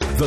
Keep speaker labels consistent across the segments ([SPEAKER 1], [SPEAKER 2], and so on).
[SPEAKER 1] The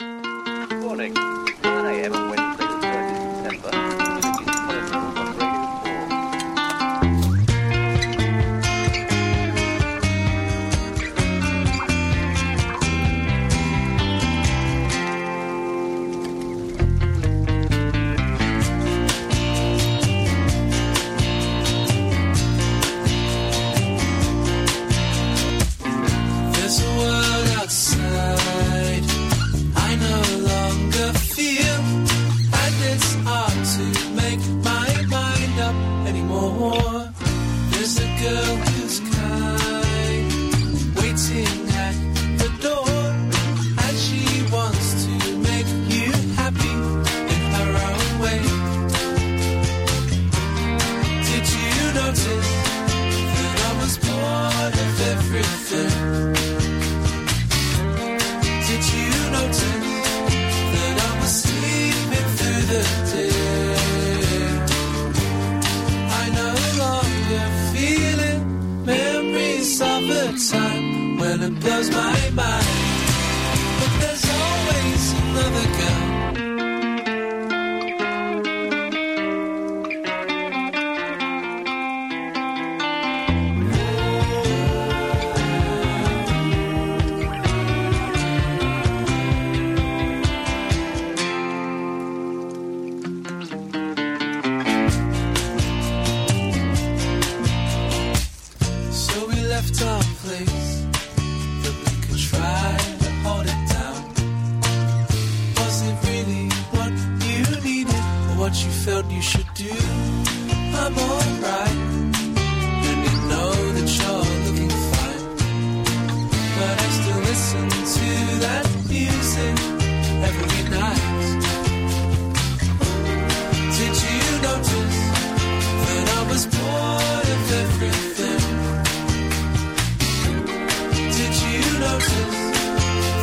[SPEAKER 2] Morning. 9 a.m. on Wednesday, the 30th of December. This is Colin Moore on Radio 4.
[SPEAKER 3] There's a world outside. I no longer feel, and it's hard to make my mind up anymore. There's a girl who's kind, waiting at the door, and she wants to make you happy in her own way. Did you notice that I was bored of everything? Did you notice that I was sleeping through the day? I no longer feel it. Memories of a time when it blows my mind. But there's always another girl. So we left our place that we could try to hold it down. Was it really what you needed or what you felt you should do? I'm alright, and you know that you're looking fine. But I still listen to that music every night. Did you notice that I was bored of everything? Did you notice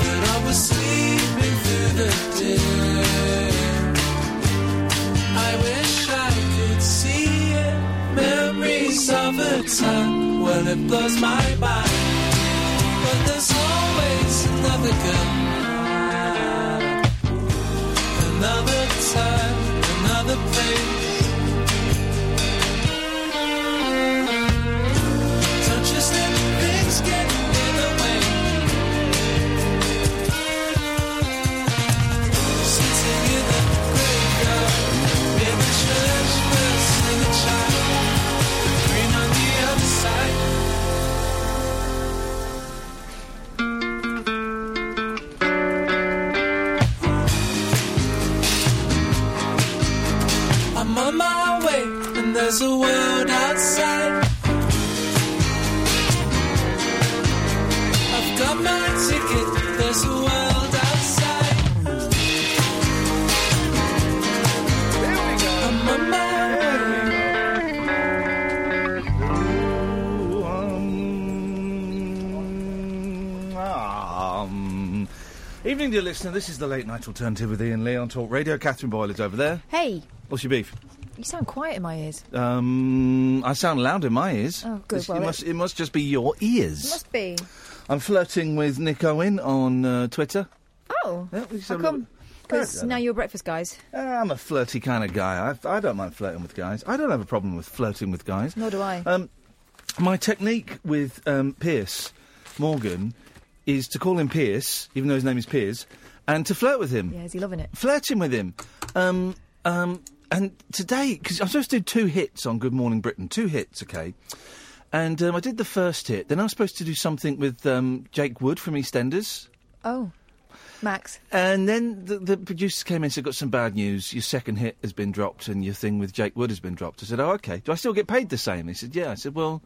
[SPEAKER 3] that I was sleeping through the day? I wish I could see it. Memories of a time when it blows my mind. But there's always another girl. Another time, another place. Don't just let things get in the way. Sitting in the graveyard, in the church, first in the child, the green on the other side. I'm on my way, and there's a world outside. I've got my ticket, there's a world outside. I'm on my way.
[SPEAKER 4] Mm, Um, evening, dear listener. This is the late night alternative with Ian Lee on Talk Radio. Catherine Boyle is over there.
[SPEAKER 5] Hey,
[SPEAKER 4] What's your beef?
[SPEAKER 5] you sound quiet in my ears.
[SPEAKER 4] Um, I sound loud in my ears.
[SPEAKER 5] Oh, good,
[SPEAKER 4] This-
[SPEAKER 5] well,
[SPEAKER 4] it,
[SPEAKER 5] it-
[SPEAKER 4] must, it must just be your ears.
[SPEAKER 5] Must be.
[SPEAKER 4] I'm flirting with Nick Owen on uh, Twitter.
[SPEAKER 5] Oh,
[SPEAKER 4] Yeah, we
[SPEAKER 5] how
[SPEAKER 4] sound
[SPEAKER 5] come?
[SPEAKER 4] I
[SPEAKER 5] Because
[SPEAKER 4] don't
[SPEAKER 5] now
[SPEAKER 4] know.
[SPEAKER 5] you're breakfast guys.
[SPEAKER 4] Uh, I'm a flirty kind of guy. I, I don't mind flirting with guys. I don't have a problem with flirting with guys.
[SPEAKER 5] Nor do I.
[SPEAKER 4] Um, my technique with um, Pierce Morgan is to call him Pierce, even though his name is Piers, and to flirt with him,
[SPEAKER 5] yeah, is he loving it?
[SPEAKER 4] flirting with him. Um, um, and today, because I'm supposed to do two hits on Good Morning Britain, two hits, okay. And um, I did the first hit. Then I was supposed to do something with um, Jake Wood from EastEnders.
[SPEAKER 5] Oh, Max.
[SPEAKER 4] And then the, the producers came in and said, Got some bad news. Your second hit has been dropped and your thing with Jake Wood has been dropped. I said, Oh, okay. Do I still get paid the same? He said, Yeah. I said, Well,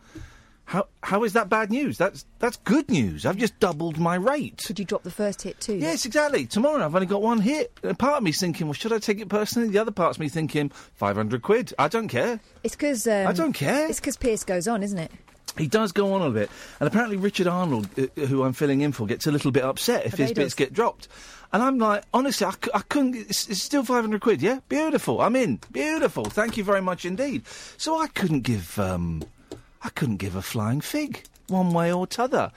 [SPEAKER 4] how, how is that bad news? That's, that's good news. I've just doubled my rate.
[SPEAKER 5] Could you drop the first hit too?
[SPEAKER 4] Yes, exactly. Tomorrow I've only got one hit. And part of me's thinking, Well, should I take it personally? The other part's me thinking, 500 quid. I don't care.
[SPEAKER 5] It's because um,
[SPEAKER 4] I don't care.
[SPEAKER 5] It's because Pierce goes on, isn't it?
[SPEAKER 4] He does go on a bit, and apparently Richard Arnold, uh, who I'm filling in for, gets a little bit upset if
[SPEAKER 5] Okay,
[SPEAKER 4] his
[SPEAKER 5] he
[SPEAKER 4] bits
[SPEAKER 5] does.
[SPEAKER 4] get dropped. And I'm like, honestly, I, c- I couldn't. It's, it's still 500 quid, yeah? Beautiful. I'm in. Beautiful. Thank you very much indeed. So I couldn't give. um I couldn't give a flying fig, one way or t'other.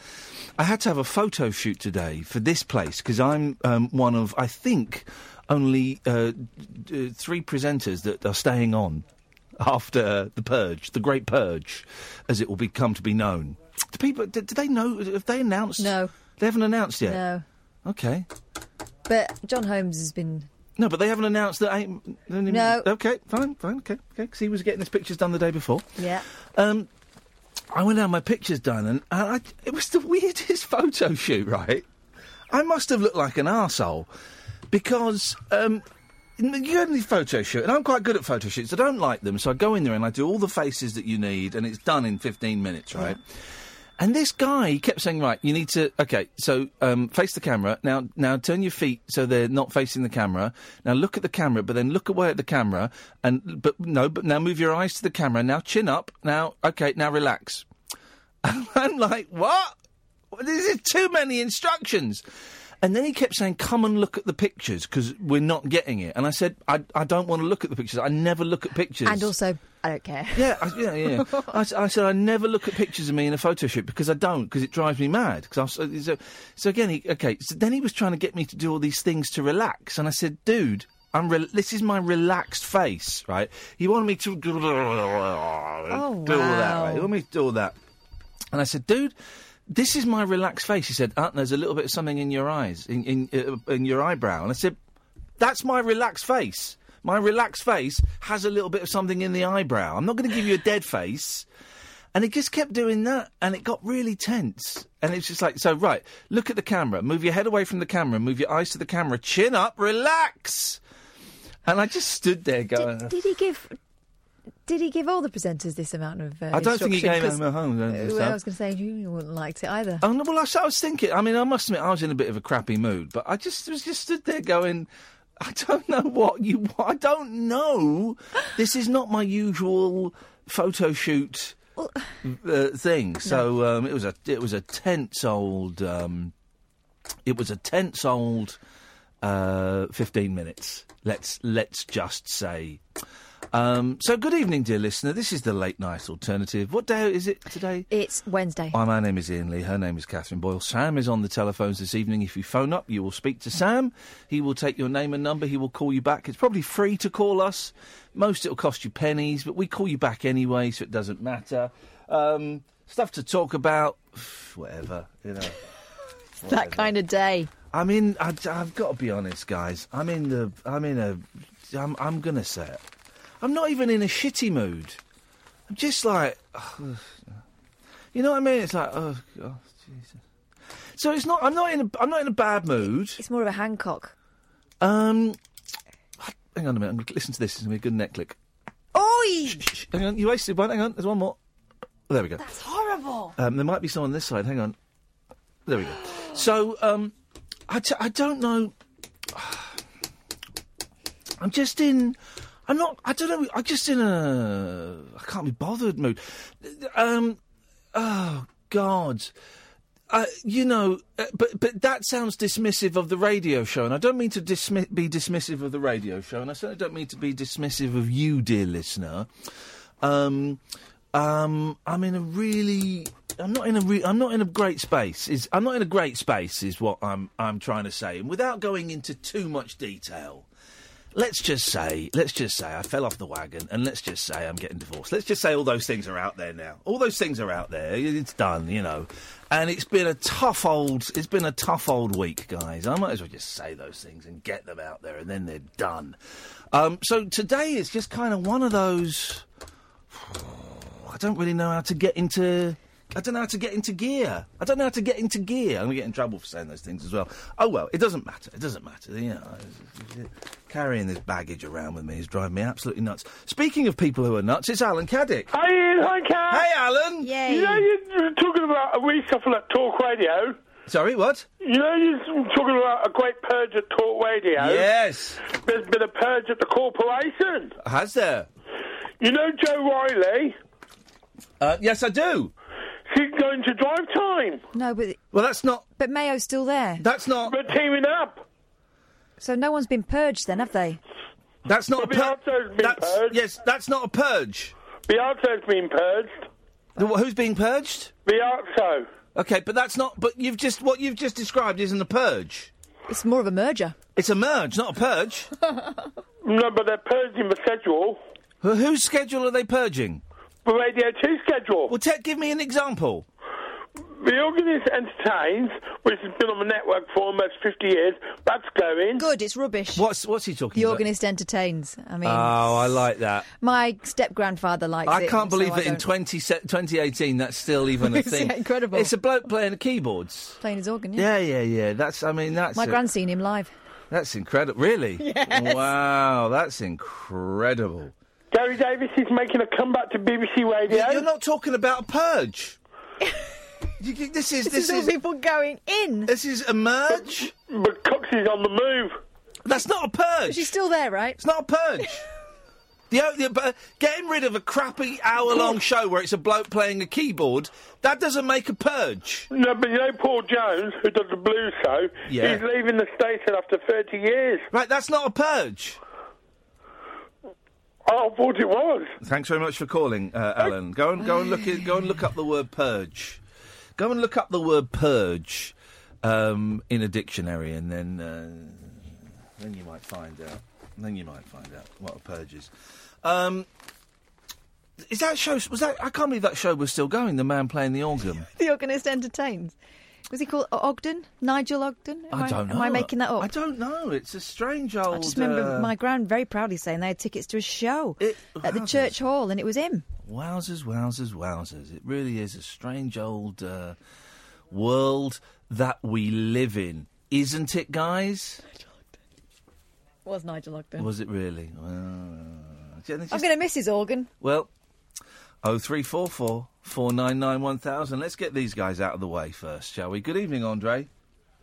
[SPEAKER 4] I had to have a photo shoot today for this place because I'm um, one of, I think, only uh, d- uh, three presenters that are staying on after the purge, the Great Purge, as it will become to be known. Do people? Do, do they know? Have they announced?
[SPEAKER 5] No.
[SPEAKER 4] They haven't announced yet.
[SPEAKER 5] No.
[SPEAKER 4] Okay.
[SPEAKER 5] But John Holmes has been.
[SPEAKER 4] No, but they haven't announced that. I,
[SPEAKER 5] No.
[SPEAKER 4] Okay, fine, fine, okay, okay. Because he was getting his pictures done the day before.
[SPEAKER 5] Yeah.
[SPEAKER 4] Um, I went and had my pictures done, and, and I, it was the weirdest photo shoot, right? I must have looked like an arsehole because um, n- you had any photo shoot, and I'm quite good at photo shoots. I don't like them, so I go in there and I do all the faces that you need, and it's done in 15 minutes, right? And this guy kept saying, "Right, you need to okay. So um, face the camera now. Now turn your feet so they're not facing the camera. Now look at the camera, but then look away at the camera. And but no, but now move your eyes to the camera. Now chin up. Now okay. Now relax." And I'm like, "What? This is too many instructions." And then he kept saying, "Come and look at the pictures because we're not getting it." And I said, "I, I don't want to look at the pictures. I never look at pictures."
[SPEAKER 5] And also, I don't care.
[SPEAKER 4] Yeah, I, yeah, yeah. yeah. I, s- I said I never look at pictures of me in a photo shoot because I don't because it drives me mad. 'Cause I'm so, so, so again, he, okay. So then he was trying to get me to do all these things to relax, and I said, dude. I'm re- this is my relaxed face, right? He wanted me to do all that.
[SPEAKER 5] wow.
[SPEAKER 4] Right? He wanted me to do all that, and I said, dude, this is my relaxed face. He said, uh, there's a little bit of something in your eyes, in in, uh, in your eyebrow, and I said, that's my relaxed face. My relaxed face has a little bit of something in the eyebrow. I'm not going to give you a dead face. And it just kept doing that, and it got really tense. And it's just like, so right, look at the camera, move your head away from the camera, move your eyes to the camera, chin up, relax. And I just stood there going,
[SPEAKER 5] Did, did he give? Did he give all the presenters this amount of? Uh,
[SPEAKER 4] I don't think he
[SPEAKER 5] instruction?
[SPEAKER 4] gave
[SPEAKER 5] 'Cause-
[SPEAKER 4] Emma Holmes any of this
[SPEAKER 5] Well,
[SPEAKER 4] stuff.
[SPEAKER 5] I was going to say you wouldn't liked it either.
[SPEAKER 4] Oh, no, well, I, s- I was thinking. I mean, I must admit, I was in a bit of a crappy mood, but I just was just stood there going, I don't know what you. wa- I don't know. This is not my usual photo shoot uh, thing. So um, it was a it was a tense old. Um, it was a tense old uh, fifteen minutes. Let's let's just say. Um, so, good evening, dear listener. This is the late night alternative. What day is it today?
[SPEAKER 5] It's Wednesday.
[SPEAKER 4] Hi, my name is Ian Lee. Her name is Catherine Boyle. Sam is on the telephones this evening. If you phone up, you will speak to Sam. He will take your name and number. He will call you back. It's probably free to call us. Most it'll cost you pennies, but we call you back anyway, so it doesn't matter. Um, stuff to talk about, whatever, you know.
[SPEAKER 5] that kind of day.
[SPEAKER 4] I'm in. I, I've got to be honest, guys. I'm in the. I'm in a. I'm. I'm gonna say it. I'm not even in a shitty mood. I'm just like. you know what I mean? It's like. Oh God, Jesus. So it's not. I'm not in. A, I'm not in a bad mood.
[SPEAKER 5] It's more of a Hancock.
[SPEAKER 4] Um. Hang on a minute. I'm going to listen to this. It's going to be a good neck click.
[SPEAKER 5] Oi!
[SPEAKER 4] Hang on. You wasted one. Hang on. There's one more. There we go.
[SPEAKER 5] It's horrible.
[SPEAKER 4] Um, there might be some on this side. Hang on. There we go. So, um, I, t- I don't know. I'm just in. I'm not. I don't know. I'm just in a. I can't be bothered mood. Um. Oh God. Uh, you know, uh, but but that sounds dismissive of the radio show, and I don't mean to dismi- be dismissive of the radio show, and I certainly don't mean to be dismissive of you, dear listener. Um, um, I'm in a really, I'm not in a, re- I'm not in a great space. Is I'm not in a great space is what I'm I'm trying to say. And without going into too much detail, let's just say, let's just say I fell off the wagon, and let's just say I'm getting divorced. Let's just say all those things are out there now. All those things are out there. It's done, you know. And it's been a tough old, it's been a tough old week, guys. I might as well just say those things and get them out there, and then they're done. Um, so today is just kind of one of those. I don't really know how to get into. I don't know how to get into gear. I don't know how to get into gear. I'm gonna get in trouble for saying those things as well. Oh well, it doesn't matter. It doesn't matter. You know, carrying this baggage around with me is driving me absolutely nuts. Speaking of people who are nuts, it's Alan Caddick.
[SPEAKER 6] Hi, Ian. Hi, Kat.
[SPEAKER 4] Hey, Alan.
[SPEAKER 5] Yay.
[SPEAKER 6] You know, you're talking about a week off of that talk radio.
[SPEAKER 4] Sorry, what?
[SPEAKER 6] You know, you're talking about a great purge at talk radio.
[SPEAKER 4] Yes,
[SPEAKER 6] There's been a purge at the corporation.
[SPEAKER 4] has there?
[SPEAKER 6] You know, Joe Riley,
[SPEAKER 4] Uh, yes, I do.
[SPEAKER 6] she's going to drive time.
[SPEAKER 5] No, but
[SPEAKER 4] Well, that's not.
[SPEAKER 5] but Mayo's still there,
[SPEAKER 4] That's not.
[SPEAKER 6] We're teaming up.
[SPEAKER 5] so no one's been purged then, have they?
[SPEAKER 4] That's not a
[SPEAKER 6] Bobby Arthur's been
[SPEAKER 4] that's,
[SPEAKER 6] purged.
[SPEAKER 4] yes, that's not a purge.
[SPEAKER 6] Beyonce's been purged.
[SPEAKER 4] The, who's being purged?
[SPEAKER 7] Rialto.
[SPEAKER 4] Okay, but that's not. But you've just what you've just described isn't a purge.
[SPEAKER 5] It's more of a merger.
[SPEAKER 4] It's a merge, not a purge.
[SPEAKER 7] No, but they're purging the schedule.
[SPEAKER 4] Who, whose schedule are they purging?
[SPEAKER 7] The Radio 2 schedule.
[SPEAKER 4] Well, Ted, give me an example.
[SPEAKER 7] The Organist Entertains, which has been on the network for almost 50 years, that's going.
[SPEAKER 5] Good, it's rubbish.
[SPEAKER 4] What's what's he talking
[SPEAKER 5] The
[SPEAKER 4] about?
[SPEAKER 5] organist entertains. I mean,
[SPEAKER 4] Oh, I like that.
[SPEAKER 5] my step grandfather likes it.
[SPEAKER 4] I can't
[SPEAKER 5] so
[SPEAKER 4] believe that in
[SPEAKER 5] don't-
[SPEAKER 4] 20, se- 2018 that's still even a
[SPEAKER 5] It's
[SPEAKER 4] thing.
[SPEAKER 5] incredible.
[SPEAKER 4] It's a bloke playing the keyboards.
[SPEAKER 5] Playing his organ, yeah.
[SPEAKER 4] Yeah, yeah, yeah. That's I mean that's
[SPEAKER 5] My
[SPEAKER 4] a-
[SPEAKER 5] grand's seen him live.
[SPEAKER 4] that's incredible. Really?
[SPEAKER 5] Yes.
[SPEAKER 4] Wow, that's incredible.
[SPEAKER 7] Gary Davis is making a comeback to BBC Radio.
[SPEAKER 4] You're not talking about a purge. you, you- this is
[SPEAKER 5] This
[SPEAKER 4] this
[SPEAKER 5] is all
[SPEAKER 4] is
[SPEAKER 5] people going in.
[SPEAKER 4] this is a merge.
[SPEAKER 7] But Cox is on the move.
[SPEAKER 4] That's not a purge.
[SPEAKER 5] She's still there, right?
[SPEAKER 4] It's not a purge. the, o- the, but getting rid of a crappy hour-long show where it's a bloke playing a keyboard that doesn't make a purge.
[SPEAKER 7] No, but you know Paul Jones, who does the blues show,
[SPEAKER 4] Yeah.
[SPEAKER 7] he's leaving the station after 30 years.
[SPEAKER 4] Right, that's not a purge.
[SPEAKER 7] Oh, I thought it was.
[SPEAKER 4] Thanks very much for calling, uh, Alan. Go and go and look at, go and look up the word purge. Go and look up the word purge um, in a dictionary, and then uh, then you might find out. Then you might find out what a purge is. Um, is that show? Was that? I can't believe that show was still going. The man playing the organ.
[SPEAKER 5] The organist entertains. Was he called O- Ogden? Nigel Ogden? Am
[SPEAKER 4] I don't know.
[SPEAKER 5] Am I making that up?
[SPEAKER 4] I don't know. It's a strange old.
[SPEAKER 5] I just remember
[SPEAKER 4] uh,
[SPEAKER 5] my grand very proudly saying they had tickets to a show
[SPEAKER 4] It-
[SPEAKER 5] at the
[SPEAKER 4] wowzers.
[SPEAKER 5] church hall, and it was him.
[SPEAKER 4] Wowzers, wowzers, wowzers. It really is a strange old uh, world that we live in, isn't it, guys?
[SPEAKER 5] was Nigel Ogden.
[SPEAKER 4] Was it really? Wow. Yeah, it's
[SPEAKER 5] I'm
[SPEAKER 4] just-
[SPEAKER 5] going to miss his organ.
[SPEAKER 4] Well, 0344 499 1000. Let's get these guys out of the way first, shall we? Good evening, Andre.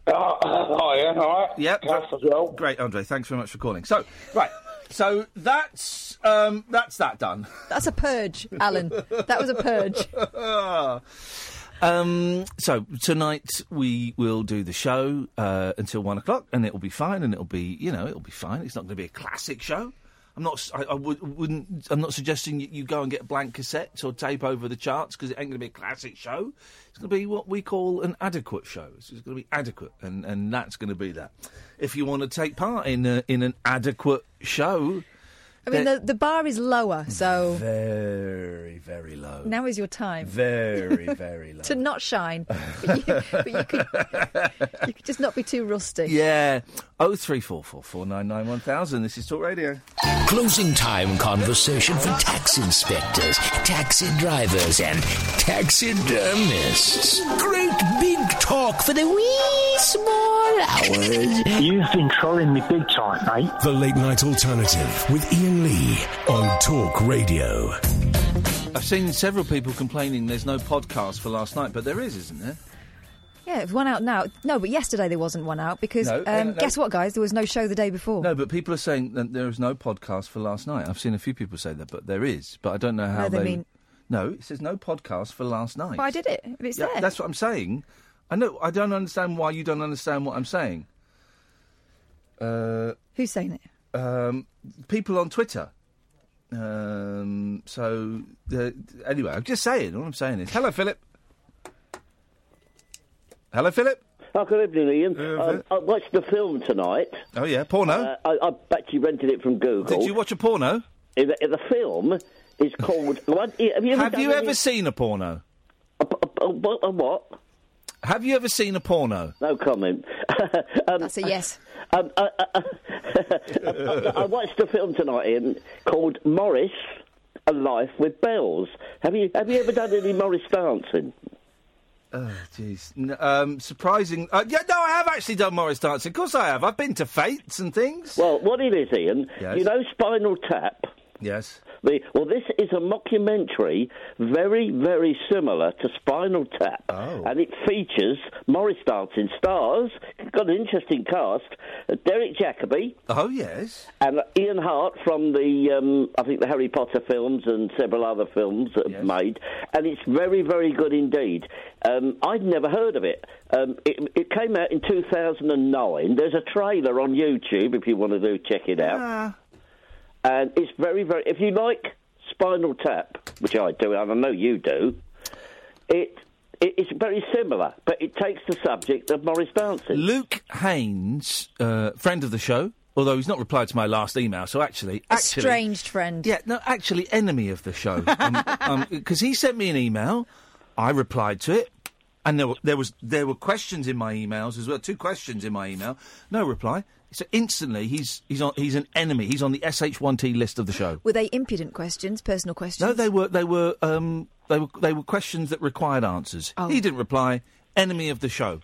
[SPEAKER 7] Oh, oh yeah, all right.
[SPEAKER 4] Yep.
[SPEAKER 7] That's as well.
[SPEAKER 4] Great, Andre. Thanks very much for calling. So, right. So that's um, that's that done.
[SPEAKER 5] That's a purge, Alan. that was a purge.
[SPEAKER 4] Ah. Um, so tonight we will do the show uh, until one o'clock, and it'll be fine, and it'll be you know it'll be fine. It's not going to be a classic show. I'm not. s- I, I would, wouldn't. I'm not suggesting you, you go and get blank cassettes or tape over the charts because it ain't going to be a classic show. It's going to be what we call an adequate show. It's, going to be adequate, and, and that's going to be that. If you want to take part in a, in an adequate show,
[SPEAKER 5] I mean, the, the bar is lower, so
[SPEAKER 4] very very low,
[SPEAKER 5] now is your time
[SPEAKER 4] very very low.
[SPEAKER 5] to not shine. But you, but you, could, you could just not be too rusty.
[SPEAKER 4] Yeah. Oh three four four four nine nine one thousand. This is Talk Radio.
[SPEAKER 1] Closing time conversation for tax inspectors, taxi drivers, and taxidermists. Great big talk for the wee small hours.
[SPEAKER 8] You've been trolling me big time, mate.
[SPEAKER 1] The Late Night Alternative with Ian Lee on Talk Radio.
[SPEAKER 4] I've seen several people complaining there's no podcast for last night, but there is, isn't there?
[SPEAKER 5] Yeah, if one out now. No, but yesterday there wasn't one out because
[SPEAKER 4] No, uh,
[SPEAKER 5] um,
[SPEAKER 4] hang on, no.
[SPEAKER 5] guess what, guys? There was no show the day before.
[SPEAKER 4] No, but people are saying that there is no podcast for last night. I've seen a few people say that, but there is. But I don't know how
[SPEAKER 5] No, they mean-
[SPEAKER 4] No, it says no podcast for last night.
[SPEAKER 5] But I did it. It's
[SPEAKER 4] Yeah,
[SPEAKER 5] there.
[SPEAKER 4] that's what I'm saying. I know. I don't understand why you don't understand what I'm saying. Uh,
[SPEAKER 5] Who's saying it?
[SPEAKER 4] um, people on Twitter. Um, so uh, anyway, I'm just saying. All I'm saying is, hello, Philip. Hello, Philip.
[SPEAKER 9] Oh, good evening, Ian.
[SPEAKER 4] Yeah,
[SPEAKER 9] Um,
[SPEAKER 4] but-
[SPEAKER 9] I watched the film tonight.
[SPEAKER 4] Oh yeah, porno.
[SPEAKER 9] Uh, I, I bet you rented it from Google.
[SPEAKER 4] Did you watch a porno?
[SPEAKER 9] Uh, The, the film is called. what- have you ever,
[SPEAKER 4] Have
[SPEAKER 9] done
[SPEAKER 4] you
[SPEAKER 9] any-
[SPEAKER 4] ever seen a porno?
[SPEAKER 9] a, a- a- a what?
[SPEAKER 4] Have you ever seen a porno?
[SPEAKER 9] No comment. um,
[SPEAKER 5] That's a yes.
[SPEAKER 9] um, I, I, I- I watched a film tonight, Ian, called Morris: A Life with Bells. Have you Have you ever done any Morris dancing?
[SPEAKER 4] Oh, jeez. N- Um, surprising. Uh, yeah, no, I have actually done Morris dancing. Of course I have. I've been to fates and things.
[SPEAKER 9] Well, what it is, Ian,
[SPEAKER 4] Yes.
[SPEAKER 9] you know Spinal Tap.
[SPEAKER 4] yes.
[SPEAKER 9] The, well, this is a mockumentary, very, very similar to Spinal Tap,
[SPEAKER 4] Oh.
[SPEAKER 9] and it features Morris dancing stars. Got an interesting cast: uh, Derek Jacobi
[SPEAKER 4] Oh, yes.
[SPEAKER 9] and Ian Hart from the, um, I think, the Harry Potter films and several other films that
[SPEAKER 4] Yes.
[SPEAKER 9] have made, and it's very, very good indeed. Um, I'd never heard of it. Um, it. It came out in 2009. There's a trailer on YouTube if you want to do check it out
[SPEAKER 4] Ah,
[SPEAKER 9] and it's very, very. If you like Spinal Tap, which I do, and I know you do,
[SPEAKER 7] It, it it's very similar, but it takes the subject of Morris dancing.
[SPEAKER 4] Luke Haynes, uh, friend of the show, although he's not replied to my last email, so actually, actually,
[SPEAKER 5] Estranged friend.
[SPEAKER 4] Yeah, no, actually, enemy of the show, because he sent me an email, I replied to it, and there were there was there were questions in my emails as well, two questions in my email, no reply. So instantly, he's he's on he's an enemy. He's on the SH1T list of the show.
[SPEAKER 5] Were they impudent questions, personal questions?
[SPEAKER 4] No, they were they were um, they were they were questions that required answers.
[SPEAKER 5] Oh.
[SPEAKER 4] He didn't reply. Enemy of the show.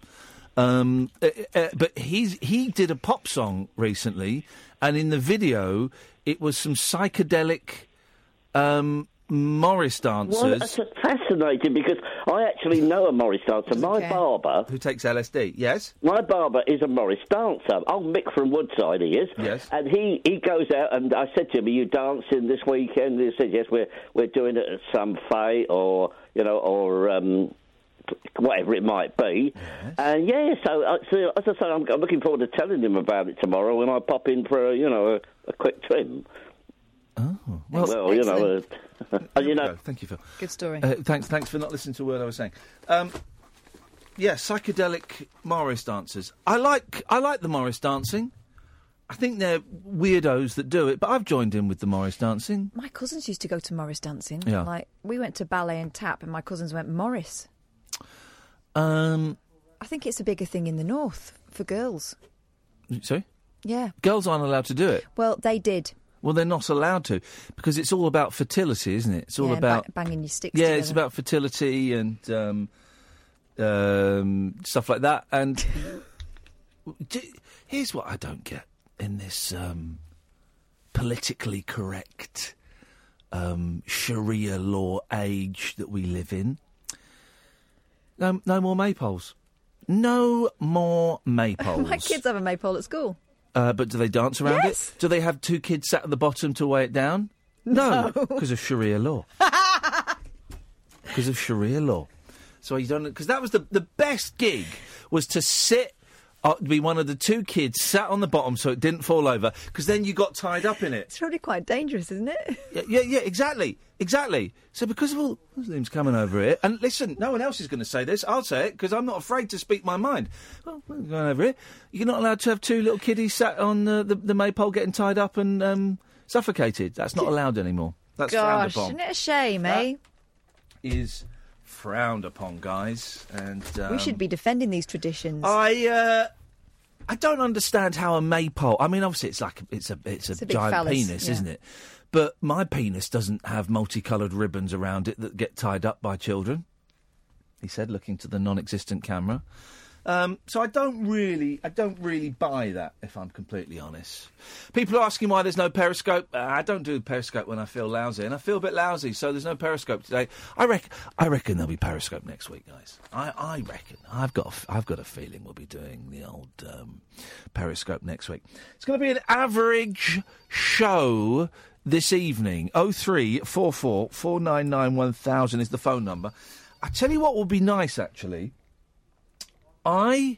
[SPEAKER 4] Um, uh, uh, but he's he did a pop song recently, and in the video, it was some psychedelic um, Morris dancers.
[SPEAKER 7] Well, that's fascinating because I actually know a Morris dancer. My barber,
[SPEAKER 4] who takes LSD, yes.
[SPEAKER 7] My barber is a Morris dancer. Old Mick from Woodside, he is.
[SPEAKER 4] Yes.
[SPEAKER 7] And he, he goes out, and I said to him, "Are you dancing this weekend?" And he said, "Yes, we're we're doing it at some fight or you know or." Um, Whatever it might be, and yeah, so, uh, so as I say, I'm, I'm looking forward to telling him about it tomorrow when I pop in for a, you know a, a quick trim. Oh,
[SPEAKER 4] well-
[SPEAKER 7] you know, uh, and you know,
[SPEAKER 4] Thank you, Phil.
[SPEAKER 5] Good story.
[SPEAKER 4] Uh, thanks, thanks for not listening to a word I was saying. Um, yeah, psychedelic Morris dancers. I like, I like the Morris dancing. I think they're weirdos that do it, but I've joined in with the Morris dancing.
[SPEAKER 5] My cousins used to go to Morris dancing.
[SPEAKER 4] Yeah.
[SPEAKER 5] Like we went to ballet and tap, and my cousins went Morris.
[SPEAKER 4] Um,
[SPEAKER 5] I think it's a bigger thing in the north for girls.
[SPEAKER 4] sorry,
[SPEAKER 5] Yeah.
[SPEAKER 4] girls aren't allowed to do it.
[SPEAKER 5] Well, they did.
[SPEAKER 4] Well, they're not allowed to because it's all about fertility, isn't it? It's all
[SPEAKER 5] yeah,
[SPEAKER 4] about
[SPEAKER 5] ba- banging your sticks.
[SPEAKER 4] yeah,
[SPEAKER 5] together.
[SPEAKER 4] it's about fertility and um, um, stuff like that. And do, here's what I don't get in this um, politically correct um, Sharia law age that we live in. No, no more maypoles. No more maypoles.
[SPEAKER 5] My kids have a maypole at school.
[SPEAKER 4] Uh, but do they dance around
[SPEAKER 5] Yes.
[SPEAKER 4] it? Do they have two kids sat at the bottom to weigh it down? No, because of Sharia law. Because of Sharia law. So you don't. Because that was the the best gig was to sit. Uh, be one of the two kids sat on the bottom so it didn't fall over because then you got tied up in it.
[SPEAKER 5] It's really quite dangerous, isn't it?
[SPEAKER 4] Yeah, yeah, yeah, exactly, exactly. So because of all Muslims coming over here, and listen, no one else is going to say this. I'll say it because I'm not afraid to speak my mind. Well, we're going over here, you're not allowed to have two little kiddies sat on the, the, the maypole getting tied up and um, suffocated. That's not allowed anymore. That's
[SPEAKER 5] Gosh,
[SPEAKER 4] frowned
[SPEAKER 5] isn't
[SPEAKER 4] upon.
[SPEAKER 5] it a shame, eh?
[SPEAKER 4] Is frowned upon, guys. And um,
[SPEAKER 5] we should be defending these traditions.
[SPEAKER 4] I uh, I don't understand how a maypole. I mean, obviously it's like a, it's a it's a,
[SPEAKER 5] It's a big
[SPEAKER 4] giant
[SPEAKER 5] phallus,
[SPEAKER 4] penis,
[SPEAKER 5] yeah.
[SPEAKER 4] isn't it? But my penis doesn't have multicoloured ribbons around it that get tied up by children. He said, looking to the non-existent camera. Um, so I don't really, I don't really buy that. If I'm completely honest, people are asking why there's no Periscope. Uh, I don't do Periscope when I feel lousy, and I feel a bit lousy, so there's no Periscope today. I reckon, I reckon there'll be Periscope next week, guys. I, I reckon. I've got, a f- I've got a feeling we'll be doing the old um, Periscope next week. It's going to be an average show this evening. Oh three four four four nine nine one thousand is the phone number. I tell you what will be nice, actually. I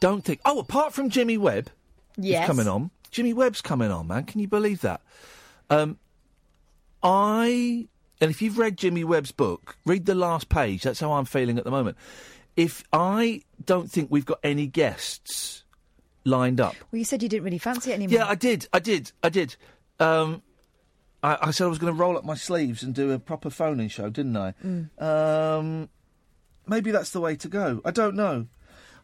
[SPEAKER 4] don't think. Oh, apart from Jimmy Webb, who's
[SPEAKER 5] Yes.
[SPEAKER 4] coming on. Jimmy Webb's coming on, man. Can you believe that? Um, I and if you've read Jimmy Webb's book, read the last page. That's how I'm feeling at the moment. If I don't think we've got any guests lined up,
[SPEAKER 5] Well, you said you didn't really fancy it anymore.
[SPEAKER 4] yeah, I did. I did. I did. Um, I, I said I was going to roll up my sleeves and do a proper phoning show, didn't I? Um, maybe that's the way to go. I don't know.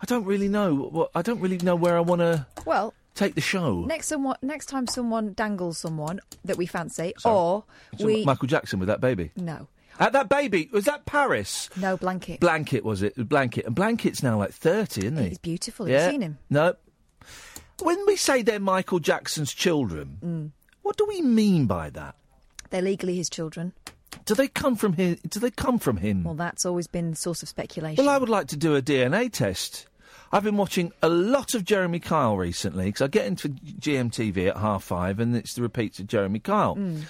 [SPEAKER 4] I don't really know. What I don't really know where I want to
[SPEAKER 5] Well,
[SPEAKER 4] take the show.
[SPEAKER 5] next someone, next time someone dangles someone that we fancy,
[SPEAKER 4] Sorry.
[SPEAKER 5] or
[SPEAKER 4] So
[SPEAKER 5] we
[SPEAKER 4] Michael Jackson with that baby.
[SPEAKER 5] no,
[SPEAKER 4] Uh, that baby was that Paris.
[SPEAKER 5] no blanket.
[SPEAKER 4] Blanket was it? Blanket and Blanket's now like thirty, isn't he?
[SPEAKER 5] He's beautiful. Have you seen him?
[SPEAKER 4] No. When we say they're Michael Jackson's children,
[SPEAKER 5] Mm.
[SPEAKER 4] what do we mean by that?
[SPEAKER 5] They're legally his children.
[SPEAKER 4] Do they come from him? Do they come from him?
[SPEAKER 5] Well, that's always been source of speculation.
[SPEAKER 4] Well, I would like to do a DNA test. I've been watching a lot of Jeremy Kyle recently because I get into GMTV at half five and it's the repeats of Jeremy Kyle.
[SPEAKER 5] Mm.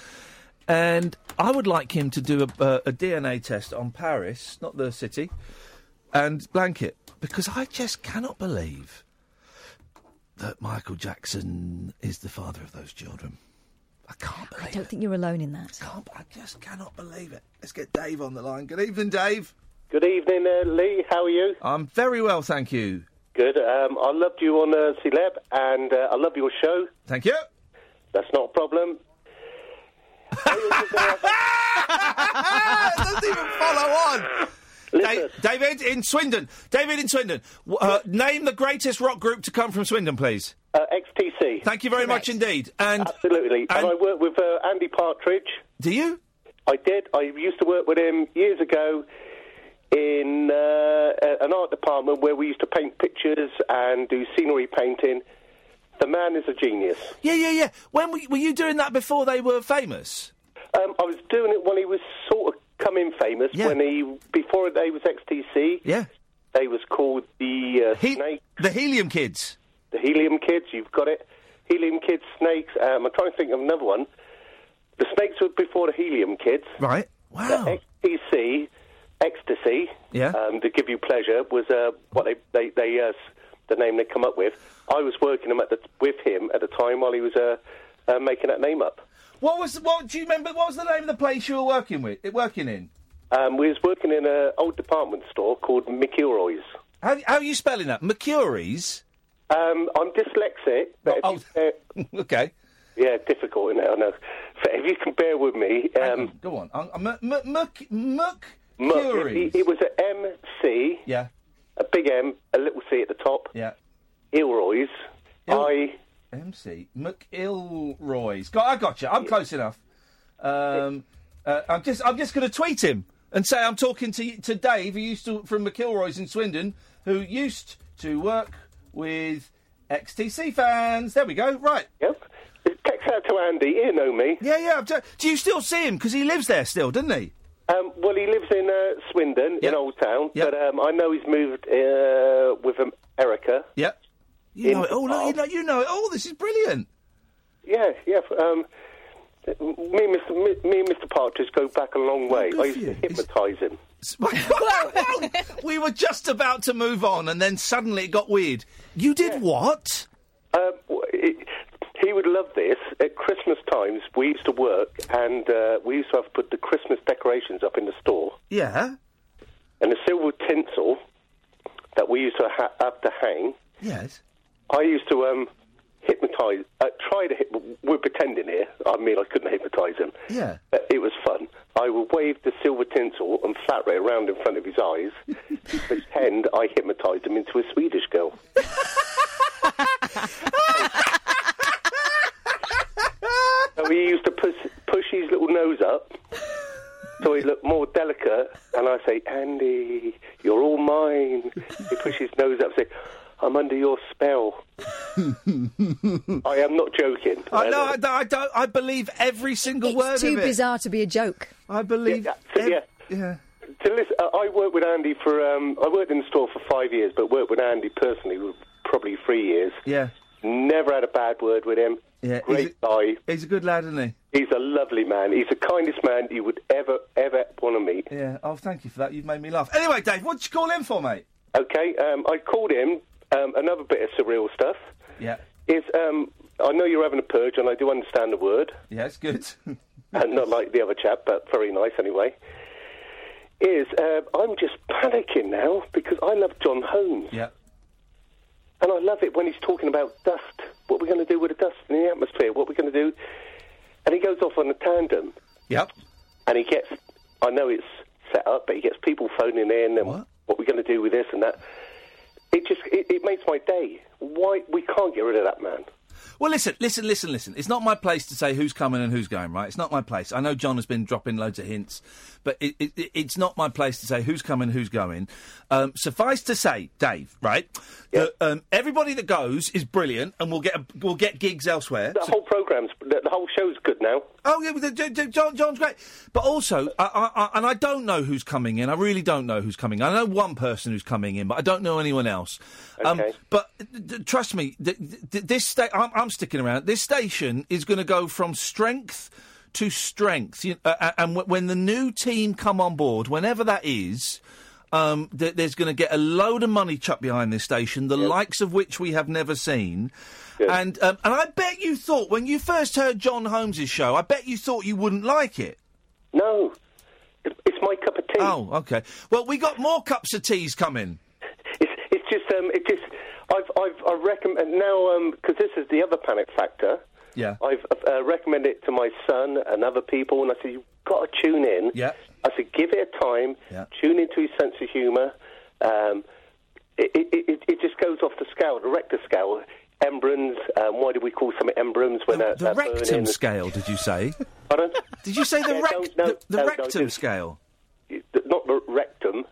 [SPEAKER 4] And I would like him to do a, a, a DNA test on Paris, not the city, and Blanket because I just cannot believe that Michael Jackson is the father of those children.
[SPEAKER 5] I don't think you're alone in that.
[SPEAKER 4] can't, I just cannot believe it. Let's get Dave on the line. Good evening, Dave.
[SPEAKER 10] Good evening, uh, Lee. How are you?
[SPEAKER 4] I'm very well, thank you.
[SPEAKER 10] Good. Um, I loved you on uh, Celeb, and uh, I love your show.
[SPEAKER 4] Thank you.
[SPEAKER 10] That's not a problem.
[SPEAKER 4] it doesn't even follow on. Da- David in Swindon. David in Swindon. W- Uh, name the greatest rock group to come from Swindon, please.
[SPEAKER 10] Uh, XTC.
[SPEAKER 4] Thank you very much indeed. And
[SPEAKER 10] absolutely. And, I work with uh, Andy Partridge.
[SPEAKER 4] Do you?
[SPEAKER 10] I did. I used to work with him years ago in uh, a- an art department where we used to paint pictures and do scenery painting. The man is a genius.
[SPEAKER 4] Yeah, yeah, yeah. When were, were you doing that before they were famous?
[SPEAKER 10] Um, I was doing it when he was sort of coming famous. When he before they was XTC.
[SPEAKER 4] Yeah.
[SPEAKER 10] They was called the uh, Snake.
[SPEAKER 4] The Helium Kids.
[SPEAKER 10] The Helium Kids. You've got it. Helium Kids, Snakes. Um, I'm trying to think of another one. The Snakes were before the Helium Kids.
[SPEAKER 4] Right.
[SPEAKER 10] Wow. The XTC, ecstasy.
[SPEAKER 4] Yeah.
[SPEAKER 10] Um, to give you pleasure was uh, what they they, they uh, s- the name they come up with. I was working them at the, with him at the time while he was uh, uh, making that name up.
[SPEAKER 4] What was what? Do you remember? What was the name of the place you were working with? Working in?
[SPEAKER 10] Um, we was working in an old department store called McElroy's.
[SPEAKER 4] How, how are you spelling that? McCurry's?
[SPEAKER 10] Um, I'm dyslexic. But if you
[SPEAKER 4] bear- Oh, okay.
[SPEAKER 10] Yeah, difficult, isn't it? I know. So if you can bear with me. Um,
[SPEAKER 4] Go on. I'm, I'm, m- m- muck, muck,
[SPEAKER 10] Muck, it, it was a MC.
[SPEAKER 4] Yeah.
[SPEAKER 10] A big M, a little C at the top.
[SPEAKER 4] Yeah.
[SPEAKER 10] Ilroy's. I.
[SPEAKER 4] MC McIlroy's. Got, I got you. I'm close enough. Um, uh, I'm just, I'm just going to tweet him and say I'm talking to y- to Dave, who used to from McIlroy's in Swindon, who used to work with XTC fans. There we go. Right.
[SPEAKER 10] Yep. Text out to Andy. You know me.
[SPEAKER 4] Yeah, yeah. I'm t- do you still see him? Because he lives there still, doesn't he?
[SPEAKER 10] Um, well, he lives in uh, Swindon, in Old Town, but um, I know he's moved uh, with um, Erica.
[SPEAKER 4] Yep. You know it all. Look, you know, you know it all. This is brilliant.
[SPEAKER 10] Yeah, yeah. f- Um, me, and Mr. Me, me and Mr. Partridge go back a long way. I used to hypnotise him.
[SPEAKER 4] we were just about to move on, and then suddenly it got weird. You did what?
[SPEAKER 10] Um, w- it- he would love this. At Christmas times, we used to work, and uh, we used to have to put the Christmas decorations up in the store.
[SPEAKER 4] Yeah.
[SPEAKER 10] And the silver tinsel that we used to ha- have to hang,
[SPEAKER 4] Yes.
[SPEAKER 10] I used to um, hypnotise, uh, try to hyp We're pretending here. I mean, I couldn't hypnotise him.
[SPEAKER 4] Yeah.
[SPEAKER 10] But it was fun. I would wave the silver tinsel and flat ray around in front of his eyes, pretend I hypnotised him into a Swedish girl. so he used to push, push his little nose up so he looked more delicate, and I say, Andy, you're all mine. He pushes his nose up and say, I'm under your spell. I am not joking.
[SPEAKER 4] I know. I, I don't. I believe every single word
[SPEAKER 5] It's too
[SPEAKER 4] of it.
[SPEAKER 5] bizarre to be a joke.
[SPEAKER 4] I believe.
[SPEAKER 10] So, yeah. To listen, uh, I worked with Andy for. Um, I worked in the store for five years, but worked with Andy personally for probably three years.
[SPEAKER 4] Yeah.
[SPEAKER 10] Never had a bad word with him.
[SPEAKER 4] Yeah, he's
[SPEAKER 10] Great guy.
[SPEAKER 4] He's a good lad, isn't he?
[SPEAKER 10] He's a lovely man. He's the kindest man you would ever, ever want to meet.
[SPEAKER 4] Yeah. Oh, thank you for that. You've made me laugh. Anyway, Dave, what'd you call in for, mate?
[SPEAKER 10] Okay, um, I called him. Um, another bit of surreal stuff
[SPEAKER 4] Yeah.
[SPEAKER 10] is. Um, I know you're having a purge, and I do understand the word.
[SPEAKER 4] Yeah, it's good.
[SPEAKER 10] and Uh, not like the other chap, but very nice anyway. Is uh, I'm just panicking now because I love John Holmes.
[SPEAKER 4] Yeah.
[SPEAKER 10] And I love it when he's talking about dust. What we're going to do with the dust in the atmosphere? What we're going to do? And he goes off on a tandem.
[SPEAKER 4] Yep.
[SPEAKER 10] And he gets. I know it's set up, but he gets people phoning in and what, we're going to do with this and that. It just it, it makes my day. Why we can't get rid of that man?
[SPEAKER 4] Well, listen, listen, listen, listen. It's not my place to say who's coming and who's going, right? It's not my place. I know John has been dropping loads of hints, but it, it, it- it's not my place to say who's coming, who's going. Um, suffice to say, Dave, right? That, um, everybody that goes is brilliant, and we'll get a, we'll get gigs elsewhere.
[SPEAKER 10] The
[SPEAKER 4] So-
[SPEAKER 10] whole program's the, the whole show's good now.
[SPEAKER 4] Oh yeah, but the, J- J- John, John's great. But also, I, I, I, and I don't know who's coming in. I really don't know who's coming. I know one person who's coming in, but I don't know anyone else. Um, but d- d- trust me, th- th- this sta- I'm, I'm sticking around. This station is going to go from strength uh, to strength, you, uh, and w- when the new team come on board, whenever that is. um, th- there's going to get a load of money chucked behind this station, the likes of which we have never seen. And um, and I bet you thought when you first heard John Holmes's show, I bet you thought you wouldn't like it.
[SPEAKER 10] No, it's my cup of tea.
[SPEAKER 4] Oh, okay. Well, we got more cups of teas coming.
[SPEAKER 10] It's just, um, it just, I've, I've, I recommend now because this is the other panic factor.
[SPEAKER 4] Yeah.
[SPEAKER 10] I've uh, recommended it to my son and other people, and I said you've got to tune in.
[SPEAKER 4] Yeah.
[SPEAKER 10] I said give it a time.
[SPEAKER 4] Yeah.
[SPEAKER 10] Tune into his sense of humour. Um, it, it, it, it just goes off the scale, the rector scale. Embrons. Um, why do we call something embrons when the,
[SPEAKER 4] The rectum scale, did you say?
[SPEAKER 10] Pardon?
[SPEAKER 4] Did you say the,
[SPEAKER 10] Yeah,
[SPEAKER 4] rec-
[SPEAKER 10] don't- no,
[SPEAKER 4] the, the
[SPEAKER 10] no, don't
[SPEAKER 4] rectum scale?
[SPEAKER 10] Th- Not the rectum.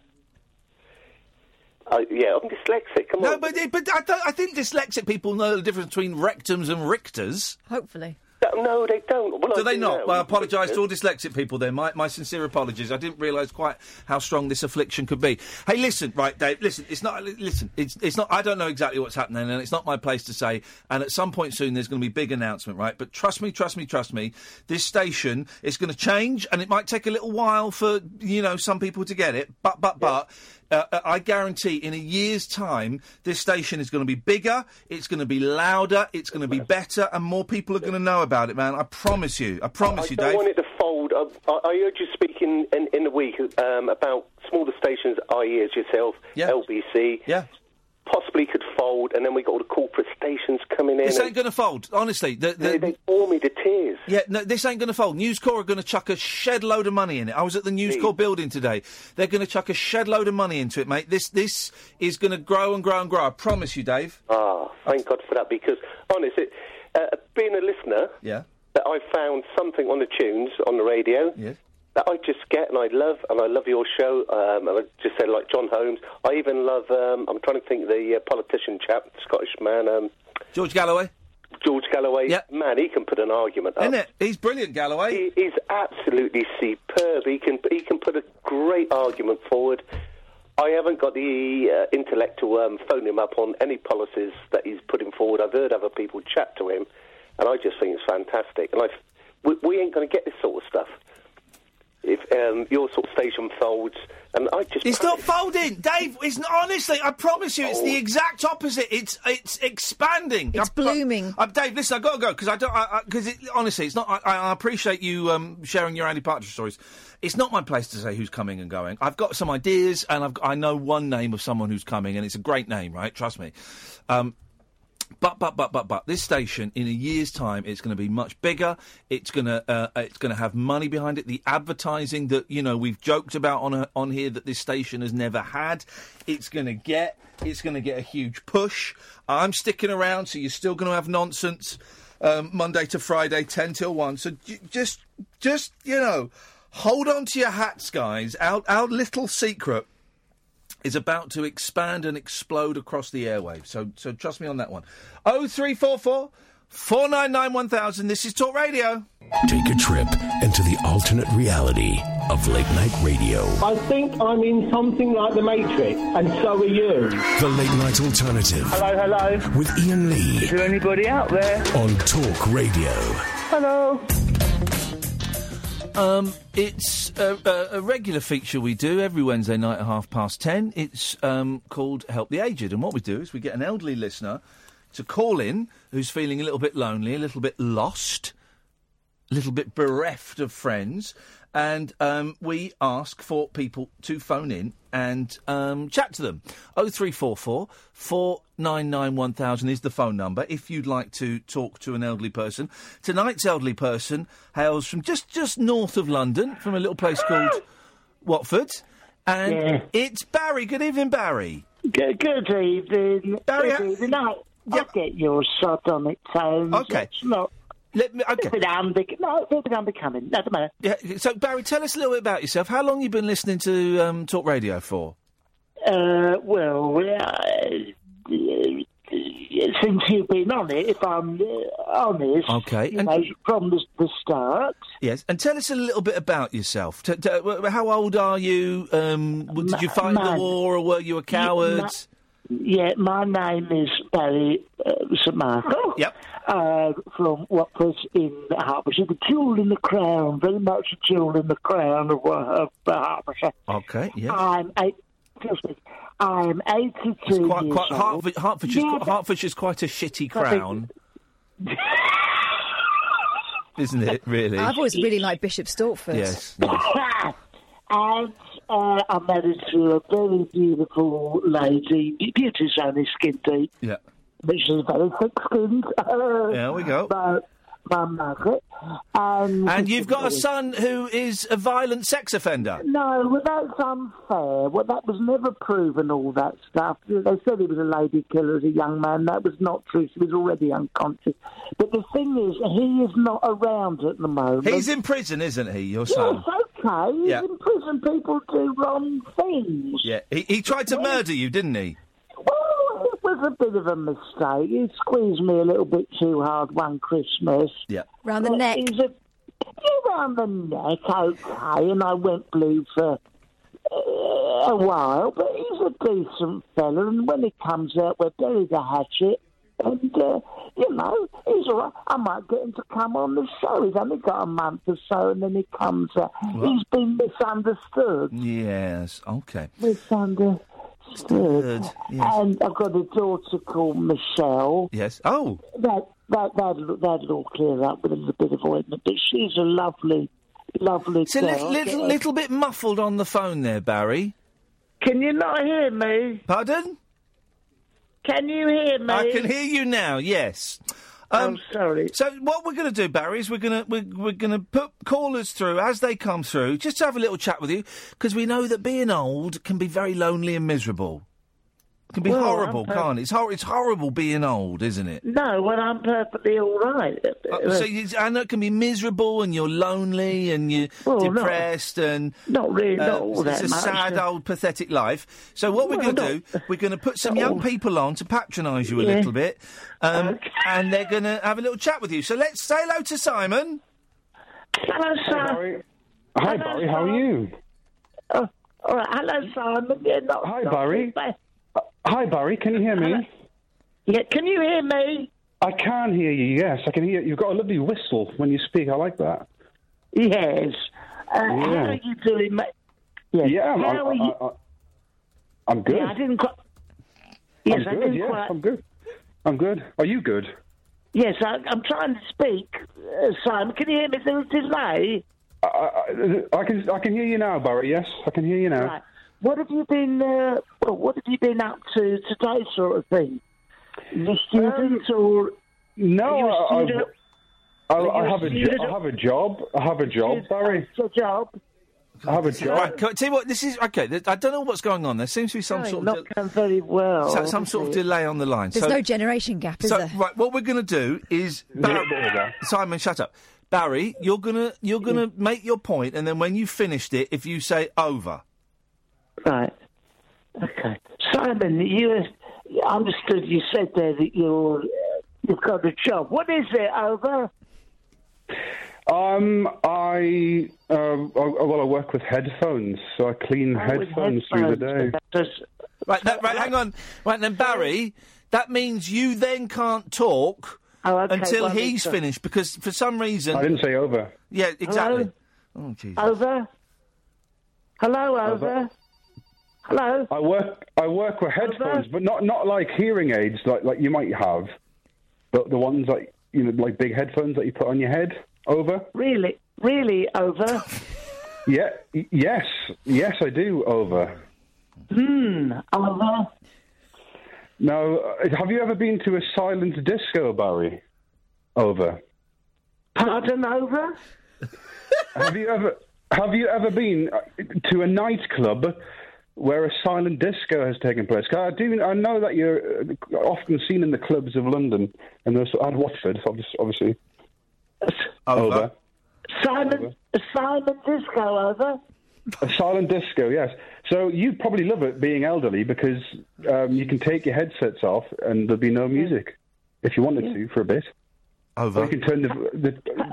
[SPEAKER 10] Uh, yeah, I'm dyslexic. Come
[SPEAKER 4] No,
[SPEAKER 10] on.
[SPEAKER 4] but but I, don't, I think dyslexic people know the difference between rectums and rictors.
[SPEAKER 5] Hopefully.
[SPEAKER 10] No, they don't. Well,
[SPEAKER 4] do
[SPEAKER 10] I
[SPEAKER 4] they
[SPEAKER 10] do
[SPEAKER 4] not?
[SPEAKER 10] now.
[SPEAKER 4] Well, I apologise to all dyslexic people there. My, my sincere apologies. I didn't realise quite how strong this affliction could be. Hey, listen, right, Dave. Listen, it's not. li- Listen, it's it's not. I don't know exactly what's happening, and it's not my place to say. And at some point soon, there's going to be a big announcement, right? But trust me, trust me, trust me. This station is going to change, and it might take a little while for you know some people to get it. But but but. Uh, uh, I guarantee in a year's time, this station is going to be bigger, it's going to be louder, it's going to be better, and more people are going to know about it, man. I promise you. I promise
[SPEAKER 10] I
[SPEAKER 4] you,
[SPEAKER 10] don't
[SPEAKER 4] Dave.
[SPEAKER 10] want it to fold. I, I, I heard you speak in, in, in the week um, about smaller stations, i.e., as yourself, LBC.
[SPEAKER 4] Yeah.
[SPEAKER 10] Possibly could fold, and then we got all the corporate stations coming in.
[SPEAKER 4] This
[SPEAKER 10] and
[SPEAKER 4] ain't going to fold, honestly. The, the,
[SPEAKER 10] they, they bore me to tears.
[SPEAKER 4] Yeah, no, this ain't going to fold. News Corp are going to chuck a shed load of money in it. I was at the News Corp building today. They're going to chuck a shed load of money into it, mate. This this is going to grow and grow and grow. I promise you, Dave.
[SPEAKER 10] Ah, thank God for that, because, honest, it, uh, being a listener,
[SPEAKER 4] Yeah.
[SPEAKER 10] that I found something on the tunes, on the radio,
[SPEAKER 4] Yes.
[SPEAKER 10] that I just get and I love, and I love your show. Um, and I just said, like John Holmes. I even love, um, I'm trying to think, the uh, politician chap, Scottish man, um,
[SPEAKER 4] George Galloway.
[SPEAKER 10] George Galloway. Man, he can put an argument up.
[SPEAKER 4] Isn't it? He's brilliant, Galloway.
[SPEAKER 10] He, he's absolutely superb. He can, he can put a great argument forward. I haven't got the uh, intellect to um, phone him up on any policies that he's putting forward. I've heard other people chat to him, and I just think it's fantastic. And I, we, we ain't going to get this sort of stuff. If um, your sort of station folds, and I just
[SPEAKER 4] It's not folding, Dave. It's not, honestly. I promise you, it's the exact opposite. It's it's expanding. Oh. It's blooming. I, Dave, listen, I've got to go because I don't because it, honestly, it's not. I, I appreciate you um, sharing your Andy Partridge stories. It's not my place to say who's coming and going. I've got some ideas, and I've, I know one name of someone who's coming, and it's a great name, right? Trust me. Um, but but but but but this station in a year's time it's going to be much bigger. It's gonna uh, it's gonna have money behind it. The advertising that you know we've joked about on a, on here that this station has never had. It's gonna get it's gonna get a huge push. I'm sticking around, so you're still gonna have nonsense um, Monday to Friday, ten till one. So j- just just you know hold on to your hats, guys. Our our little secret is about to expand and explode across the airwaves. So, so trust me on that one. 0344 499 1000. This is Talk Radio.
[SPEAKER 1] Take a trip into the alternate reality of late night radio.
[SPEAKER 11] I think I'm in something like The Matrix, and so are you.
[SPEAKER 1] The late night alternative. Hello, hello. With Ian Lee. Is there anybody out there? On Talk Radio.
[SPEAKER 11] Hello.
[SPEAKER 4] Um, it's a, a, a regular feature we do every Wednesday night at half past ten. It's um, called Help the Aged. And what we do is we get an elderly listener to call in who's feeling a little bit lonely, a little bit lost, a little bit bereft of friends. And um, we ask for people to phone in and um, chat to them. 0344 499 1000 is the phone number if you'd like to talk to an elderly person. Tonight's elderly person hails from just, just north of London, from a little place called Watford. And
[SPEAKER 11] Yeah.
[SPEAKER 4] it's Barry. Good evening, Barry.
[SPEAKER 11] Good, good evening.
[SPEAKER 4] Barry,
[SPEAKER 11] good evening. I, I get your shot on it, Tones.
[SPEAKER 4] Okay.
[SPEAKER 11] It's not.
[SPEAKER 4] Let me. Okay.
[SPEAKER 11] A bit unbe- no, a bit unbecoming. Doesn't matter.
[SPEAKER 4] Yeah, so, Barry, tell us a little bit about yourself. How long you been listening to um, Talk Radio for?
[SPEAKER 11] Uh, well, uh, since you've been on it, if I'm uh, honest,
[SPEAKER 4] Okay,
[SPEAKER 11] you
[SPEAKER 4] and-
[SPEAKER 11] know, from the, the start,
[SPEAKER 4] Yes, and tell us a little bit about yourself. T- t- wh- uh, how old are you? Um, w- did you
[SPEAKER 11] Ma-
[SPEAKER 4] fight in the
[SPEAKER 11] man.
[SPEAKER 4] war, or were you a coward?
[SPEAKER 11] yeah, my name is Barry uh, St Michael.
[SPEAKER 4] Yep.
[SPEAKER 11] Uh, from Watford in Hertfordshire. The jewel in the crown, very much a jewel in the crown of, Wa- of uh, Hertfordshire.
[SPEAKER 4] Okay, yeah.
[SPEAKER 11] I'm a Excuse me. I'm 82
[SPEAKER 4] It's quite,
[SPEAKER 11] years
[SPEAKER 4] quite
[SPEAKER 11] old.
[SPEAKER 4] Hertford, Hertfordshire's,
[SPEAKER 11] Yeah,
[SPEAKER 4] quite, Hertfordshire's quite a shitty
[SPEAKER 11] But they-
[SPEAKER 4] crown. Isn't it, really?
[SPEAKER 5] I've always really liked Bishop Stortford.
[SPEAKER 4] Yes.
[SPEAKER 11] and uh, I'm married to a very beautiful lady. Beauty's only skin deep.
[SPEAKER 4] Yeah.
[SPEAKER 11] But she's very thick skinned.
[SPEAKER 4] There we go.
[SPEAKER 11] But my Margaret. Um,
[SPEAKER 4] And you've got a son who is a violent sex offender.
[SPEAKER 11] No, well, that's unfair. Well, that was never proven, all that stuff. They said he was a lady killer as a young man. That was not true. She was already unconscious. But the thing is, he is not around at the moment.
[SPEAKER 4] He's in prison, isn't he, your
[SPEAKER 11] Yes,
[SPEAKER 4] son?
[SPEAKER 11] okay. He's
[SPEAKER 4] Yeah.
[SPEAKER 11] in prison. People do wrong things.
[SPEAKER 4] Yeah. He, he tried to murder you, didn't he?
[SPEAKER 11] Well, it was a bit of a mistake. He squeezed me a little bit too hard one Christmas.
[SPEAKER 4] Yeah.
[SPEAKER 5] Round the neck.
[SPEAKER 11] He's a, yeah, round the neck, okay. And I went blue for uh, a while, but he's a decent fella. And when he comes out, we'll bury the hatchet. And, uh, you know, he's all right. I might get him to come on the show. He's only got a month or so, and then he comes out. He's been misunderstood.
[SPEAKER 4] Yes. Okay.
[SPEAKER 11] Misunderstood. And I've got a daughter called Michelle.
[SPEAKER 4] Yes. Oh.
[SPEAKER 11] That that that'll, that'll all clear up with a little bit of ointment. But she's a lovely, lovely
[SPEAKER 4] It's a
[SPEAKER 11] girl.
[SPEAKER 4] little, little, little bit muffled on the phone there, Barry.
[SPEAKER 11] Can you not hear me?
[SPEAKER 4] Pardon?
[SPEAKER 11] Can you hear me? Oh,
[SPEAKER 4] I can hear you now. Yes. Um, I'm
[SPEAKER 11] sorry.
[SPEAKER 4] So what we're going to do, Barry, is we're going to we're, we're going to put callers through as they come through, just to have a little chat with you, because we know that being old can be very lonely and miserable. It can be
[SPEAKER 11] Well, I'm
[SPEAKER 4] horrible,
[SPEAKER 11] per-
[SPEAKER 4] can't it? It's, hor- it's horrible being old, isn't it?
[SPEAKER 11] No, well, I'm perfectly all right.
[SPEAKER 4] Uh, so you, I know it can be miserable, and you're lonely, and you're
[SPEAKER 11] Well, no.
[SPEAKER 4] depressed, and
[SPEAKER 11] Not really,
[SPEAKER 4] uh,
[SPEAKER 11] not all
[SPEAKER 4] It's
[SPEAKER 11] that
[SPEAKER 4] a
[SPEAKER 11] much.
[SPEAKER 4] sad, old, pathetic life. So what we're
[SPEAKER 11] Well,
[SPEAKER 4] going to do? We're going to put some young people on to patronise you a
[SPEAKER 11] Yeah.
[SPEAKER 4] little bit, um, and they're going to have a little chat with you. So let's say hello to Simon.
[SPEAKER 11] Hello, Simon.
[SPEAKER 12] Hi, Barry. How are you?
[SPEAKER 11] Uh, all right, hello, Simon. Yeah, not,
[SPEAKER 12] Hi,
[SPEAKER 11] not
[SPEAKER 12] Barry.
[SPEAKER 11] too bad.
[SPEAKER 12] Hi, Barry. Can you hear me?
[SPEAKER 11] Yeah, can you hear me?
[SPEAKER 12] I can hear you. Yes, I can hear. You've got a lovely whistle when you speak. I like that.
[SPEAKER 11] Yes. Uh, How are you doing, mate? Yeah.
[SPEAKER 12] Yeah, I'm,
[SPEAKER 11] How
[SPEAKER 12] I'm,
[SPEAKER 11] are you?
[SPEAKER 12] I, I, I'm good.
[SPEAKER 11] Yeah, I didn't quite. Yes, I
[SPEAKER 12] I'm good.
[SPEAKER 11] didn't
[SPEAKER 12] Yes,
[SPEAKER 11] quite.
[SPEAKER 12] I'm good. I'm good. Are you good?
[SPEAKER 11] Yes, I, I'm trying to speak, uh, Simon. Can you hear me? There's a delay.
[SPEAKER 12] I, I, I can. I can hear you now, Barry. Yes, I can hear you now.
[SPEAKER 11] Right. What have you been? Uh, well, what have you been up to today, sort of thing? You student or
[SPEAKER 12] Um, No,
[SPEAKER 11] Are you a
[SPEAKER 12] I- I-
[SPEAKER 11] student?
[SPEAKER 12] I,
[SPEAKER 11] Are you
[SPEAKER 12] I
[SPEAKER 11] a
[SPEAKER 12] have a. Jo-
[SPEAKER 11] student?
[SPEAKER 12] I have a job. I have a job, Barry.
[SPEAKER 11] It's a job.
[SPEAKER 12] I have a job.
[SPEAKER 4] Right, can I tell you what, this is okay. th- I don't know what's going on. There seems to be some
[SPEAKER 5] Right,
[SPEAKER 4] sort of
[SPEAKER 5] not
[SPEAKER 4] del-
[SPEAKER 11] going very well.
[SPEAKER 4] so- some sort of delay on the line.
[SPEAKER 5] There's
[SPEAKER 4] so,
[SPEAKER 5] no generation gap, is
[SPEAKER 4] so
[SPEAKER 5] there?
[SPEAKER 4] right, what we're going to do is Bar- Simon, shut up. Barry, you're gonna you're
[SPEAKER 5] Mm.
[SPEAKER 4] gonna make your point, and then when you finished it, if you say over,
[SPEAKER 11] Right. Okay. Simon, you I understood you said there that you're, uh, you've got a job. What is it, over?
[SPEAKER 12] Um, I, um, I well, I work with headphones, so I clean
[SPEAKER 11] Oh,
[SPEAKER 12] headphones, through the day.
[SPEAKER 4] right? That, right, hang on, right then, Barry. That means you then can't talk
[SPEAKER 12] Oh,
[SPEAKER 11] okay,
[SPEAKER 4] until
[SPEAKER 11] well,
[SPEAKER 4] he's
[SPEAKER 11] it's-
[SPEAKER 4] finished because for some reason
[SPEAKER 12] I didn't say over.
[SPEAKER 4] Yeah, exactly. Oh, Jesus.
[SPEAKER 11] Over? Hello, over? Hello.
[SPEAKER 12] uh, I work. I work with headphones, but not not like hearing aids, like like you might have, but the ones like you know, like big headphones that you put on your head. Over.
[SPEAKER 11] Really, really, over?
[SPEAKER 12] Yeah. y- Yes. Yes, I do. Over.
[SPEAKER 11] Hmm. Over.
[SPEAKER 12] Now, uh, have you ever been to a silent disco, Barry? Over.
[SPEAKER 11] Pardon, over?
[SPEAKER 12] have you ever have you ever been uh, to a nightclub where a silent disco has taken place? 'Cause I do I know that you're uh, often seen in the clubs of London and those, and Watford, obvi- obviously. Over.
[SPEAKER 11] Simon, Simon Disco, over?
[SPEAKER 12] A silent disco, yes. So you probably love it being elderly because um, you can take your headsets off and there'll be no music if you wanted to for a bit.
[SPEAKER 4] Over.
[SPEAKER 12] Or you can turn the,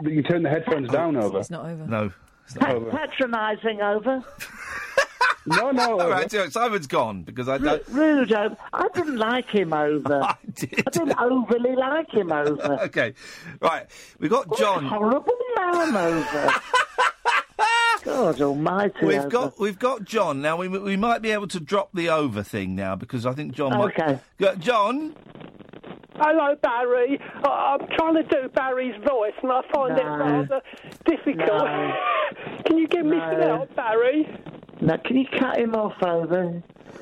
[SPEAKER 12] the you can turn the headphones down. Over.
[SPEAKER 5] It's not over.
[SPEAKER 4] No.
[SPEAKER 11] Pa- patronising, over?
[SPEAKER 12] No, no.
[SPEAKER 4] All right, so Simon's gone because I don't.
[SPEAKER 11] Rude, over. I didn't like him, over. I
[SPEAKER 4] did.
[SPEAKER 11] I didn't overly like him, over.
[SPEAKER 4] okay, right. We got John.
[SPEAKER 11] Horrible man, over. God Almighty!
[SPEAKER 4] We've
[SPEAKER 11] I've
[SPEAKER 4] got we've got John now. We we might be able to drop the over thing now because I think John. might-
[SPEAKER 11] Okay.
[SPEAKER 4] Go- John,
[SPEAKER 13] Hello, Barry. I- I'm trying to do Barry's voice, and I find it rather difficult. Can you give me some
[SPEAKER 11] No.
[SPEAKER 13] help, Barry?
[SPEAKER 11] Now, can you cut him off over?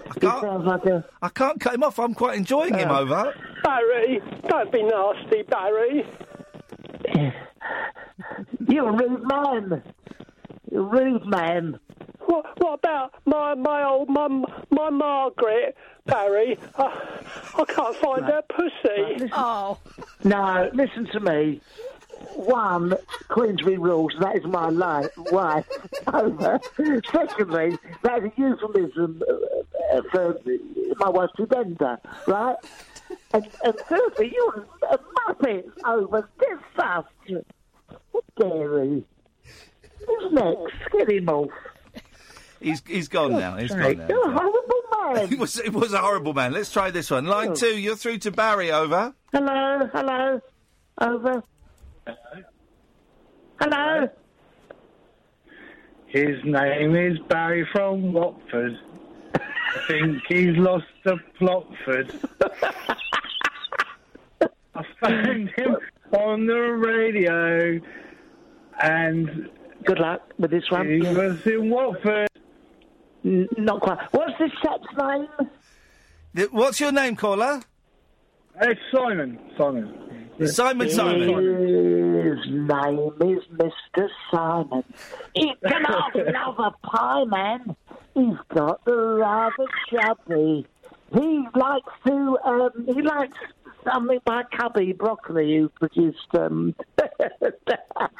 [SPEAKER 4] I can't. I can't cut him off. I'm quite enjoying him over.
[SPEAKER 13] Barry, Uh, don't be nasty, Barry.
[SPEAKER 11] You're a rude man. You're a rude man.
[SPEAKER 13] What, what about my my old mum, my Margaret, Barry? I, I can't find her pussy. Oh.
[SPEAKER 11] No, listen to me. One, Queensbury rules, that is my life, wife, over. Secondly, that is a euphemism uh, uh, for my wife's gender, right? And, and thirdly, you're a muppet over this stuff. What dairy? Who's next? Get him off.
[SPEAKER 4] He's he's gone now. He's gone now.
[SPEAKER 11] You're a horrible man.
[SPEAKER 4] It was it was a horrible man. Let's try this one.
[SPEAKER 13] Oh.
[SPEAKER 4] Line two. You're through to Barry. Over.
[SPEAKER 11] Hello, hello, over. Hello.
[SPEAKER 14] His name is Barry from Watford. I think he's lost to Plotford. I found him on the radio, and
[SPEAKER 11] good luck with this one.
[SPEAKER 14] He was in Watford.
[SPEAKER 11] N- not quite. What's this chap's name?
[SPEAKER 4] Th- What's your name, caller?
[SPEAKER 14] Uh, It's Simon. Simon.
[SPEAKER 4] Simon.
[SPEAKER 11] His name
[SPEAKER 4] Simon.
[SPEAKER 11] is Mr. Simon. He's come off another pie, man. He's got the rather chubby. He likes to, um, he likes something by Cubby Broccoli, who produced um,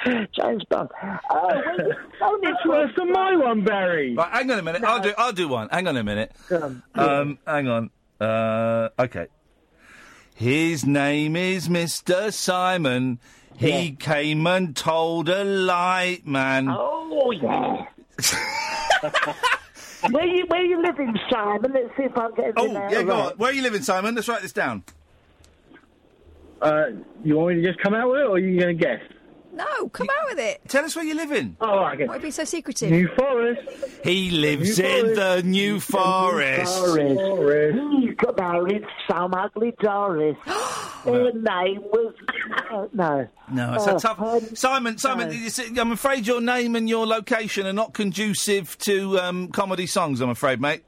[SPEAKER 11] James Bond. Oh, when, That's
[SPEAKER 14] worse than my one, Barry.
[SPEAKER 4] Right, hang on a minute. I'll do I'll do one. Hang on a minute.
[SPEAKER 11] Um,
[SPEAKER 4] hang on. Uh, okay. His name is Mr. Simon. He came and told a lie, man.
[SPEAKER 11] Oh yeah. where you where you living, Simon? Let's see if I get
[SPEAKER 4] Oh,
[SPEAKER 11] everything out
[SPEAKER 4] yeah, go on.
[SPEAKER 11] right.
[SPEAKER 4] Where are you living, Simon? Let's write this down.
[SPEAKER 14] Uh, you want me to just come out with it, or are you going to guess?
[SPEAKER 5] No, come out with it.
[SPEAKER 4] Tell us where you live in.
[SPEAKER 14] Oh, I
[SPEAKER 5] Why be so secretive?
[SPEAKER 14] New Forest.
[SPEAKER 4] He lives
[SPEAKER 5] New
[SPEAKER 4] in
[SPEAKER 5] Forest.
[SPEAKER 4] the New Forest.
[SPEAKER 11] Doris. He got married to some ugly Doris. Her name was uh, no.
[SPEAKER 4] No, it's
[SPEAKER 11] Oh,
[SPEAKER 4] a tough. Simon, Simon, it's- I'm afraid your name and your location are not conducive to um, comedy songs. I'm afraid, mate.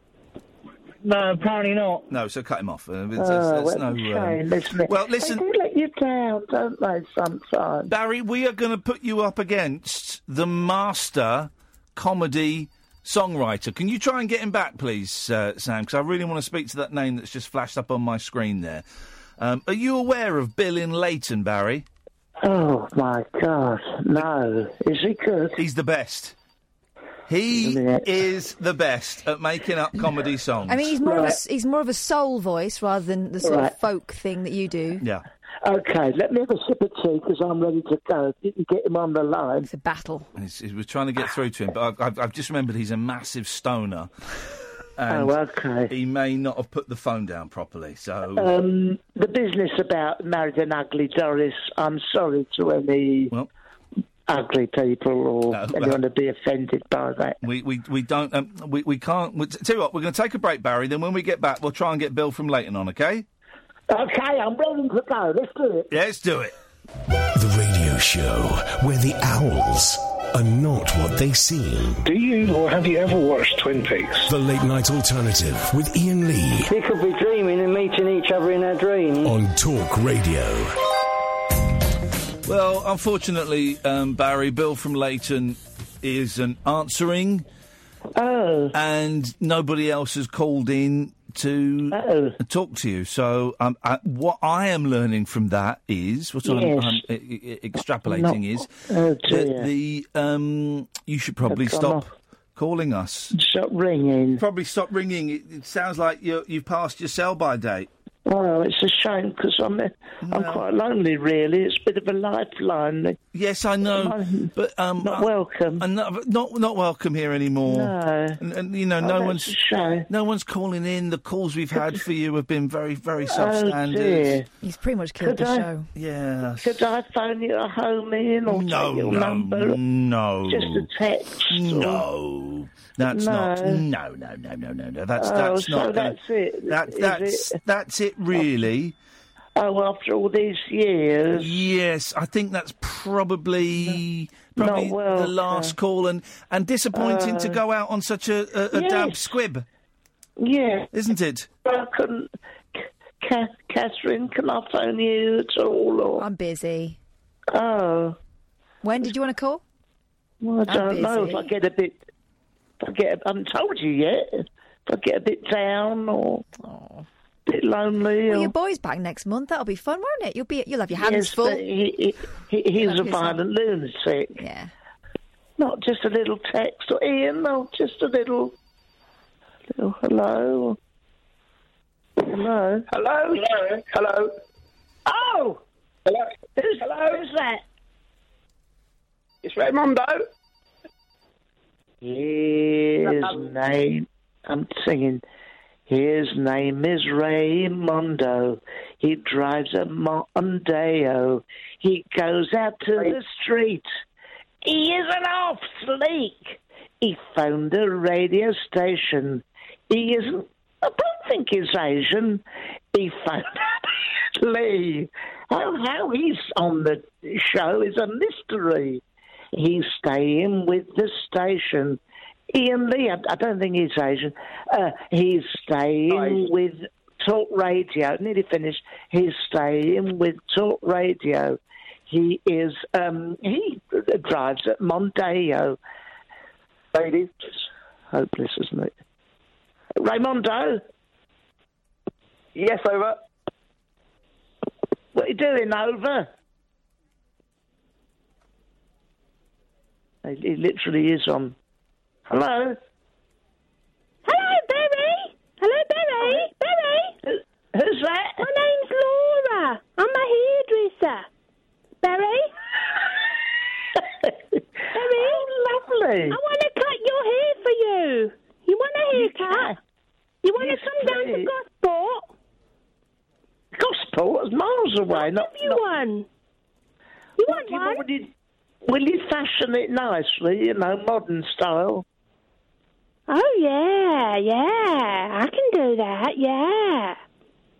[SPEAKER 14] No, apparently not.
[SPEAKER 4] No, so cut him off. Uh, there's-
[SPEAKER 11] Oh,
[SPEAKER 4] there's
[SPEAKER 11] what
[SPEAKER 4] no,
[SPEAKER 11] a
[SPEAKER 4] uh,
[SPEAKER 11] shame, isn't it?
[SPEAKER 4] well, listen,
[SPEAKER 11] They do let you down, don't they? Sometimes.
[SPEAKER 4] Barry, we are going to put you up against the master comedy songwriter. Can you try and get him back, please, uh, Sam? Because I really want to speak to that name that's just flashed up on my screen there. Um, are you aware of Bill in Leighton, Barry?
[SPEAKER 11] Oh my God, no! Is he good?
[SPEAKER 4] He's the best. He is the best at making up comedy songs.
[SPEAKER 5] I mean, he's more of a, he's more of a soul voice rather than the sort of folk thing that you do.
[SPEAKER 4] Yeah.
[SPEAKER 11] Okay, let me have a sip of tea because I'm ready to go. If you can get him on the line. It's
[SPEAKER 5] a battle.
[SPEAKER 4] He's, he was trying to get through to him, but I've, I've, I've just remembered he's a massive stoner. And
[SPEAKER 11] Oh, okay.
[SPEAKER 4] He may not have put the phone down properly, so.
[SPEAKER 11] Um, the business about married and ugly Doris. I'm sorry to any ugly people or anyone to be offended by that.
[SPEAKER 4] We, we, we don't um, we, we can't we, tell you what we're going to take a break Barry then when we get back we'll try and get Bill from Leighton on okay
[SPEAKER 11] Okay, I'm ready to go. Let's do it.
[SPEAKER 4] let's do it
[SPEAKER 1] The radio show where the owls are not what they seem.
[SPEAKER 15] Do you or have you ever watched Twin Peaks?
[SPEAKER 1] The late night alternative with Ian Lee
[SPEAKER 16] We could be dreaming and meeting each other in our dreams.
[SPEAKER 1] on Talk Radio.
[SPEAKER 4] well unfortunately um, Barry Bill from Leighton isn't answering
[SPEAKER 11] oh
[SPEAKER 4] and nobody else has called in to
[SPEAKER 11] Oh.
[SPEAKER 4] talk to you so um, I, what I am learning from that is what I'm,
[SPEAKER 11] Yes.
[SPEAKER 4] I'm e- e- extrapolating is
[SPEAKER 11] Oh,
[SPEAKER 4] that
[SPEAKER 11] dear.
[SPEAKER 4] the um, you should probably
[SPEAKER 11] I've gone
[SPEAKER 4] stop
[SPEAKER 11] off.
[SPEAKER 4] calling us
[SPEAKER 11] Stop ringing.
[SPEAKER 4] Probably stop ringing. It, it sounds like you're, you've passed your sell-by date.
[SPEAKER 11] Well, it's a shame because I'm I'm quite lonely. Really, it's a bit of a lifeline.
[SPEAKER 4] Yes, I know, but um, not
[SPEAKER 11] welcome.
[SPEAKER 4] And not, not not welcome here anymore.
[SPEAKER 11] No.
[SPEAKER 4] and, and you know,
[SPEAKER 11] Oh,
[SPEAKER 4] no
[SPEAKER 11] that's
[SPEAKER 4] one's
[SPEAKER 11] a shame.
[SPEAKER 4] no one's calling in. The calls we've had for you have been very very
[SPEAKER 11] Oh,
[SPEAKER 4] substandard.
[SPEAKER 5] He's pretty much killed
[SPEAKER 11] Could
[SPEAKER 5] the
[SPEAKER 11] I-
[SPEAKER 5] show.
[SPEAKER 4] Yeah.
[SPEAKER 11] Could I phone you at home in or
[SPEAKER 4] No,
[SPEAKER 11] take your
[SPEAKER 4] no,
[SPEAKER 11] number?
[SPEAKER 4] no.
[SPEAKER 11] Just a text.
[SPEAKER 4] No, that's not.
[SPEAKER 11] No.
[SPEAKER 4] No, no, no, no, no, no. That's
[SPEAKER 11] Oh,
[SPEAKER 4] that's
[SPEAKER 11] so
[SPEAKER 4] not. gonna-
[SPEAKER 11] that's it,
[SPEAKER 4] That
[SPEAKER 11] is
[SPEAKER 4] that's
[SPEAKER 11] it?
[SPEAKER 4] that's it really.
[SPEAKER 11] Oh, after all these years.
[SPEAKER 4] Yes, I think that's probably probably
[SPEAKER 11] Not well,
[SPEAKER 4] the last
[SPEAKER 11] uh,
[SPEAKER 4] call and and disappointing to
[SPEAKER 11] uh,
[SPEAKER 4] go out on such a, a, a damp squib.
[SPEAKER 11] Yeah,
[SPEAKER 4] isn't it?
[SPEAKER 11] I couldn't. Ca- Catherine, can I phone you at all? Or...
[SPEAKER 5] I'm busy.
[SPEAKER 11] Oh,
[SPEAKER 5] When did you want to call?
[SPEAKER 11] well, I
[SPEAKER 5] I'm
[SPEAKER 11] don't know if
[SPEAKER 5] busy.
[SPEAKER 11] I get a bit. If I get, I haven't told you yet. If I get a bit down or a bit lonely.
[SPEAKER 5] Well,
[SPEAKER 11] or...
[SPEAKER 5] your boy's back next month. That'll be fun, won't it? You'll be you'll have your hands
[SPEAKER 11] Yes,
[SPEAKER 5] full.
[SPEAKER 11] but he, he, he, he's
[SPEAKER 5] Love
[SPEAKER 11] a
[SPEAKER 5] yourself.
[SPEAKER 11] violent lunatic.
[SPEAKER 5] Yeah.
[SPEAKER 11] Not just a little text or Ian, no, just a little, little hello. Hello.
[SPEAKER 14] Hello, hello, hello.
[SPEAKER 11] Oh!
[SPEAKER 14] Hello.
[SPEAKER 11] Who's, who's that?
[SPEAKER 14] It's Raimondo.
[SPEAKER 11] His name, I'm singing. His name is Raymondo. He drives a Mondeo. He goes out to the street. He is an off sleek. He phoned a radio station. He isn't. I don't think he's Asian. He phoned Lee. How, how he's on the show is a mystery. He's staying with the station. Ian Lee, I, I don't think he's Asian. Uh, he's staying with Talk Radio. Nearly finished. He's staying with Talk Radio. He is. Um, he drives at Mondeo. Ladies, hopeless, isn't it? Raimondo. Yes, over. What are you doing, over? He he literally is on. Hello.
[SPEAKER 17] Hello, Berry. Hello, Berry. Berry.
[SPEAKER 11] Oh, Who's that?
[SPEAKER 17] My name's Laura. I'm a hairdresser. Berry. Berry.
[SPEAKER 11] Oh, lovely.
[SPEAKER 17] I want to cut your hair for you. You want a haircut? You want
[SPEAKER 11] Yes,
[SPEAKER 17] to come down
[SPEAKER 11] please.
[SPEAKER 17] to Gosport?
[SPEAKER 11] Gosport is miles away. Not
[SPEAKER 17] you one.
[SPEAKER 11] You want one? Will you, will you fashion it nicely? You know, modern style.
[SPEAKER 17] Oh, yeah, yeah. I can do that, yeah.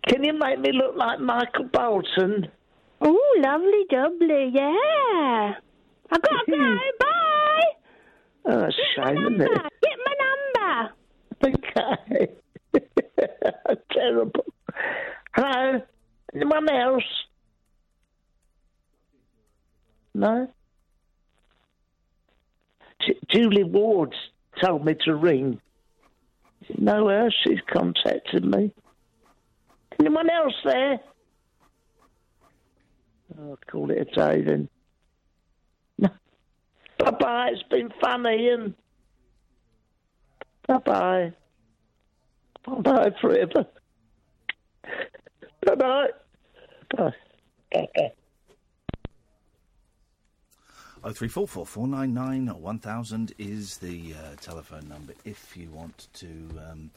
[SPEAKER 11] Can you make me look like Michael Bolton?
[SPEAKER 17] Oh, lovely doubly, yeah. I gotta go, bye.
[SPEAKER 11] Oh, that's a shame, isn't it?
[SPEAKER 17] Get my number.
[SPEAKER 11] Okay. Terrible. Hello? Anyone else? No? Ju- Julie Ward's told me to ring. No, her, she's contacted me. Anyone else there? I'll call it a day then. Bye bye, it's been fun, Ian. Bye bye. Bye bye forever. Bye bye. Bye.
[SPEAKER 4] Oh three four four four nine nine or one thousand is the uh, telephone number. If you want to um,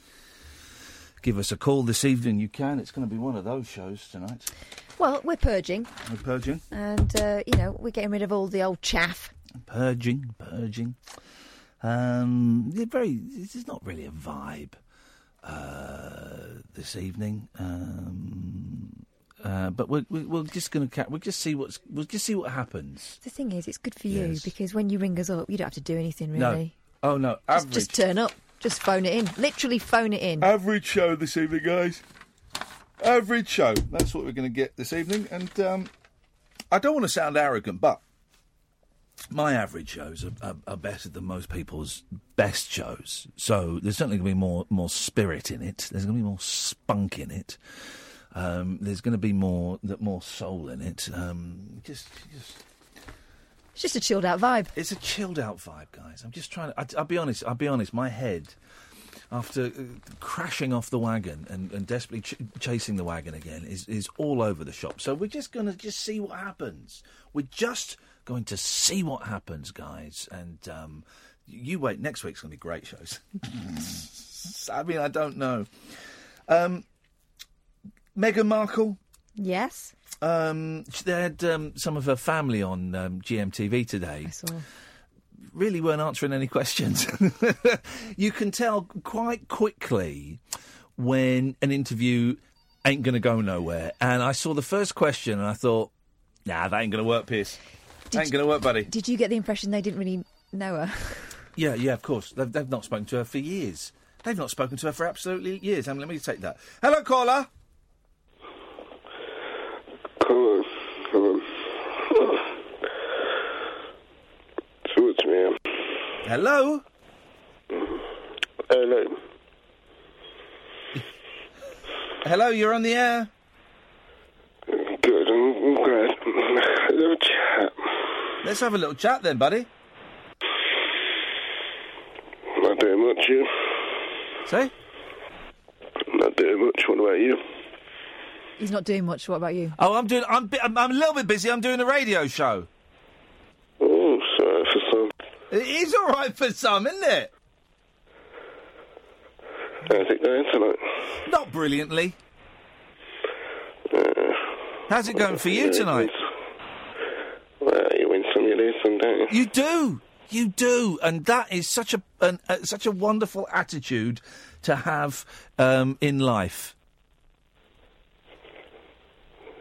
[SPEAKER 4] give us a call this evening, you can. It's going to be one of those shows tonight.
[SPEAKER 5] Well, we're purging,
[SPEAKER 4] We're purging,
[SPEAKER 5] and uh, you know we're getting rid of all the old chaff.
[SPEAKER 4] purging, purging. Um, they're very. This is not really a vibe uh, this evening. Um, uh, but we're, we're we're just going to ca- we'll just see what's we'll just see what happens.
[SPEAKER 5] The thing is, it's good for you
[SPEAKER 4] Yes.
[SPEAKER 5] because when you ring us up, you don't have to do anything
[SPEAKER 4] No.
[SPEAKER 5] really.
[SPEAKER 4] Oh no.
[SPEAKER 5] Just,
[SPEAKER 4] Average. Uh,
[SPEAKER 5] just turn up. Just phone it in. Literally phone it in.
[SPEAKER 4] Average show this evening, guys. Average show. That's what we're going to get this evening. And um, I don't want to sound arrogant, but my average shows are, are, are better than most people's best shows. So there's certainly going to be more more spirit in it. There's going to be more spunk in it. Um, there's going to be more that more soul in it. Um, just, just
[SPEAKER 5] It's just a chilled out vibe.
[SPEAKER 4] it's a chilled out vibe, guys. I'm just trying to. I, I'll be honest. I'll be honest. My head after uh, crashing off the wagon and, and desperately ch- chasing the wagon again, is, is all over the shop. So we're just going to just see what happens. We're just going to see what happens, guys. And um, you wait. Next week's going to be great shows. I mean, I don't know. Um, Meghan Markle.
[SPEAKER 5] Yes.
[SPEAKER 4] Um, she- they had um, some of her family on um, GMTV today. I
[SPEAKER 5] saw.
[SPEAKER 4] Really weren't answering any questions. you can tell quite quickly when an interview ain't going to go nowhere. And I saw the first question and I thought, nah, that ain't going to work, Pierce.
[SPEAKER 5] Did
[SPEAKER 4] ain't going to work, buddy.
[SPEAKER 5] Did you get the impression they didn't really know her?
[SPEAKER 4] Yeah, yeah, of course. They've, they've not spoken to her for years. They've not spoken to her for absolutely years. I mean, let me take that. Hello, caller.
[SPEAKER 18] Hello. Hello. So it's me.
[SPEAKER 4] Hello.
[SPEAKER 18] Hello.
[SPEAKER 4] Hello, you're on the air.
[SPEAKER 18] Good. I'm glad. Little chat.
[SPEAKER 4] Let's have a little chat then, buddy.
[SPEAKER 18] Not doing much, you.
[SPEAKER 4] Say?
[SPEAKER 18] Not doing much. What about you?
[SPEAKER 5] He's not doing much. What about you?
[SPEAKER 4] Oh, I'm doing. I'm, bi- I'm. I'm a little bit busy. I'm doing a radio show.
[SPEAKER 18] Oh, sorry for some.
[SPEAKER 4] It is all right for some, isn't it?
[SPEAKER 18] How's it going tonight?
[SPEAKER 4] Not brilliantly. How's it going for you tonight?
[SPEAKER 18] Well, you win some, you lose some, don't you?
[SPEAKER 4] You do. You do, and that is such a an, uh, such a wonderful attitude to have um, in life.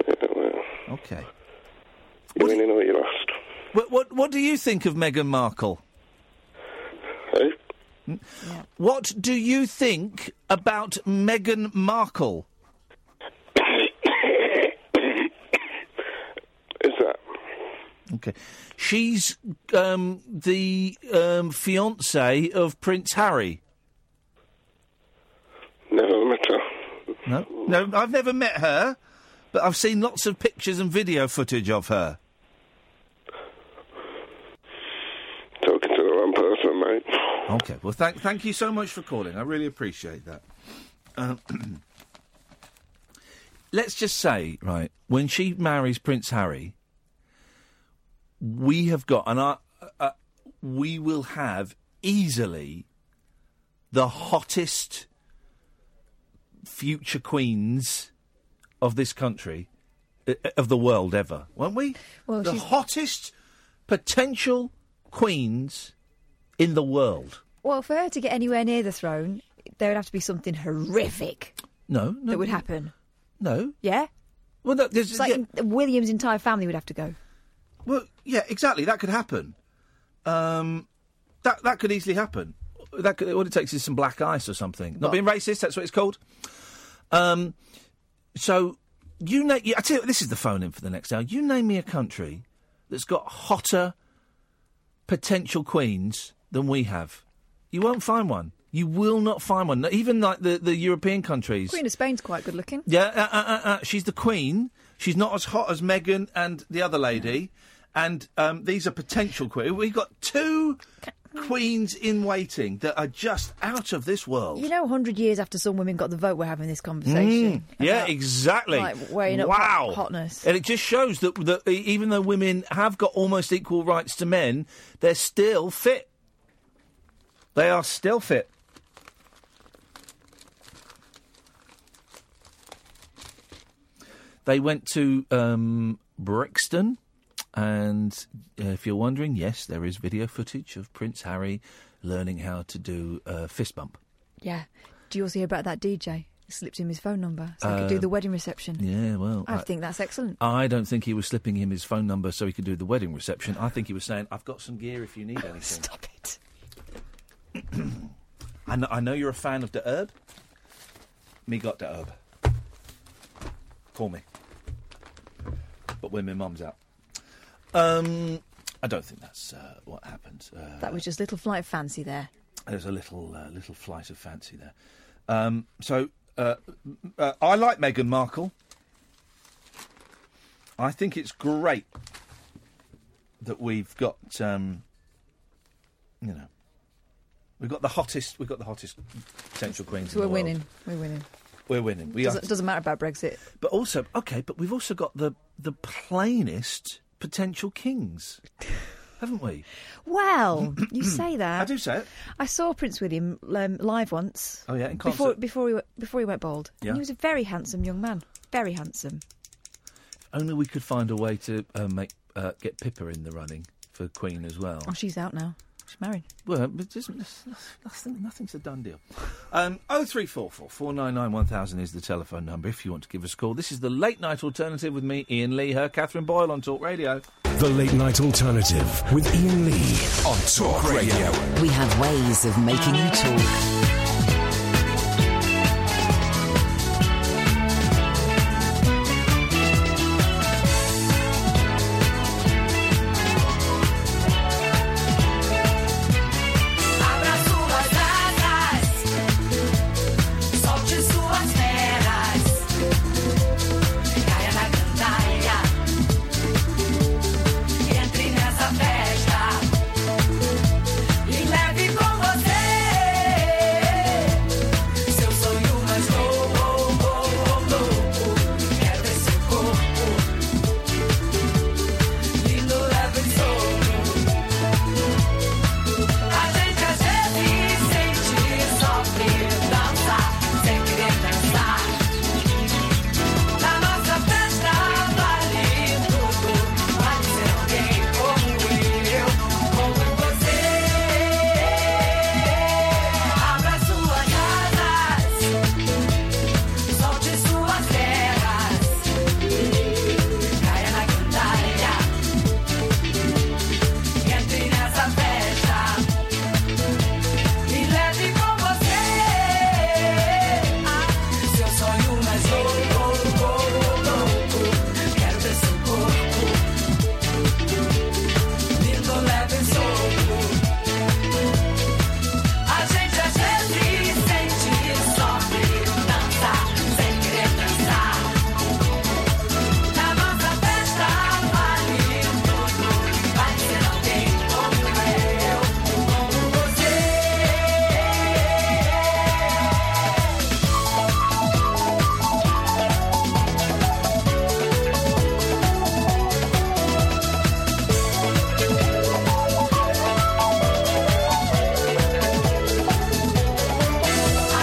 [SPEAKER 4] Okay.
[SPEAKER 18] You winning or you lost.
[SPEAKER 4] What, what what do you think of Meghan Markle? Mm.
[SPEAKER 18] Eh?
[SPEAKER 4] What do you think about Meghan Markle?
[SPEAKER 18] Is that?
[SPEAKER 4] Okay, she's um, the um, fiance of Prince Harry.
[SPEAKER 18] Never met her.
[SPEAKER 4] No, no, I've never met her, but I've seen lots of pictures and video footage of her.
[SPEAKER 18] Talking to the wrong person, mate.
[SPEAKER 4] Okay, well, thank thank you so much for calling. I really appreciate that. Um, let's just say, right, when she marries Prince Harry, we have got, and I, uh, we will have easily the hottest future queens of this country, uh, uh, of the world ever, won't we?
[SPEAKER 5] Well,
[SPEAKER 4] the
[SPEAKER 5] she's-
[SPEAKER 4] hottest potential queens in the world.
[SPEAKER 5] Well, for her to get anywhere near the throne, there would have to be something horrific
[SPEAKER 4] No, no,
[SPEAKER 5] that would happen.
[SPEAKER 4] No.
[SPEAKER 5] Yeah.
[SPEAKER 4] Well, that, there's,
[SPEAKER 5] it's like William's entire family would have to go.
[SPEAKER 4] Well, yeah, exactly. That could happen. Um, that that could easily happen. That could, all it takes is some black ice or something. Not being racist. That's what it's called. Um, so you name. I tell you, what, this is the phone in for the next hour. You name me a country that's got hotter potential queens than we have. You won't find one. You will not find one. Even like the, the European countries.
[SPEAKER 5] Queen of Spain's quite good looking.
[SPEAKER 4] Yeah, uh, uh, uh, uh, she's the queen. She's not as hot as Meghan and the other lady. And um, these are potential queens. We've got two queens in waiting that are just out of this world.
[SPEAKER 5] You know, 100 years after some women got the vote, we're having this conversation.
[SPEAKER 4] Mm, yeah, exactly.
[SPEAKER 5] like, weighing up
[SPEAKER 4] wow.
[SPEAKER 5] hot- hotness.
[SPEAKER 4] And it just shows that, that e- even though women have got almost equal rights to men, they're still fit. They are still fit. They went to um, Brixton, and uh, if you're wondering, yes, there is video footage of Prince Harry learning how to do a fist bump.
[SPEAKER 5] Yeah. Do you also hear about that DJ? He slipped him his phone number so he could do
[SPEAKER 4] Um,
[SPEAKER 5] the wedding reception.
[SPEAKER 4] Yeah, well,
[SPEAKER 5] I think that's excellent.
[SPEAKER 4] I don't think he was slipping him his phone number so he could do the wedding reception. I think he was saying, "I've got some gear if you need anything." Stop
[SPEAKER 5] it.
[SPEAKER 4] I know, I know you're a fan of the herb. Me got the herb. Call me. But when my mum's out, um, I don't think that's uh, what happened. Uh,
[SPEAKER 5] That was just little flight of fancy there.
[SPEAKER 4] there's a little uh, little flight of fancy there. Um, so uh, m- uh, I like Meghan Markle. I think it's great that we've got um, you know We've got the hottest. We've got the hottest potential queens.
[SPEAKER 5] So
[SPEAKER 4] in
[SPEAKER 5] we're
[SPEAKER 4] the world.
[SPEAKER 5] winning. We're winning.
[SPEAKER 4] We're winning. We
[SPEAKER 5] doesn't,
[SPEAKER 4] are.
[SPEAKER 5] doesn't matter about Brexit.
[SPEAKER 4] But also, okay, but we've also got the the plainest potential kings, haven't we?
[SPEAKER 5] Well, you say that. I do
[SPEAKER 4] say it.
[SPEAKER 5] I saw Prince William um, live once.
[SPEAKER 4] Oh, yeah, in
[SPEAKER 5] Before,
[SPEAKER 4] concert.
[SPEAKER 5] before, he, went- before he went bald.
[SPEAKER 4] Yeah.
[SPEAKER 5] And he was a very handsome young man. Very handsome.
[SPEAKER 4] Only we could find a way to uh, make uh, get Pippa in the running for Queen as well.
[SPEAKER 5] Oh, she's out now. She's married.
[SPEAKER 4] Well, but just, nothing, nothing's a done deal. Um, 0344 499 1000 is the telephone number if you want to give us a call. This is the late night alternative with me, Ian Lee, her Catherine Boyle on Talk Radio.
[SPEAKER 1] The Late Night Alternative with Ian Lee on Talk Radio.
[SPEAKER 19] We have ways of making you talk.
[SPEAKER 2] Abra suas asas, solte suas velas, caia na gandaia, entre nessa festa e leve com você seu sonho mais louco, louco, quebra seu corpo, lindo, leve e solto. A gente às vezes sente só querer dançar, sem querer dançar. Na nossa festa vale tudo, vale ser alguém como eu, como você. Abra suas asas, solte suas velas, caia na cantaria. Entre nessa festa e leve com você seu sonho mais louco, louco. Quero ver seu corpo lindo, leve e solto. A gente às vezes sente só querer dançar, sem querer dançar. Na nossa festa vale tudo. Vai ser alguém como eu, como você. A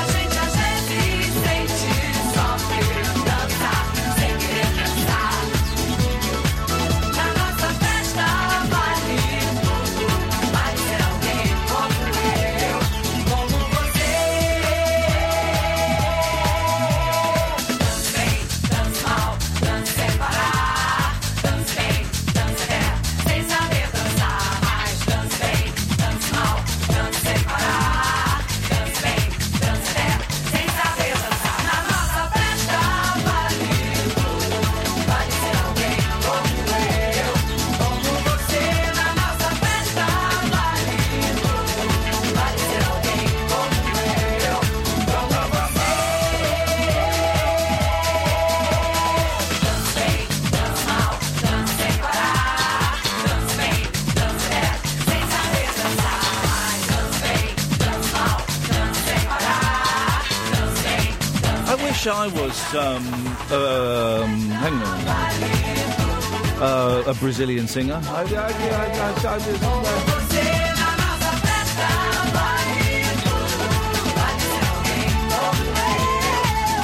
[SPEAKER 2] gente às vezes sente só querer dançar, sem querer dançar. Na nossa festa vale tudo, vale ser alguém como eu, como você. Dance bem, dance mal, dance sem parar. Dance bem, dance até sem saber dançar. Mas dance bem, dance mal, dance sem parar. Dance bem, dance até sem saber dançar. Na nossa festa vale tudo, vale ser alguém como eu, como você. Na nossa festa vale tudo, vale ser alguém como eu, como você. Dance bem, dance mal, dance sem parar. Dance bem, dance é, sem saber dançar. Mas dance bem, dance mal, dance sem parar. Dance bem,
[SPEAKER 4] I wish I was, um, um, hang on, uh, a Brazilian singer. I, I, I, I, I, I,
[SPEAKER 2] você. Na nossa festa vale tudo, vale ser alguém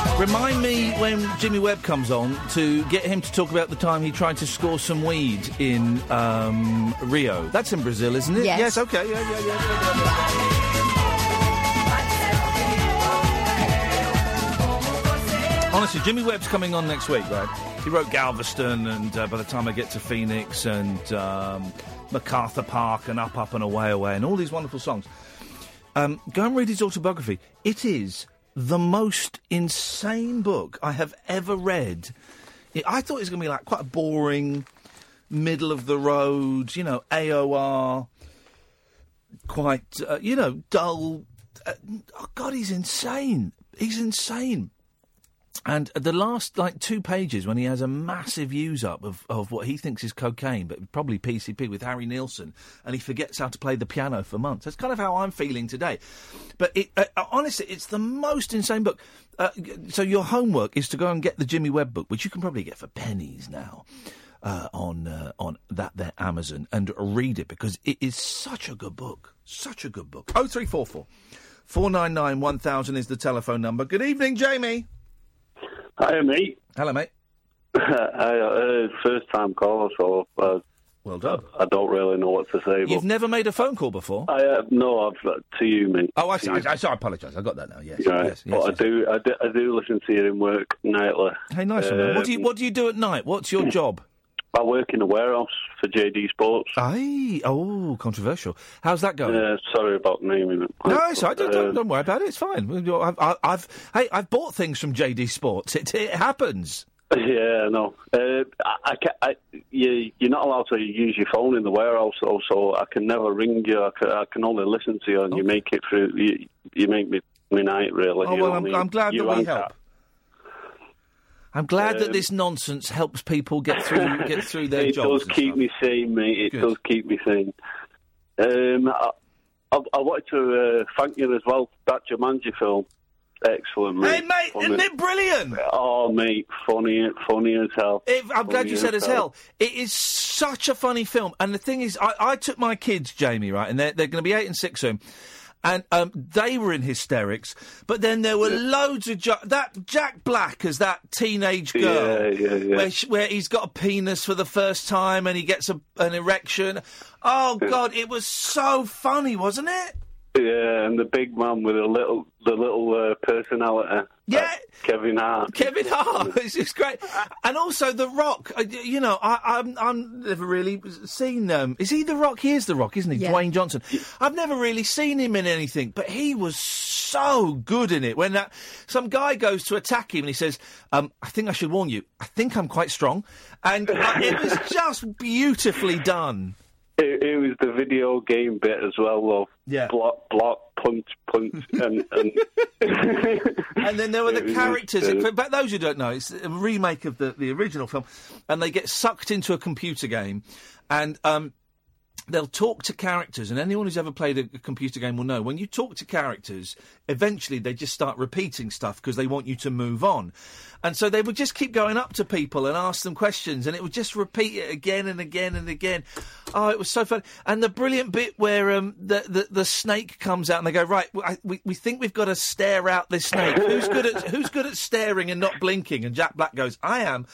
[SPEAKER 2] como eu.
[SPEAKER 4] Remind me when Jimmy Webb comes on to get him to talk about the time he tried to score some weed in um, Rio. That's in Brazil, isn't it?
[SPEAKER 2] Yes.
[SPEAKER 4] okay. Yeah, yeah, yeah, yeah, yeah. Honestly, Jimmy Webb's coming on next week, right? He wrote Galveston, and uh, by the time I get to Phoenix and um, MacArthur Park and Up, Up and Away, Away, and all these wonderful songs. Um, go and read his autobiography. It is the most insane book I have ever read. I- I thought it was going to be like quite a boring, middle of the road, you know, AOR, quite, uh, you know, dull. Uh, oh, God, he's insane. He's insane. And the last like two pages, when he has a massive use up of, of what he thinks is cocaine, but probably PCP with Harry Nilsson, and he forgets how to play the piano for months. That's kind of how I'm feeling today. But it, uh, honestly, it's the most insane book. Uh, so your homework is to go and get the Jimmy Webb book, which you can probably get for pennies now uh, on uh, on that there Amazon, and read it because it is such a good book, such a good book. Oh three four four. 499 1000 is the telephone number. Good evening, Jamie.
[SPEAKER 20] Hi, mate.
[SPEAKER 4] Hello, mate.
[SPEAKER 20] I, uh, first time caller, so uh,
[SPEAKER 4] well done.
[SPEAKER 20] I don't really know what to say. but
[SPEAKER 4] You've never made a phone call before?
[SPEAKER 20] I uh, no, I've uh, to you, mate.
[SPEAKER 4] Oh, I
[SPEAKER 20] To
[SPEAKER 4] see.
[SPEAKER 20] you.
[SPEAKER 4] I, I, so I apologise. I got that now. Yes.
[SPEAKER 20] Right.
[SPEAKER 4] yes, yes,
[SPEAKER 20] but
[SPEAKER 4] yes.
[SPEAKER 20] I do, I do, I do listen to you in work nightly.
[SPEAKER 4] Hey, nice one. man. What do you
[SPEAKER 20] Um,
[SPEAKER 4] What do you do at night? What's your job?
[SPEAKER 20] I work in a warehouse for JD Sports.
[SPEAKER 4] Aye. Oh, controversial. How's that going?
[SPEAKER 20] Yeah, sorry about naming it.
[SPEAKER 4] No, it's all right. Don't, don't,
[SPEAKER 20] Um,
[SPEAKER 4] don't worry about it. It's fine. I've, I've, I've hey, I've bought things from JD Sports. It, it happens.
[SPEAKER 20] Yeah, no. Uh, I, I, ca- I, you, you're not allowed to use your phone in the warehouse, so, so I can never ring you. I ca- I can, only listen to you, and you make it through. You, you make me my night, really.
[SPEAKER 4] Oh
[SPEAKER 20] you know
[SPEAKER 4] well,
[SPEAKER 20] what I
[SPEAKER 4] I'm,
[SPEAKER 20] mean?
[SPEAKER 4] I'm glad
[SPEAKER 20] You
[SPEAKER 4] that we
[SPEAKER 20] and
[SPEAKER 4] help. I'm glad that
[SPEAKER 20] Um,
[SPEAKER 4] this nonsense helps people get through get through their
[SPEAKER 20] it
[SPEAKER 4] jobs.
[SPEAKER 20] does keep me sane, mate. It does keep me sane. Um, I, I, I wanted to uh, thank you as well. That Jumanji film, excellent,
[SPEAKER 4] Hey,
[SPEAKER 20] mate.
[SPEAKER 4] mate, isn't it brilliant?
[SPEAKER 20] Oh, mate, funny, funny as hell.
[SPEAKER 4] It, Eh, I'm glad you
[SPEAKER 20] Funny
[SPEAKER 4] said as hell. It is such a funny film. And the thing is, I, I took my kids, Jamie, right, and they're, they're going to be eight and six soon. And um, they were in hysterics, but then there were loads of jo- that Jack Black as that teenage girl,
[SPEAKER 20] Yeah, yeah, yeah.
[SPEAKER 4] Where, sh where he's got a penis for the first time and he gets a, an erection. Oh God, it was so funny, wasn't it?
[SPEAKER 20] Yeah, and the big man with the little, the little uh, personality.
[SPEAKER 4] Yeah,
[SPEAKER 20] Kevin Hart.
[SPEAKER 4] Kevin Hart. It's just great, and also The Rock. uh, y- You know, I, I'm I'm never really seen. Um, is he The Rock? He is The Rock, isn't he? Dwayne Johnson. I've never really seen him in anything, but he was so good in it. When that some guy goes to attack him and he says, um, "I think I should warn you. I think I'm quite strong," and uh, it was just beautifully done.
[SPEAKER 20] It, it was the video game bit as well, though.
[SPEAKER 4] Yeah.
[SPEAKER 20] Block, block, punch, punch, and, and
[SPEAKER 4] and then there were
[SPEAKER 20] It
[SPEAKER 4] the
[SPEAKER 20] was
[SPEAKER 4] characters.
[SPEAKER 20] just, uh,
[SPEAKER 4] For but those who don't know, it's a remake of the, the original film, and they get sucked into a computer game, and um, they'll talk to characters. And anyone who's ever played a, a computer game will know when you talk to characters, eventually they just start repeating stuff because they want you to move on. And so they would just keep going up to people and ask them questions, and it would just repeat it again and again and again. Oh, it was so fun! And the brilliant bit where um, the, the the snake comes out, and they go, "Right, w- I- we, we think we've got to stare out this snake. Who's good at who's good at staring and not blinking?" And Jack Black goes, "I am."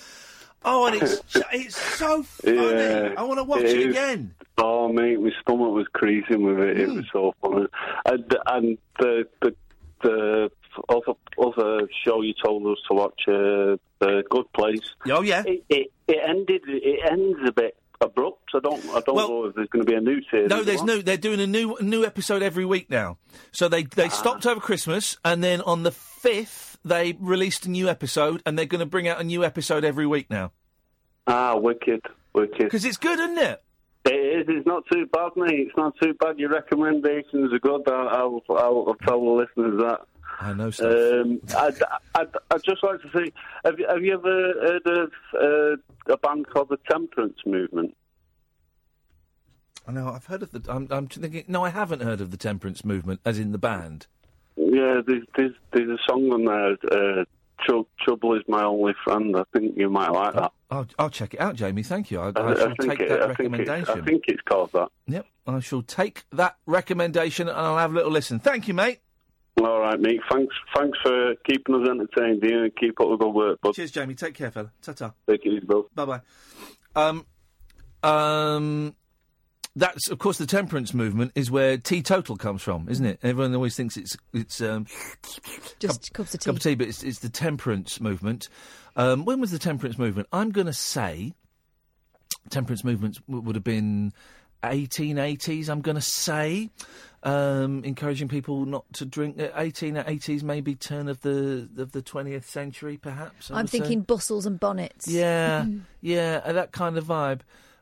[SPEAKER 4] Oh, and it's ju- it's so funny.
[SPEAKER 20] Yeah,
[SPEAKER 4] I want to watch
[SPEAKER 20] it
[SPEAKER 4] it
[SPEAKER 20] is.
[SPEAKER 4] again. Hmm.
[SPEAKER 20] Oh mate, my stomach was creasing with it. It was so funny, and, and the the the other other show you told us to watch, uh, the Good Place.
[SPEAKER 4] Oh yeah,
[SPEAKER 20] it, it, it ended. It ends a bit abrupt. I don't I don't know if there's going to be a new series.
[SPEAKER 4] No, there's
[SPEAKER 20] or
[SPEAKER 4] no. They're doing a new new episode every week now. So they they stopped over Christmas, and then on the fifth they released a new episode, and they're going to bring out a new episode every week now.
[SPEAKER 20] Ah, wicked, wicked.
[SPEAKER 4] Because it's good, isn't it?
[SPEAKER 20] It is. It's not too bad, mate. It's not too bad. Your recommendations are good. I- I'll, I'll, I'll tell the listeners that.
[SPEAKER 4] I know stuff.
[SPEAKER 20] Um, I'd, I'd, I'd just like to say, have you, have you ever heard of uh, a band called the Temperance Movement?
[SPEAKER 4] I know. I've heard of the. I'm, I'm thinking. No, I haven't heard of the temperance movement, as in the band.
[SPEAKER 20] Yeah, there's, there's, there's a song on there, uh, Trou- Trouble is My Only Friend. I think you might like that.
[SPEAKER 4] I'll, I'll check it out, Jamie. Thank you. I,
[SPEAKER 20] I,
[SPEAKER 4] I, shall
[SPEAKER 20] think
[SPEAKER 4] take
[SPEAKER 20] it-
[SPEAKER 4] that
[SPEAKER 20] I think it-
[SPEAKER 4] recommendation.
[SPEAKER 20] I think it's called that.
[SPEAKER 4] Yep. I shall take that recommendation, and I'll have a little listen. Thank you, mate.
[SPEAKER 20] All right, mate. Thanks, thanks for keeping us entertained, Ian, and keep up the good work. But
[SPEAKER 4] Cheers, Jamie. Take care, fella. Ta ta.
[SPEAKER 20] Take it easy, bro.
[SPEAKER 4] Bye bye. Um, um, that's of course the temperance movement is where teetotal comes from, isn't it? Everyone always thinks it's it's um,
[SPEAKER 5] Just cups of tea.
[SPEAKER 4] cup of tea, but it's, it's the temperance movement. Um, when was the temperance movement? I'm going to say temperance movements w- would have been 1880s. I'm going to say um, encouraging people not to drink. Uh, 1880s, maybe turn of the of the 20th century, perhaps. I
[SPEAKER 5] I'm
[SPEAKER 4] would say.
[SPEAKER 5] thinking bustles and bonnets.
[SPEAKER 4] Yeah,
[SPEAKER 5] Mm-hmm.
[SPEAKER 4] yeah, uh, that kind of vibe.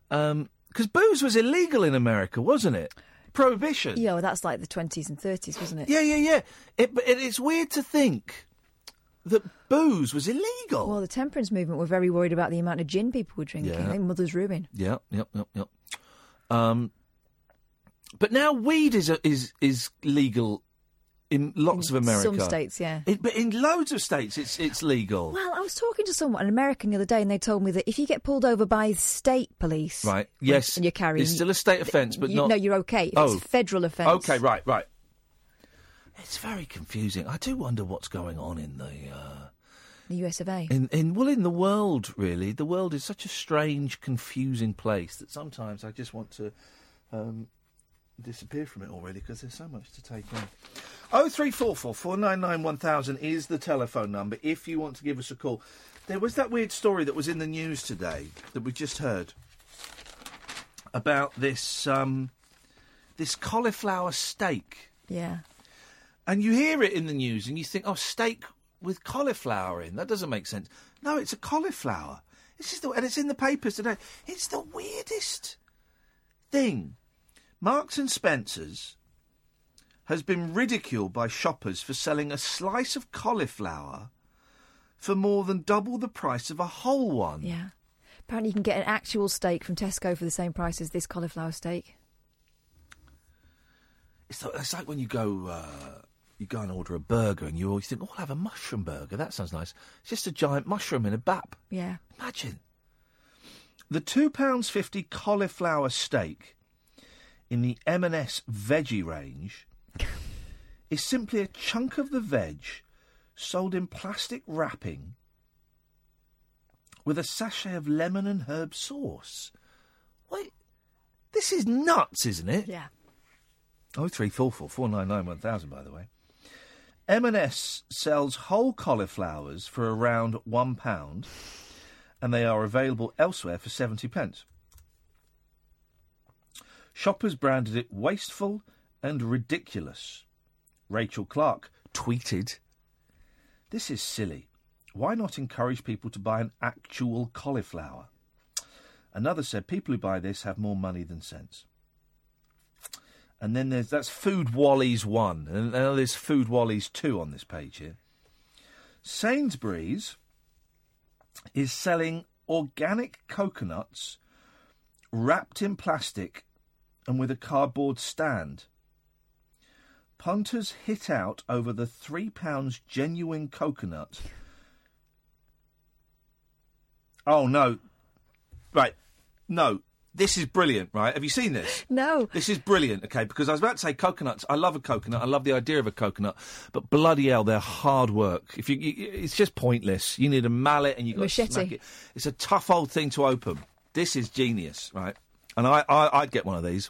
[SPEAKER 4] Because booze was illegal in America, wasn't it? Prohibition.
[SPEAKER 5] Yeah, well, that's like the 20s and 30s, wasn't it?
[SPEAKER 4] Yeah, yeah, yeah. It, but it, it's weird to think that booze was illegal.
[SPEAKER 5] Well, the temperance movement were very worried about the amount of gin people were drinking.
[SPEAKER 4] Yeah.
[SPEAKER 5] I think Mother's Ruin.
[SPEAKER 4] Yeah, yep, yep, yep. Um, but now weed is a, is is legal in lots of America.
[SPEAKER 5] Some states, yeah.
[SPEAKER 4] It, but in loads of states, it's it's legal.
[SPEAKER 5] Well, I was talking to someone, an American, the other day, and they told me that if you get pulled over by state police,
[SPEAKER 4] Right. Yes.
[SPEAKER 5] and you're carrying,
[SPEAKER 4] It's still a state offence, but
[SPEAKER 5] you,
[SPEAKER 4] not.
[SPEAKER 5] no, you're okay. If
[SPEAKER 4] Oh.
[SPEAKER 5] It's a federal offence.
[SPEAKER 4] Okay. Right. Right. It's very confusing. I do wonder what's going on in the uh,
[SPEAKER 5] The US of A.
[SPEAKER 4] in in well in the world. Really, the world is such a strange, confusing place that sometimes I just want to um, disappear from it all. Really, because there's so much to take in. Oh three four four four nine nine one thousand is the telephone number if you want to give us a call. There was that weird story that was in the news today that we just heard about this um, this cauliflower steak,
[SPEAKER 5] Yeah.
[SPEAKER 4] and you hear it in the news, and you think, "Oh, steak with cauliflower in that doesn't make sense." No, it's a cauliflower. It's just the, and it's in the papers today. It's the weirdest thing. Marks and Spencers has been ridiculed by shoppers for selling a slice of cauliflower for more than double the price of a whole one.
[SPEAKER 5] Yeah. Apparently, you can get an actual steak from Tesco for the same price as this cauliflower steak.
[SPEAKER 4] It's, like- it's like when you go uh, you go and order a burger and you always think, oh, I'll have a mushroom burger. That sounds nice. It's just a giant mushroom in a bap.
[SPEAKER 5] Yeah.
[SPEAKER 4] Imagine. The £2.50 cauliflower steak in the M&S veggie range is simply a chunk of the veg sold in plastic wrapping with a sachet of lemon and herb sauce. Wait, this is nuts, isn't it?
[SPEAKER 5] Yeah.
[SPEAKER 4] Oh three four four four nine nine one thousand. By the way, M&S sells whole cauliflowers for around one pound, and they are available elsewhere for seventy pence. Shoppers branded it wasteful and ridiculous. Rachel Clark tweeted, "This is silly. Why not encourage people to buy an actual cauliflower?" Another said, "People who buy this have more money than sense." And then there's that's Food Wally's one, and now there's Food Wally's two on this page here. Sainsbury's is selling organic coconuts wrapped in plastic and with a cardboard stand. Punters hit out over the three pounds genuine coconut. Oh no! Right, no. This is brilliant, right? Have you seen this?
[SPEAKER 5] No.
[SPEAKER 4] This is brilliant, okay? Because I was about to say coconuts. I love a coconut. I love the idea of a coconut, but bloody hell, they're hard work. If you, you it's just pointless. You need a mallet and you got to
[SPEAKER 5] Machete.
[SPEAKER 4] smack it. It's a tough old thing to open. This is genius, right? And I, I I'd get one of these.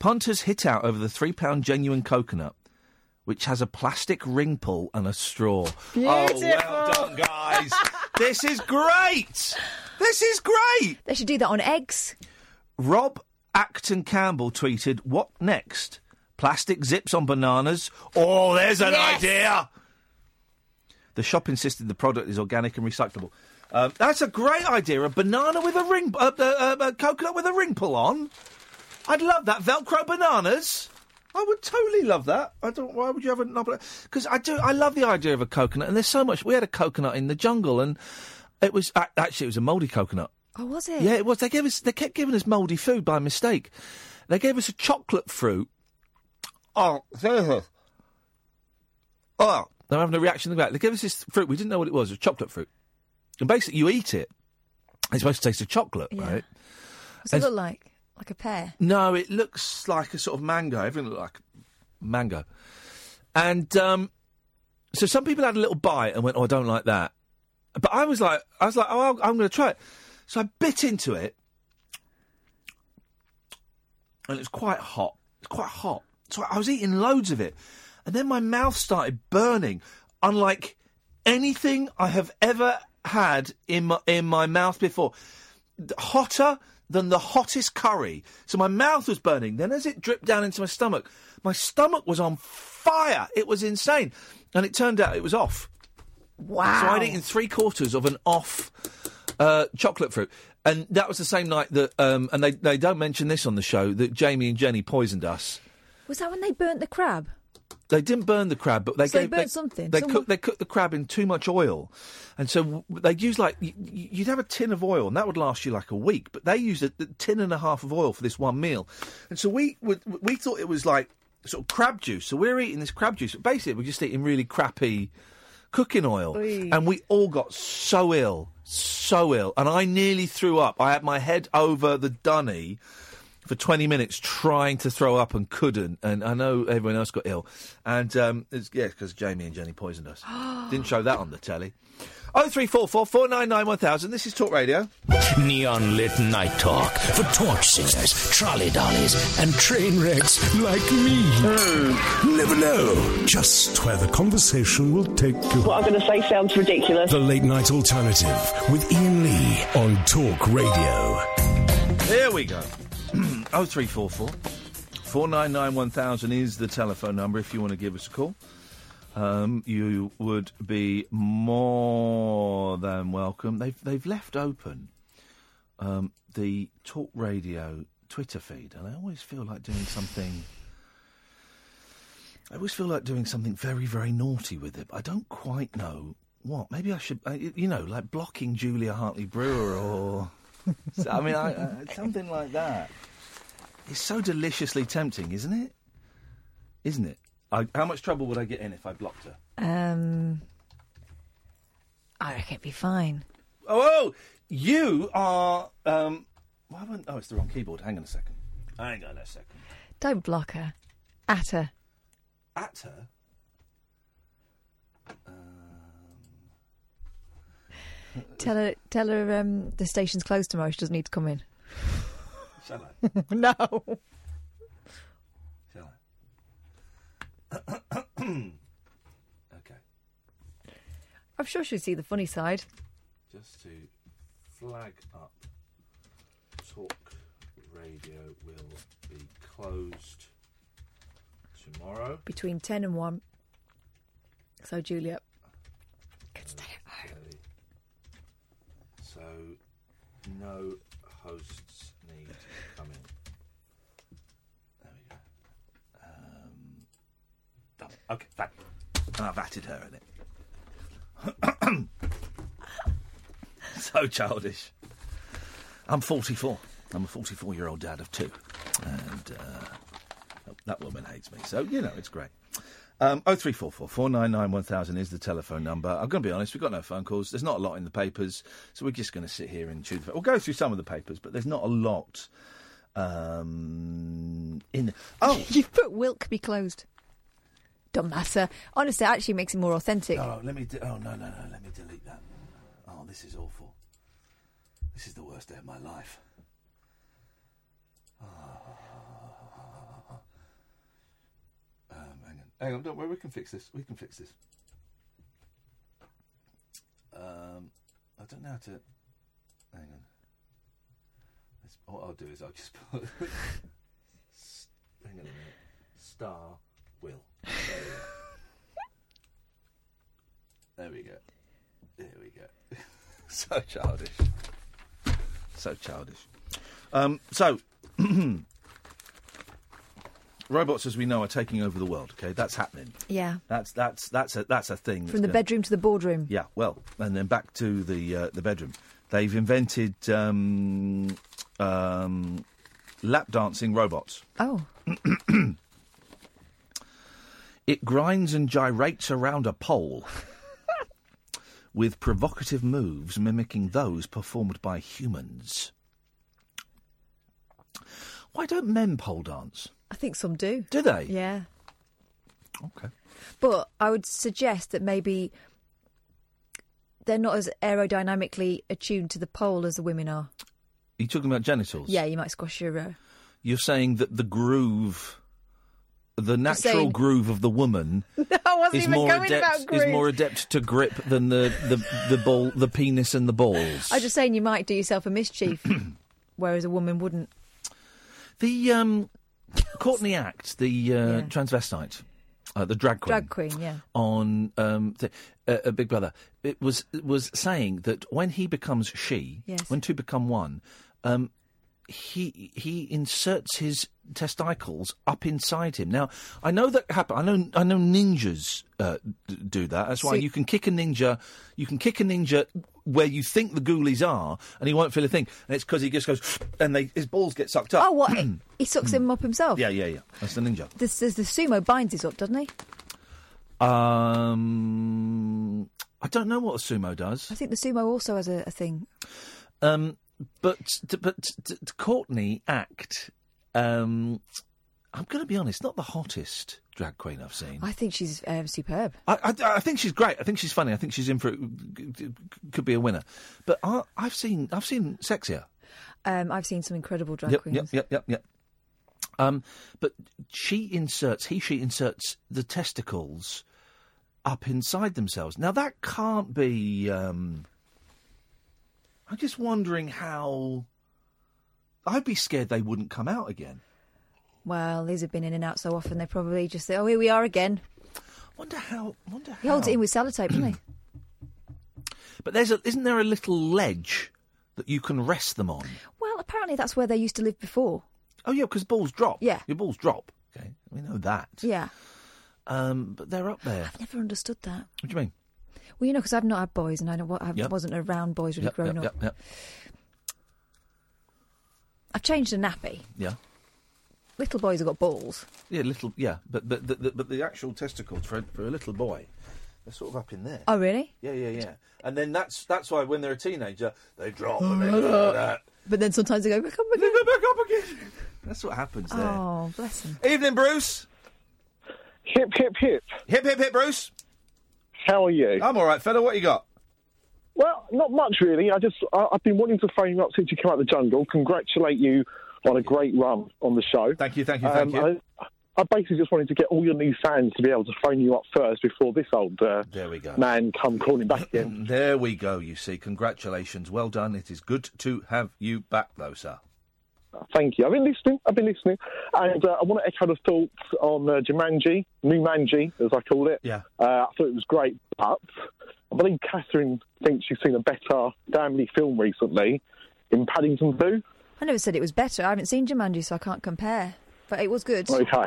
[SPEAKER 4] Punters hit out over the three pound genuine coconut, which has a plastic ring pull and a straw. Oh, well done, guys. this is great. This is great.
[SPEAKER 5] They should do that on eggs.
[SPEAKER 4] Rob Acton Campbell tweeted, What next? Plastic zips on bananas? Oh, there's an
[SPEAKER 21] Yes!
[SPEAKER 4] idea! The shop insisted the product is organic and recyclable. Um, that's a great idea. A banana with a ring, uh, uh, uh, a coconut with a ring pull on. I'd love that. Velcro bananas. I would totally love that. I don't. Why would you have a Because I do. I love the idea of a coconut. And there's so much. We had a coconut in the jungle, and it was a- actually it was a mouldy coconut.
[SPEAKER 5] Oh, was it?
[SPEAKER 4] Yeah, it was. They gave us. They kept giving us mouldy food by mistake. They gave us a chocolate fruit. Oh, Jesus. oh! They're having a reaction to that. They gave us this fruit. We didn't know what it was. It was chocolate fruit, and basically you eat it. It's supposed to taste of chocolate, right?
[SPEAKER 5] What's it
[SPEAKER 4] And-
[SPEAKER 5] look like? Like a pear.
[SPEAKER 4] no, it looks like a sort of mango. Everything looked like mango. And um, so some people had a little bite and went, "Oh, I don't like that." But I was like, I was like, "Oh, I'll, I'm going to try it." So I bit into it, and it was quite hot. It's quite hot. So I was eating loads of it, and then my mouth started burning, unlike anything I have ever had in my, in my mouth before. D- Hotter than the hottest curry. So my mouth was burning. Then as it dripped down into my stomach, my stomach was on fire. It was insane, and it turned out it was off.
[SPEAKER 5] Wow.
[SPEAKER 4] So I'd eaten three quarters of an off uh, chocolate fruit. And that was the same night that, um, and they, they don't mention this on the show, that Jamie and Jenny poisoned us.
[SPEAKER 5] Was that when they burnt the crab?
[SPEAKER 4] They didn't burn the crab, but they
[SPEAKER 5] So they
[SPEAKER 4] gave,
[SPEAKER 5] burnt something.
[SPEAKER 4] They
[SPEAKER 5] Someone-
[SPEAKER 4] cooked they cooked the crab in too much oil, and so w- they used like y- y- you'd have a tin of oil, and that would last you like a week. But they used a, a tin and a half of oil for this one meal, and so we would, we thought it was like sort of crab juice. So we were eating this crab juice, but basically we're just eating really crappy cooking oil,
[SPEAKER 21] Oy.
[SPEAKER 4] and we all got so ill, so ill, and I nearly threw up. I had my head over the dunny for 20 minutes trying to throw up and couldn't. And I know everyone else got ill. And um, it's, yeah, because Jamie and Jenny poisoned us. Didn't show that on the telly. 0344 499 1000. This is Talk Radio.
[SPEAKER 1] Neon lit night talk for torch singers, trolley dollies, and train wrecks like me.
[SPEAKER 22] Hmm.
[SPEAKER 1] Never know just where the conversation will take you.
[SPEAKER 22] What I'm going to say sounds ridiculous.
[SPEAKER 1] The late night alternative with Ian Lee on Talk Radio.
[SPEAKER 4] Here we go. Oh, 0344 499 1000 is the telephone number if you want to give us a call. Um, you would be more than welcome. They've, they've left open um, the Talk Radio Twitter feed, and I always feel like doing something. I always feel like doing something very, very naughty with it. But I don't quite know what. Maybe I should, uh, y- you know, like blocking Julia Hartley Brewer or. So, I mean, I, I, something like that. It's so deliciously tempting, isn't it? Isn't it? I, how much trouble would I get in if I blocked her?
[SPEAKER 5] Um, I reckon it'd be fine.
[SPEAKER 4] Oh, oh you are. Um, why wouldn't? Oh, it's the wrong keyboard. Hang on a second. Hang on a second.
[SPEAKER 5] Don't block her. At her.
[SPEAKER 4] At her.
[SPEAKER 5] Tell her. Tell her um, the station's closed tomorrow. She doesn't need to come in.
[SPEAKER 4] Shall I?
[SPEAKER 5] no.
[SPEAKER 4] Shall I?
[SPEAKER 5] I'm sure she'll see the funny side.
[SPEAKER 4] Just to flag up, talk radio will be closed tomorrow.
[SPEAKER 5] Between ten and one. So Julia, could stay at home.
[SPEAKER 4] Okay. So, no hosts need to come in. There we go. Um, done. okay, fine. And I've atted her in it. so childish. I'm 44. I'm a 44 year old dad of two. And uh, that woman hates me. So, you know, it's great. Um, 0344 499 1000 is the telephone number. I'm going to be honest, we've got no phone calls. There's not a lot in the papers, so we're just going to sit here and chew the. We'll go through some of the papers, but there's not a lot um, in. The, oh!
[SPEAKER 5] you put will could be closed. Don't matter. Honestly, it actually makes it more authentic.
[SPEAKER 4] Oh, let me. De- oh no, no, no. Let me delete that. Oh, this is awful. This is the worst day of my life. Ah. Oh. Um, hang on, hang on. Don't worry. We can fix this. We can fix this. Um, I don't know how to. Hang on. Let's, what I'll do is I'll just put. S- hang on a minute. Star will. There we go. There we go. There we go. so childish. So childish. Um, so, robots, as we know, are taking over the world. Okay, that's happening.
[SPEAKER 5] Yeah.
[SPEAKER 4] That's that's that's a that's a thing.
[SPEAKER 5] From the
[SPEAKER 4] that's gonna-
[SPEAKER 5] bedroom to the boardroom.
[SPEAKER 4] yeah, well, and then back to the uh, the bedroom. They've invented um, um, lap dancing robots.
[SPEAKER 5] Oh.
[SPEAKER 4] It grinds and gyrates around a pole with provocative moves mimicking those performed by humans. Why don't men pole dance?
[SPEAKER 5] I think some do.
[SPEAKER 4] Do they?
[SPEAKER 5] Yeah.
[SPEAKER 4] Okay.
[SPEAKER 5] But I would suggest that maybe they're not as aerodynamically attuned to the pole as the women
[SPEAKER 4] Are
[SPEAKER 5] are.
[SPEAKER 4] you talking about genitals?
[SPEAKER 5] Yeah, you might squash your. Uh,
[SPEAKER 4] You're saying that the groove, the natural
[SPEAKER 5] saying-
[SPEAKER 4] groove of the woman
[SPEAKER 5] no, I wasn't
[SPEAKER 4] is
[SPEAKER 5] even
[SPEAKER 4] more
[SPEAKER 5] going
[SPEAKER 4] adept
[SPEAKER 5] about groove.
[SPEAKER 4] is more adept to grip than the the the ball the penis and the balls.
[SPEAKER 5] I was just saying you might do yourself a mischief, whereas a woman wouldn't.
[SPEAKER 4] The um, Courtney Act, the uh, transvestite, uh, the drag queen.
[SPEAKER 5] Drag queen, yeah.
[SPEAKER 4] on um, th- uh, uh, Big Brother, it was it was saying that when he becomes she,
[SPEAKER 5] Yes.
[SPEAKER 4] when two become one, um, he he inserts his testicles up inside him. Now, I know that happen. I know I know ninjas uh, d- do that. That's why
[SPEAKER 1] See-
[SPEAKER 4] you can kick a ninja. You can kick a ninja where you think the ghoulies are, and he won't feel a thing. And it's because he just goes, and they, his balls get sucked up.
[SPEAKER 5] Oh, what? he- he sucks him up himself.
[SPEAKER 4] yeah, yeah, yeah. That's the ninja.
[SPEAKER 5] This, this, the sumo binds his up, doesn't he?
[SPEAKER 4] Um, I don't know what a sumo does.
[SPEAKER 5] I think the sumo also has a, a thing.
[SPEAKER 4] Um, but t- but t- t- t- Courtney Act. Um, I'm going to be honest, not the hottest drag queen I've seen.
[SPEAKER 5] I think she's um, superb.
[SPEAKER 4] I, I, I think she's great. I think she's funny. I think she's in for could be a winner. But I, I've seen I've seen sexier.
[SPEAKER 5] Um, I've seen some incredible drag
[SPEAKER 4] yep,
[SPEAKER 5] queens.
[SPEAKER 4] yep, yep, yep, yep. Um, but she inserts he she inserts the testicles up inside themselves. Now that can't be. Um, I'm just wondering how. I'd be scared they wouldn't come out again.
[SPEAKER 5] Well, these have been in and out so often, they probably just say, "Oh, here we are again."
[SPEAKER 4] Wonder how. Wonder
[SPEAKER 5] He holds
[SPEAKER 4] how.
[SPEAKER 5] it in with sellotape, doesn't he?
[SPEAKER 4] But there's a, isn't there a little ledge that you can rest them on?
[SPEAKER 5] Well, apparently that's where they used to live before.
[SPEAKER 4] Oh yeah, because balls drop.
[SPEAKER 5] Yeah.
[SPEAKER 4] your balls drop. Okay, we know that.
[SPEAKER 5] Yeah,
[SPEAKER 4] Um, but they're up there.
[SPEAKER 5] never understood that.
[SPEAKER 4] What do you mean?
[SPEAKER 5] Well, you know, because I've not had boys, and I know what I
[SPEAKER 4] Yep.
[SPEAKER 5] wasn't around boys really
[SPEAKER 4] Yep,
[SPEAKER 5] growing
[SPEAKER 4] yep,
[SPEAKER 5] up.
[SPEAKER 4] yep, yep.
[SPEAKER 5] I've changed a nappy.
[SPEAKER 4] Yeah.
[SPEAKER 5] Little boys have got balls.
[SPEAKER 4] Yeah, little. Yeah, but but the, the, but the actual testicles for a, for a little boy, they're sort of up in there.
[SPEAKER 5] Oh, really?
[SPEAKER 4] Yeah, yeah, yeah. And then that's that's why when they're a teenager, they drop and they do that.
[SPEAKER 5] But then sometimes they go back up again.
[SPEAKER 4] They go back up again. That's what happens there.
[SPEAKER 5] Oh, bless him.
[SPEAKER 4] Evening, Bruce.
[SPEAKER 21] Hip hip hip.
[SPEAKER 4] Hip hip hip, Bruce.
[SPEAKER 21] How are you?
[SPEAKER 4] I'm all right, fella. What you got?
[SPEAKER 21] Well, not much really. I just I, I've been wanting to phone you up since you came out of the jungle. Congratulate you on a great run on the show. Um,
[SPEAKER 4] Thank you, thank you, thank you.
[SPEAKER 21] I, I basically just wanted to get all your new fans to be able to phone you up first before this old uh,
[SPEAKER 4] There we go.
[SPEAKER 21] man come calling back again.
[SPEAKER 4] There we go. You see, congratulations. Well done. It is good to have you back, though, sir.
[SPEAKER 21] Thank you. I've been listening. I've been listening, and uh, I want to echo the thoughts on uh, Jumanji, Numanji, as I call it.
[SPEAKER 4] Yeah.
[SPEAKER 21] Uh, I thought it was great, but I believe Catherine thinks she's seen a better family film recently in Paddington Two.
[SPEAKER 5] I never said it was better. I haven't seen Jumanji, so I can't compare. But it was good.
[SPEAKER 21] Okay.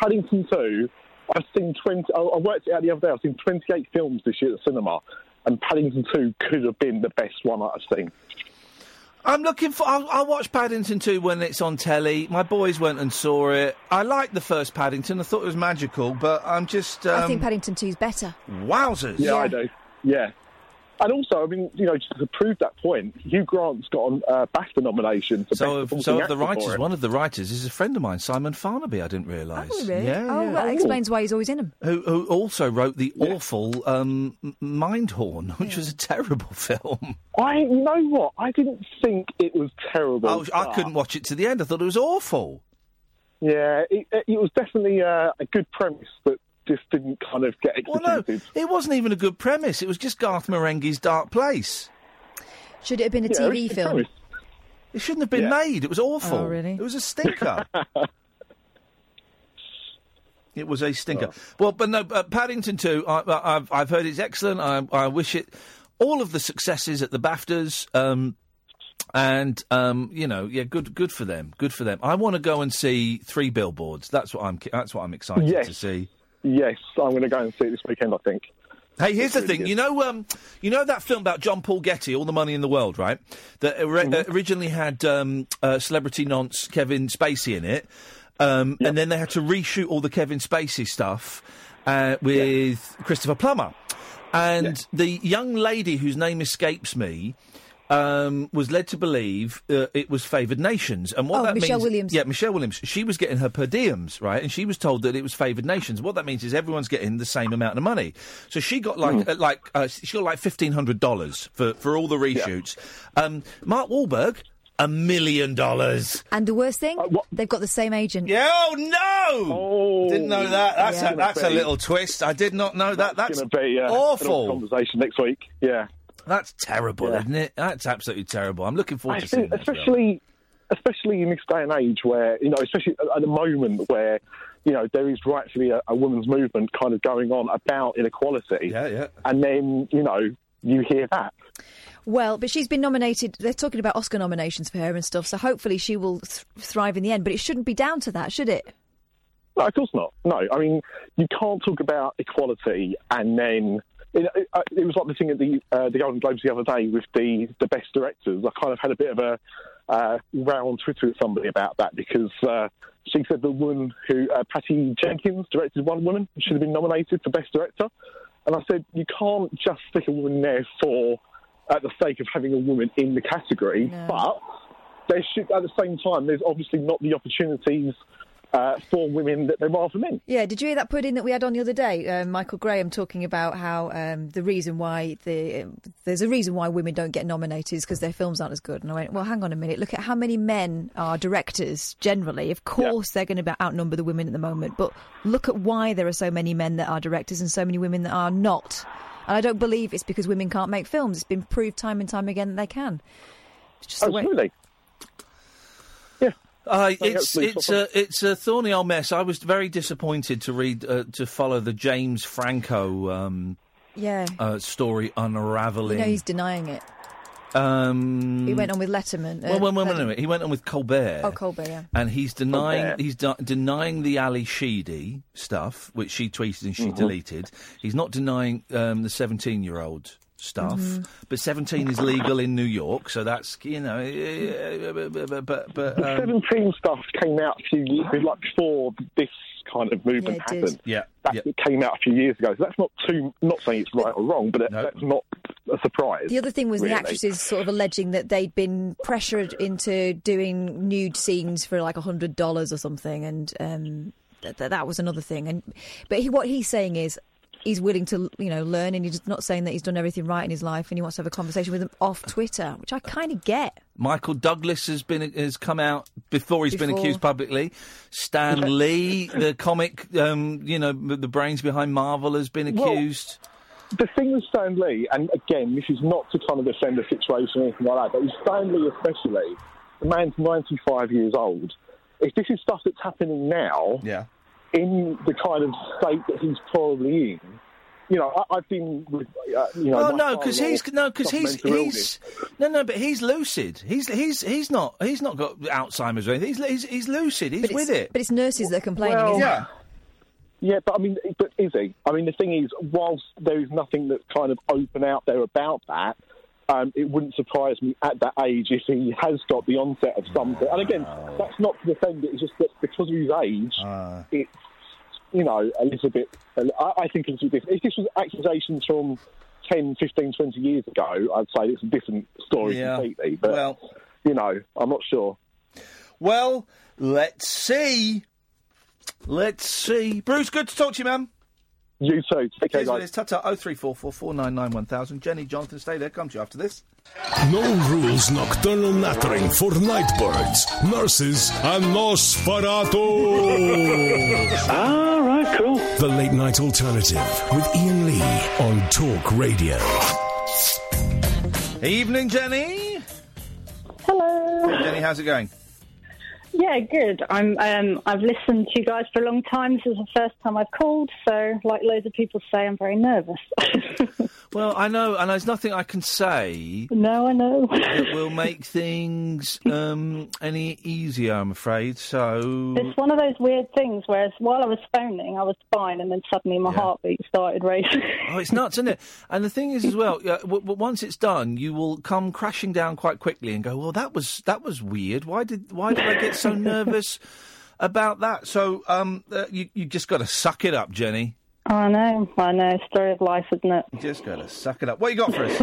[SPEAKER 21] Paddington 2, I've seen 20, I, I worked it out the other day, I've seen 28 films this year at the cinema, and Paddington 2 could have been the best one I've seen.
[SPEAKER 4] I'm looking for. I'll, I'll watch Paddington 2 when it's on telly. My boys went and saw it. I liked the first Paddington. I thought it was magical, but I'm just. Um,
[SPEAKER 5] I think Paddington 2's better.
[SPEAKER 4] Wowzers.
[SPEAKER 21] Yeah, I do. Yeah. And also, I mean, you know, just to prove that point, Hugh Grant's got an uh, BAFTA nomination for
[SPEAKER 4] So,
[SPEAKER 21] Best Supporting
[SPEAKER 4] so of
[SPEAKER 21] Actor
[SPEAKER 4] the
[SPEAKER 21] for
[SPEAKER 4] writers,
[SPEAKER 21] it.
[SPEAKER 4] one of the writers is a friend of mine, Simon Farnaby. I didn't realise.
[SPEAKER 5] Oh, really?
[SPEAKER 4] Yeah,
[SPEAKER 5] oh,
[SPEAKER 4] yeah.
[SPEAKER 5] well, that explains why he's always in them.
[SPEAKER 4] Who, who also wrote the awful um, M- Mindhorn, which was a terrible film.
[SPEAKER 21] I, you know what? I didn't think it was terrible.
[SPEAKER 4] I, was- I couldn't watch it to the end. I thought it was awful.
[SPEAKER 21] Yeah, it, it was definitely uh, a good premise that just didn't kind of get
[SPEAKER 4] Well,
[SPEAKER 21] executed.
[SPEAKER 4] no, it wasn't even a good premise. It was just Garth Marenghi's Dark Place.
[SPEAKER 5] Should it have been a
[SPEAKER 4] Yeah,
[SPEAKER 5] TV
[SPEAKER 4] it's
[SPEAKER 5] film?
[SPEAKER 4] very- It shouldn't have been
[SPEAKER 5] Yeah.
[SPEAKER 4] made. It was awful.
[SPEAKER 5] Oh, really?
[SPEAKER 4] It was a stinker. it was a stinker. Well, but no, uh, Paddington 2, I, I, I've, I've heard it's excellent. I, I wish it all of the successes at the BAFTAs. Um, and um, you know, yeah, good, good for them. Good for them. I want to go and see three billboards. That's what I'm. ki- That's what I'm excited
[SPEAKER 21] Yes.
[SPEAKER 4] to see.
[SPEAKER 21] Yes, I'm going to go and see it this weekend, I think.
[SPEAKER 4] Hey, here's the thing. You know, um, you know that film about John Paul Getty, All the Money in the World, right? That ori- uh, originally had um, uh, celebrity nonce Kevin Spacey in it, um, and then they had to reshoot all the Kevin Spacey stuff uh, with Christopher Plummer. And the young lady whose name escapes me um, was led to believe uh, it was favoured nations, and what
[SPEAKER 5] Oh,
[SPEAKER 4] that
[SPEAKER 5] Michelle
[SPEAKER 4] means,
[SPEAKER 5] Williams.
[SPEAKER 4] yeah, Michelle Williams, she was getting her per diems, right? And she was told that it was favoured nations. What that means is everyone's getting the same amount of money. So she got like uh, like uh, she got like fifteen hundred dollars for for all the reshoots. Um, Mark Wahlberg, a million dollars.
[SPEAKER 5] And the worst thing, they've got the same agent.
[SPEAKER 4] Yeah, oh no! Didn't know that. That's
[SPEAKER 5] Yeah.
[SPEAKER 4] a, that's a little twist. I did not know that. That's,
[SPEAKER 21] going to be uh,
[SPEAKER 4] awful.
[SPEAKER 21] an conversation next week. Yeah,
[SPEAKER 4] That's terrible, isn't it? That's absolutely terrible. I'm looking forward
[SPEAKER 21] I
[SPEAKER 4] to seeing
[SPEAKER 21] think,
[SPEAKER 4] that. film.
[SPEAKER 21] especially especially in this day and age where you know, especially at the moment where you know there is rightfully a, a women's movement kind of going on about inequality. Yeah,
[SPEAKER 4] yeah.
[SPEAKER 21] And then you know you hear that.
[SPEAKER 5] well, but she's been nominated. They're talking about Oscar nominations for her and stuff, so hopefully she will th- thrive in the end. But it shouldn't be down to that, should it?
[SPEAKER 21] No, of course not. No, I mean you can't talk about equality and then it, it, uh, it was like the thing at the uh, the Golden Globes the other day with the the best directors. I kind of had a bit of a uh, row on Twitter with somebody about that because uh, she said the woman who uh, Patty Jenkins directed One Woman should have been nominated for best director, and I said you can't just stick a woman there for at the sake of having a woman in the category, but there should at the same time there's obviously not the opportunities. Uh, for women that there are for men.
[SPEAKER 5] Yeah, did you hear that pudding that we had on the other day? Uh, Michael Graham talking about how um, the reason why the there's a reason why women don't get nominated is because their films aren't as good. And I went, well, hang on a minute. Look at how many men are directors generally. Of course, they're going to outnumber the women at the moment. But look at why there are so many men that are directors and so many women that are not. And I don't believe it's because women can't make films. It's been proved time and time again that they can. It's just the way-
[SPEAKER 21] Absolutely.
[SPEAKER 4] Uh,
[SPEAKER 21] Well,
[SPEAKER 4] it's
[SPEAKER 21] hopefully
[SPEAKER 4] it's
[SPEAKER 21] we'll
[SPEAKER 4] a it's a thorny old mess. I was very disappointed to read uh, to follow the James Franco um,
[SPEAKER 5] yeah.
[SPEAKER 4] uh, story
[SPEAKER 5] You
[SPEAKER 4] unraveling.
[SPEAKER 5] know he's denying it.
[SPEAKER 4] um,
[SPEAKER 5] He went on with Letterman. uh,
[SPEAKER 4] Well, well, well,
[SPEAKER 5] Letterman.
[SPEAKER 4] no, no, he went on with Colbert.
[SPEAKER 5] Oh, Colbert, yeah.
[SPEAKER 4] and he's denying
[SPEAKER 5] Colbert.
[SPEAKER 4] he's de- denying the Ali Sheedy stuff, which she tweeted and she
[SPEAKER 1] Mhm.
[SPEAKER 4] deleted. He's not denying um, the seventeen-year-old stuff,
[SPEAKER 1] Mhm.
[SPEAKER 4] but seventeen is legal in New York, so that's you know. eh, eh, eh, But but, but
[SPEAKER 21] The
[SPEAKER 4] um,
[SPEAKER 21] seventeen stuff came out a few years like before this kind of movement
[SPEAKER 4] Yeah, it did.
[SPEAKER 21] happened.
[SPEAKER 4] Yeah,
[SPEAKER 21] that it came out a few years ago. So that's not too not saying it's right or wrong, but it, that's not a surprise.
[SPEAKER 5] The other thing was
[SPEAKER 21] really.
[SPEAKER 5] the actresses sort of alleging that they'd been pressured into doing nude scenes for like hundred dollars or something, and um, th- th- that was another thing. And but he, what he's saying is he's willing to you know learn, and he's not saying that he's done everything right in his life, and he wants to have a conversation with them off Twitter, which I kind of get.
[SPEAKER 4] Michael Douglas has been has come out before he's been
[SPEAKER 5] Before.
[SPEAKER 4] accused publicly. Stan Lee, the comic, um, you know, the the brains behind Marvel, has been
[SPEAKER 21] Well,
[SPEAKER 4] accused.
[SPEAKER 21] the thing with Stan Lee, and again, this is not to kind of defend the situation or anything like that, but with Stan Lee especially, the man's 95 years old. If this is stuff that's happening now,
[SPEAKER 4] yeah.
[SPEAKER 21] in the kind of state that he's probably in, you know, I, I've been with, uh, you know,
[SPEAKER 4] oh
[SPEAKER 21] my
[SPEAKER 4] no, because
[SPEAKER 21] father-in-law
[SPEAKER 4] he's no, because
[SPEAKER 21] suffered
[SPEAKER 4] he's
[SPEAKER 21] mental illness.
[SPEAKER 4] he's no, no, but he's lucid. He's he's he's not he's not got Alzheimer's or anything. He's he's, he's lucid. He's
[SPEAKER 5] But it's-
[SPEAKER 4] with it.
[SPEAKER 5] But it's nurses that are complaining,
[SPEAKER 4] Well,
[SPEAKER 5] isn't it?
[SPEAKER 4] yeah.
[SPEAKER 21] Yeah, but I mean, but is he? I mean, the thing is, whilst there is nothing that's kind of open out there about that, um, it wouldn't surprise me at that age if he has got the onset of something. And again, that's not to defend it. It's just that because of his age,
[SPEAKER 4] Ah.
[SPEAKER 21] it's you know a little bit. I, I think it's a bit different. If this was accusations from 10, 15, 20 years ago, I'd say it's a different story
[SPEAKER 4] Yeah.
[SPEAKER 21] completely. But you know, I'm not sure.
[SPEAKER 4] Well, let's see. Let's see. Bruce, good to talk to you, man.
[SPEAKER 21] You too. Take
[SPEAKER 4] care, guys. Tata 03444991000. Jenny, Jonathan, stay there. Come to you after this.
[SPEAKER 1] No rules nocturnal nattering for nightbirds, nurses, and Nosferatu. All right, cool. The late night alternative with Ian Lee on Talk Radio.
[SPEAKER 4] Evening, Jenny.
[SPEAKER 22] Hello.
[SPEAKER 4] Jenny, how's it going?
[SPEAKER 22] Yeah, good. I'm. Um, I've listened to you guys for a long time. This is the first time I've called, so like loads of people say, I'm very nervous.
[SPEAKER 4] Well, I know, and there's nothing I can say
[SPEAKER 22] no, I know.
[SPEAKER 4] that will make things um, any easier, I'm afraid. So,
[SPEAKER 22] It's one of those weird things. Whereas while I was phoning, I was fine, and then suddenly my heartbeat started racing.
[SPEAKER 4] oh, it's nuts, isn't it? And the thing is, as well, uh, w- w- once it's done, you will come crashing down quite quickly and go, "Well, that was that was weird. Why did why did I get so nervous about that?" So, um, uh, you you just got to suck it up, Jenny.
[SPEAKER 22] I know. I know. Story of life, isn't it?
[SPEAKER 4] You just got to suck it up. What you got for us?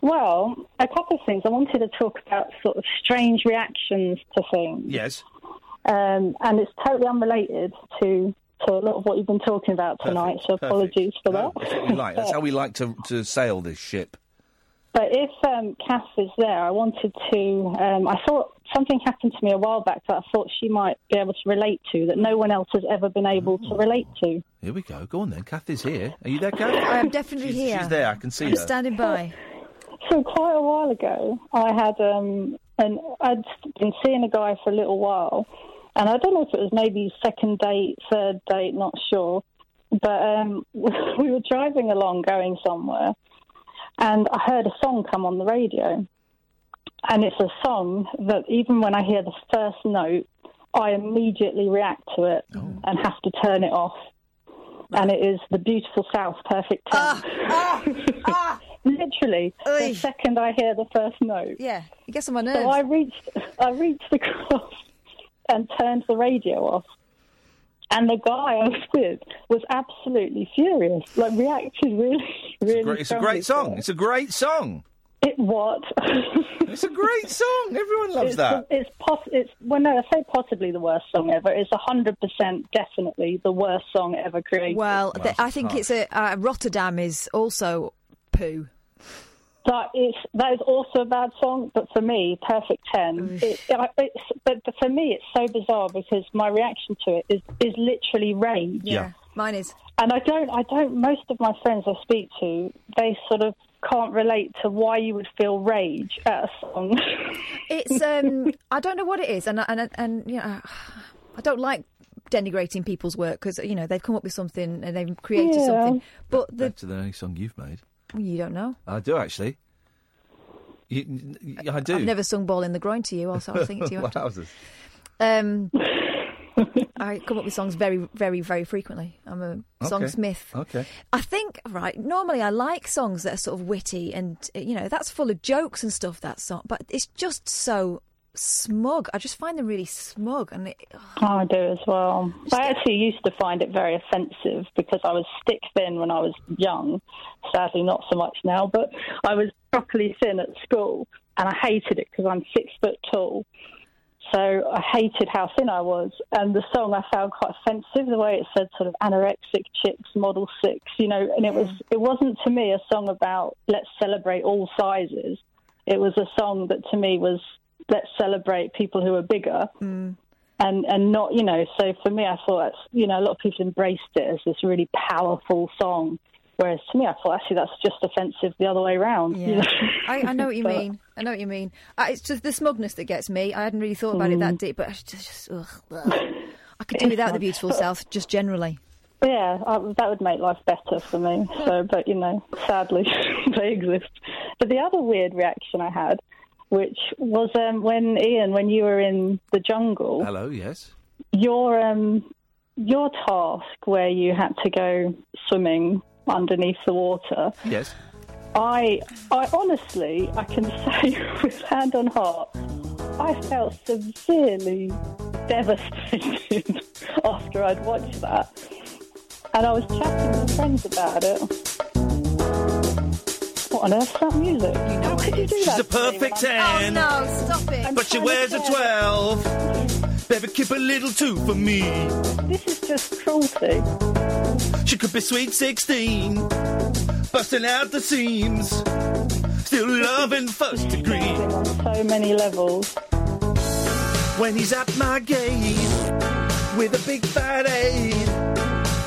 [SPEAKER 22] Well, a couple of things. I wanted to talk about sort of strange reactions to things.
[SPEAKER 4] yes.
[SPEAKER 22] um, and it's totally unrelated to to a lot of what you've been talking about tonight. So
[SPEAKER 4] perfect.
[SPEAKER 22] apologies for that.
[SPEAKER 4] That's what we like. That's how we like to to sail this ship.
[SPEAKER 22] But if um, Kath is there, I wanted to. Um, I thought something happened to me a while back that I thought she might be able to relate to that no one else has ever been able to relate to.
[SPEAKER 4] Here we go. Go on then. Kath is here. Are you there, Kath?
[SPEAKER 22] I am definitely
[SPEAKER 4] she's,
[SPEAKER 22] here.
[SPEAKER 4] She's there. I can see
[SPEAKER 22] I'm
[SPEAKER 4] her.
[SPEAKER 22] standing by. So quite a while ago, I had um, and I'd been seeing a guy for a little while, and I don't know if it was maybe second date, third date, not sure. But um, we were driving along, going somewhere, and I heard a song come on the radio. And it's a song that even when I hear the first note, I immediately react to it
[SPEAKER 4] Oh.
[SPEAKER 22] and have to turn it off. And it is the beautiful South, perfect ten.
[SPEAKER 5] Ah,
[SPEAKER 22] Literally, the second I hear the first note.
[SPEAKER 5] Yeah, it gets on my
[SPEAKER 22] So
[SPEAKER 5] nerves.
[SPEAKER 22] I reached, I reached across and turned the radio off. And the guy I was with was absolutely furious. Like reacted really, really.
[SPEAKER 4] Great- It's a
[SPEAKER 22] strongly
[SPEAKER 4] great song. It's a great song.
[SPEAKER 22] It what?
[SPEAKER 4] it's a great song. Everyone loves
[SPEAKER 22] it's
[SPEAKER 4] that.
[SPEAKER 22] it's poss- it's well, no, I say possibly the worst song ever. It's hundred percent, definitely the worst song ever created.
[SPEAKER 5] Well, th- I think it's a uh, Rotterdam is also poo.
[SPEAKER 22] That is that is also a bad song, but for me, Perfect Ten. It, I- it's, but but for me, it's so bizarre because my reaction to it is is literally rage.
[SPEAKER 5] Yeah. Mine is.
[SPEAKER 22] And I don't, I don't. Most of my friends I speak to, they sort of can't relate to why you would feel rage at a song.
[SPEAKER 5] It's um, I don't know what it is, and I- and and you know, I don't like denigrating people's work because you know they've come up with something and they've created
[SPEAKER 4] Yeah.
[SPEAKER 5] something, but the
[SPEAKER 4] Better than any song you've made.
[SPEAKER 5] you don't know.
[SPEAKER 4] I do actually. You, y- I do.
[SPEAKER 5] I've never sung "Ball in the Groin" to you. I'll I'll sing it to you. after.
[SPEAKER 4] Wowzers.
[SPEAKER 5] Um, I come up with songs very, very, very frequently. I'm a
[SPEAKER 4] Okay.
[SPEAKER 5] songsmith.
[SPEAKER 4] Okay.
[SPEAKER 5] I think right. Normally, I like songs that are sort of witty and uh, you know that's full of jokes and stuff. That song, but it's just so smug. I just find them really smug, and it,
[SPEAKER 22] Oh, I do as well. I actually used to find it very offensive because I was stick thin when I was young. Sadly, not so much now, but I was properly thin at school, and I hated it because I'm six foot tall. So I hated how thin I was, and the song I found quite offensive. The way it said sort of anorexic chicks, model six, you know, and it was it wasn't to me a song about let's celebrate all sizes. It was a song that to me was let's celebrate people who are bigger
[SPEAKER 5] Mm.
[SPEAKER 22] and and not you know so for me i thought that's you know a lot of people embraced it as this really powerful song whereas to me i thought actually that's just offensive the other way around you know?
[SPEAKER 5] I, I know what you
[SPEAKER 22] But-
[SPEAKER 5] mean. I know what you mean. Uh, it's just the smugness that gets me. I hadn't really thought about it that deep, but it's just, just ugh, ugh. I could do without the beautiful south, just generally.
[SPEAKER 22] yeah I, that would make life better for me so but you know sadly they exist but the other weird reaction i had which was um, when ian when you were in the jungle
[SPEAKER 4] Hello, yes.
[SPEAKER 22] your um your task where you had to go swimming underneath the water
[SPEAKER 4] Yes.
[SPEAKER 22] I, I honestly, I can say with hand on heart, I felt severely devastated after I'd watched that. And I was chatting with friends about it. What on earth's that music? How could you do
[SPEAKER 4] She's
[SPEAKER 22] that?
[SPEAKER 4] a perfect
[SPEAKER 22] to me when I'm-
[SPEAKER 4] ten.
[SPEAKER 5] Oh, No, stop it.
[SPEAKER 4] But she wears a twelve. Baby, keep a little two for me.
[SPEAKER 22] This is just cruelty.
[SPEAKER 4] She could be sweet sixteen, busting out the seams, still loving first degree.
[SPEAKER 22] On so many levels.
[SPEAKER 4] When he's at my gate with a big fat aid,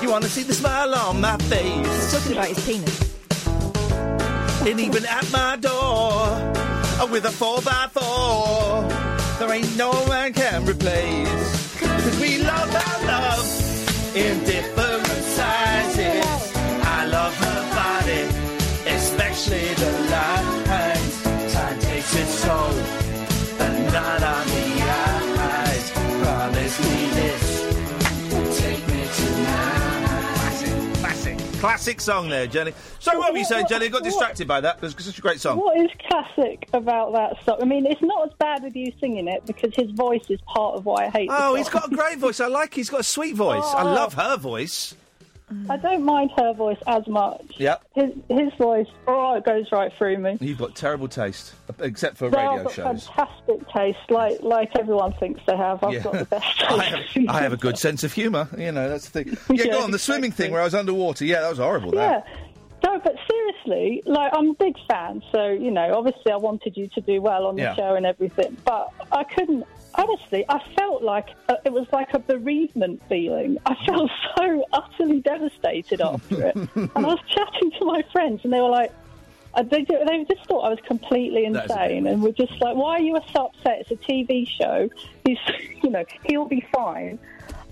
[SPEAKER 4] you wanna see the smile on my face.
[SPEAKER 5] Talking about his penis.
[SPEAKER 4] And even at my door, with a four by four, there ain't no one can replace. Cause we love our love in different sizes. I love her body, especially the lines. Time takes its toll, but not on the eyes. Promise me this, take me tonight. Classic, classic song there, Jenny. So what were you saying, Jenny? I got distracted by that. It was such a great song.
[SPEAKER 22] What is classic about that song? I mean, it's not as bad with you singing it because his voice is part of why I hate. the
[SPEAKER 4] Oh,
[SPEAKER 22] song.
[SPEAKER 4] he's got a great voice. I like. He's got a sweet voice. I
[SPEAKER 22] Oh.
[SPEAKER 4] love her voice.
[SPEAKER 22] I don't mind her voice as much.
[SPEAKER 4] Yep.
[SPEAKER 22] His, his voice, oh, it goes right through me.
[SPEAKER 4] You've got terrible taste, except for
[SPEAKER 22] They've
[SPEAKER 4] radio
[SPEAKER 22] got
[SPEAKER 4] shows.
[SPEAKER 22] fantastic taste, like like everyone thinks they have. I've
[SPEAKER 4] Yeah.
[SPEAKER 22] got the best
[SPEAKER 4] I have, I have a good sense of humour. You know, that's the thing. Yeah, go on. The swimming thing where I was underwater. Yeah, that was horrible.
[SPEAKER 22] Yeah.
[SPEAKER 4] That.
[SPEAKER 22] No, but seriously, like I'm a big fan, so you know, obviously I wanted you to do well on the
[SPEAKER 4] Yeah.
[SPEAKER 22] show and everything, but I couldn't. Honestly, I felt like uh it was like a bereavement feeling. I felt so utterly devastated after it, and I was chatting to my friends, and they were like. uh, They, ju- they just thought I was completely
[SPEAKER 4] That is a bit
[SPEAKER 22] insane, and were just like, "Why are you so upset? It's a TV show. He's, you know, he'll be fine."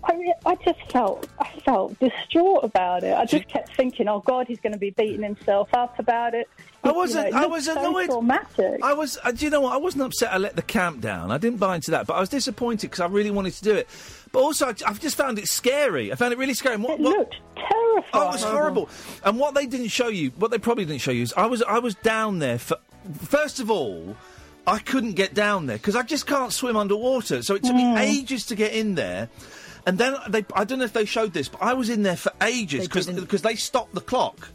[SPEAKER 22] I, re- I just felt I felt distraught about it. I just kept thinking, oh God, he's going to be beating himself up about it.
[SPEAKER 4] I
[SPEAKER 22] You
[SPEAKER 4] wasn't.
[SPEAKER 22] know, it
[SPEAKER 4] I
[SPEAKER 22] looks
[SPEAKER 4] was
[SPEAKER 22] so
[SPEAKER 4] annoyed.
[SPEAKER 22] Traumatic.
[SPEAKER 4] I was. Uh, do you know what? I wasn't upset. I let the camp down. I didn't buy into that, but I was disappointed because I really wanted to do it. But also, I, have just found it scary. I found it really scary. And what, it looked
[SPEAKER 22] terrifying.
[SPEAKER 4] Oh, it was horrible. And what they didn't show you, what they probably didn't show you, is I was. I was down there for. First of all, I couldn't get down there because I just can't swim underwater. So it took me ages to get in there. And then they, I don't know if they showed this, but I was in there for ages because they stopped the clock.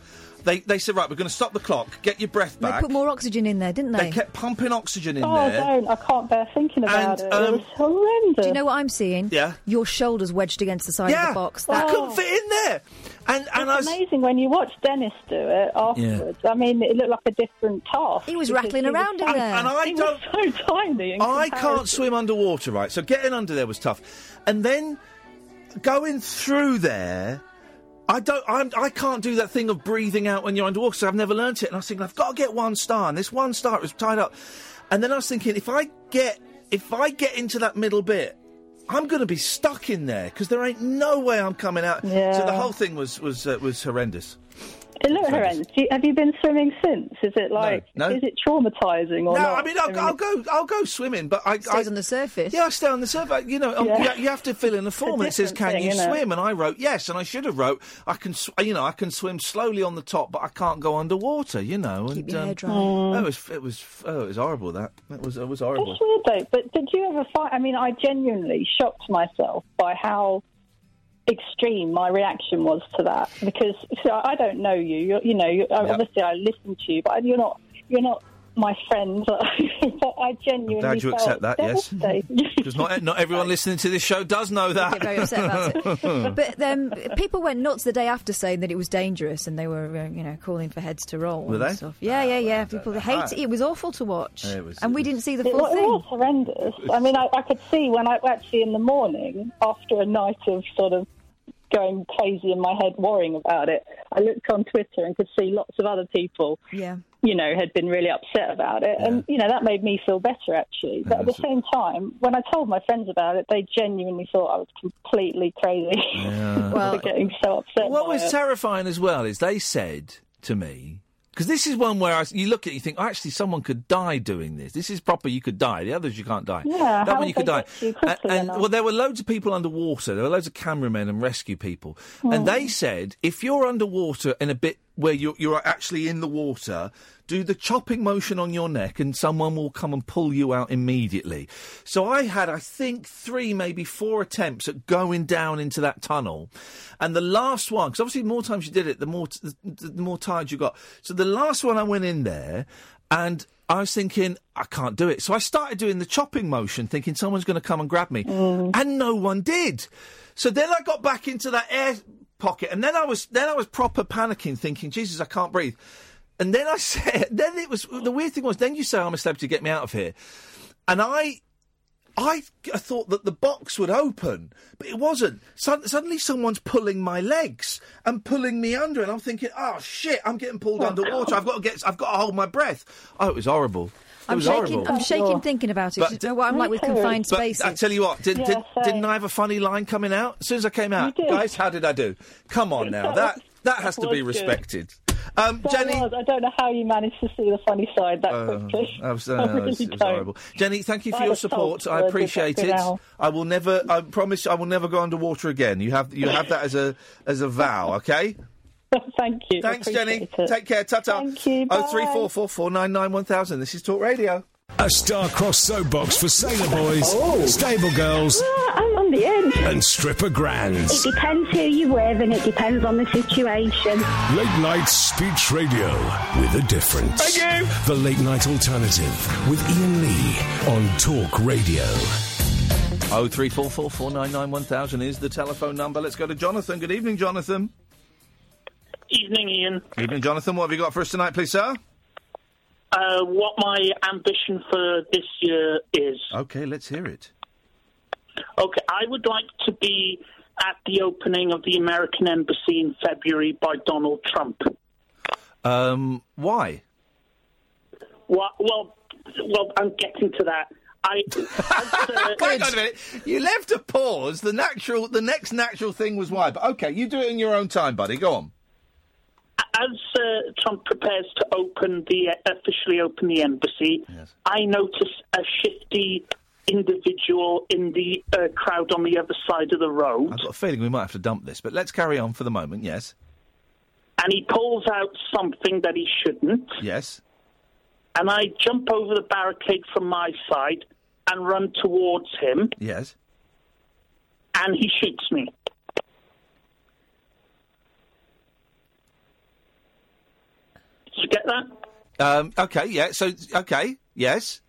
[SPEAKER 4] They, they said, right, we're going to stop the clock, get your breath
[SPEAKER 5] They
[SPEAKER 4] back.
[SPEAKER 5] put more oxygen in there, didn't they?
[SPEAKER 4] They kept pumping oxygen in
[SPEAKER 5] Oh,
[SPEAKER 4] there.
[SPEAKER 5] don't.
[SPEAKER 22] I can't bear thinking
[SPEAKER 5] about
[SPEAKER 4] And, it. It um, was
[SPEAKER 22] horrendous.
[SPEAKER 5] Do you know what I'm seeing?
[SPEAKER 4] Yeah.
[SPEAKER 5] Your shoulders wedged against the side of
[SPEAKER 4] Yeah.
[SPEAKER 5] the box.
[SPEAKER 4] I
[SPEAKER 22] Oh.
[SPEAKER 4] couldn't fit in there. And, and
[SPEAKER 22] it's amazing when you watch Dennis do it afterwards. I mean, it looked like a different task. He was
[SPEAKER 5] rattling around in
[SPEAKER 4] And- there. and I
[SPEAKER 22] he was so tiny. in
[SPEAKER 4] I
[SPEAKER 22] comparison.
[SPEAKER 4] can't swim underwater, right? So getting under there was tough, and then going through there. I don't. I'm, I can't do that thing of breathing out when you're underwater. So I've never learnt it, and I was thinking I've got to get one star, and this one star was tied up. And then I was thinking, if I get if I get into that middle bit, I'm going to be stuck in there because there ain't no way I'm coming out. So the
[SPEAKER 22] Yeah.
[SPEAKER 4] whole thing was was uh, was horrendous.
[SPEAKER 22] It looked horrendous. Do you- have you been swimming since? Is it like
[SPEAKER 4] No.
[SPEAKER 22] is it traumatizing
[SPEAKER 4] no,
[SPEAKER 22] or not?
[SPEAKER 4] I mean, I'll, I'll go, I'll go swimming, but I stays
[SPEAKER 5] on the surface.
[SPEAKER 4] Yeah, I stay on the surface. You know, um,
[SPEAKER 22] Yeah.
[SPEAKER 4] you, you have to fill in a form. and it says, "Can
[SPEAKER 22] different
[SPEAKER 4] you
[SPEAKER 22] thing, innit?
[SPEAKER 4] swim?" And I wrote yes, and I should have wrote, "I can, sw- you know, I can swim slowly on the top, but I can't go underwater." You know, and
[SPEAKER 22] your hair dry.
[SPEAKER 4] That was, it was, oh, it was horrible. That that was, it was horrible.
[SPEAKER 22] It's weird though, but did you ever find? I mean, I genuinely shocked myself by how extreme my reaction was to that because so I don't know you. You're, you know, you
[SPEAKER 4] Yep.
[SPEAKER 22] obviously I listen to you, but you're not. You're not my friend. but I genuinely
[SPEAKER 4] Glad you
[SPEAKER 22] felt
[SPEAKER 4] accept that. Yes,
[SPEAKER 22] devastated.
[SPEAKER 4] because not not everyone listening to this show does know that.
[SPEAKER 5] Get very upset about
[SPEAKER 4] Hmm.
[SPEAKER 5] it. but um, people went nuts the day after saying that it was dangerous and they were, uh, you know, calling for heads to roll.
[SPEAKER 4] Were
[SPEAKER 5] and
[SPEAKER 4] they?
[SPEAKER 5] Stuff. Yeah, yeah, yeah. People
[SPEAKER 4] know.
[SPEAKER 5] hate it. It was awful to watch,
[SPEAKER 4] It was-
[SPEAKER 5] and
[SPEAKER 4] it
[SPEAKER 5] we didn't see the
[SPEAKER 22] It
[SPEAKER 5] full
[SPEAKER 22] was, it
[SPEAKER 5] thing.
[SPEAKER 22] was horrendous. I mean, I, I could see when I actually in the morning, after a night of sort of going crazy in my head, worrying about it, I looked on Twitter and could see lots of other people,
[SPEAKER 5] Yeah.
[SPEAKER 22] you know, had been really upset about it. And, you know, that made me feel better actually. But at the same time, when I told my friends about it, they genuinely thought I was completely crazy
[SPEAKER 4] Yeah.
[SPEAKER 22] for getting so upset.
[SPEAKER 4] What
[SPEAKER 22] by
[SPEAKER 4] was
[SPEAKER 22] it.
[SPEAKER 4] terrifying as well is they said to me, because this is one where I, you look at it, you think, oh, actually, someone could die doing this. This is proper, you could die. The others, you can't die.
[SPEAKER 22] Yeah,
[SPEAKER 4] that
[SPEAKER 22] how
[SPEAKER 4] one, you could
[SPEAKER 22] would they
[SPEAKER 4] die.
[SPEAKER 22] get you
[SPEAKER 4] And,
[SPEAKER 22] quickly
[SPEAKER 4] and-
[SPEAKER 22] enough?
[SPEAKER 4] well, there were loads of people underwater. There were loads of cameramen and rescue people.
[SPEAKER 22] Mm.
[SPEAKER 4] And they said, if you're underwater in a bit where you're, you're actually in the water, do the chopping motion on your neck and someone will come and pull you out immediately. So I had, I think, three, maybe four attempts at going down into that tunnel. And the last one, because obviously the more times you did it, the more, t- the, the more tired you got. So the last one I went in there and I was thinking, I can't do it. So I started doing the chopping motion, thinking someone's going to come and grab me. And no one did. So then I got back into that air pocket, and then I was then I was proper panicking, thinking, Jesus, I can't breathe. And then I said, then it was the weird thing was, then you say I'm a celebrity, get me out of here, and I. I I thought that the box would open, but it wasn't. Sud suddenly, someone's pulling my legs and pulling me under, and I'm thinking, "Oh shit! I'm getting pulled underwater. I've got to get. I've got to hold my breath." Oh, it was horrible. It
[SPEAKER 5] I'm
[SPEAKER 4] was
[SPEAKER 5] shaking.
[SPEAKER 4] horrible.
[SPEAKER 5] I'm shaking thinking about it.
[SPEAKER 4] But
[SPEAKER 5] Do you know what I'm like with confined
[SPEAKER 4] But
[SPEAKER 5] spaces.
[SPEAKER 4] I tell you what, did,
[SPEAKER 5] Yeah,
[SPEAKER 4] did,
[SPEAKER 5] same.
[SPEAKER 4] didn't I have a funny line coming out as soon as I came out?
[SPEAKER 22] You did.
[SPEAKER 4] Guys, how did I do? Come on now, that that, has to be
[SPEAKER 22] was good.
[SPEAKER 4] respected. Um,
[SPEAKER 22] That
[SPEAKER 4] Jenny,
[SPEAKER 22] was- I don't know how you managed to see the funny side that quickly.
[SPEAKER 4] I was,
[SPEAKER 22] I
[SPEAKER 4] uh, it was-
[SPEAKER 22] really
[SPEAKER 4] it was
[SPEAKER 22] don't.
[SPEAKER 4] horrible. Jenny, thank you for
[SPEAKER 22] I
[SPEAKER 4] your
[SPEAKER 22] was sold
[SPEAKER 4] support.
[SPEAKER 22] for
[SPEAKER 4] I
[SPEAKER 22] a good-
[SPEAKER 4] appreciate
[SPEAKER 22] good
[SPEAKER 4] it.
[SPEAKER 22] hour.
[SPEAKER 4] I will never. I promise. I will never go underwater again. You have you have that as a as a vow. Okay.
[SPEAKER 22] Thank you.
[SPEAKER 4] Thanks, Jenny.
[SPEAKER 1] Appreciate it.
[SPEAKER 4] Take care. Ta ta. Thank you. Oh three four four four nine nine one thousand. This is Talk Radio.
[SPEAKER 1] A star-crossed soapbox for sailor boys, stable girls,
[SPEAKER 23] Oh. Ah, I'm on the edge.
[SPEAKER 1] and stripper
[SPEAKER 23] It
[SPEAKER 1] grands.
[SPEAKER 23] depends who you're with and it depends on the situation.
[SPEAKER 1] Late night speech radio with a difference. Thank you. The late night alternative with Ian Lee on Talk Radio.
[SPEAKER 4] Oh three four four four nine nine one thousand is the telephone number. Let's go to Jonathan. Good evening, Jonathan.
[SPEAKER 24] Evening, Ian.
[SPEAKER 4] Evening, Jonathan. What have you got for us tonight, please, sir?
[SPEAKER 24] Uh, what my ambition for this year is?
[SPEAKER 4] Okay, let's hear it.
[SPEAKER 24] Okay, I would like to be at the opening of the American Embassy in February by Donald Trump.
[SPEAKER 4] Um, why?
[SPEAKER 24] What, well, well, I'm getting to that. uh,
[SPEAKER 11] I.
[SPEAKER 4] Hang on a minute. You left a pause. The natural, the next natural thing was why. But okay, you do it in your own time, buddy. Go on.
[SPEAKER 11] as uh, Trump prepares to open the officially open the embassy, I notice a shifty individual in the uh, crowd on the other side of the road,
[SPEAKER 4] I've got a feeling we might have to dump this, but let's carry on for the moment. Yes,
[SPEAKER 11] and he pulls out something that he shouldn't,
[SPEAKER 4] yes.
[SPEAKER 11] and I jump over the barricade from my side and run towards him,
[SPEAKER 4] Yes.
[SPEAKER 11] and he shoots me. Did you get that?
[SPEAKER 4] Um, okay. Yeah. So okay. Yes.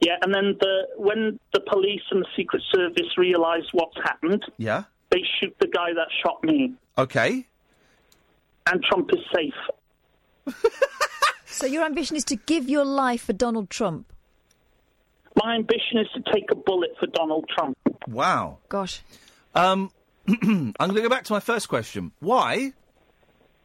[SPEAKER 11] Yeah, and then the when the police and the Secret Service realise what's happened,
[SPEAKER 4] Yeah.
[SPEAKER 11] they shoot the guy that shot me,
[SPEAKER 4] Okay.
[SPEAKER 11] and Trump is safe.
[SPEAKER 5] So your ambition is to give your life for Donald Trump.
[SPEAKER 11] My ambition is to take a bullet for Donald Trump.
[SPEAKER 4] Wow.
[SPEAKER 5] Gosh.
[SPEAKER 4] Um, I'm going to go back to my first question. Why?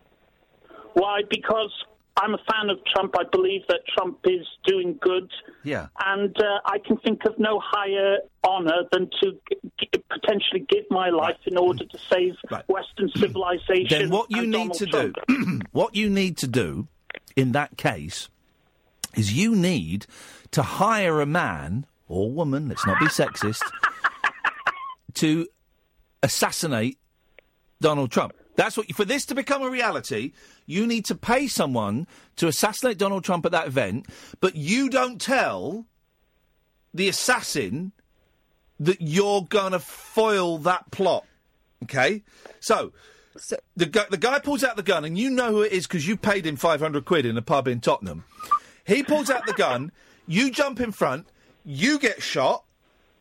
[SPEAKER 11] Why? Because I'm a fan of Trump. I believe that Trump is doing good,
[SPEAKER 4] Yeah.
[SPEAKER 11] and uh, I can think of no higher honour than to g- g- potentially give my life in order to save Western civilization.
[SPEAKER 4] Then what you
[SPEAKER 11] and
[SPEAKER 4] need
[SPEAKER 11] Donald
[SPEAKER 4] to
[SPEAKER 11] Trump.
[SPEAKER 4] do, what you need to do in that case, is you need to hire a man or woman. Let's not be sexist. to assassinate Donald Trump. That's what for this to become a reality, you need to pay someone to assassinate Donald Trump at that event, but you don't tell the assassin that you're gonna foil that plot. Okay, so. the, gu- the guy pulls out the gun, and you know who it is because you paid him 500 quid in a pub in Tottenham. He pulls out the gun, you jump in front, you get shot,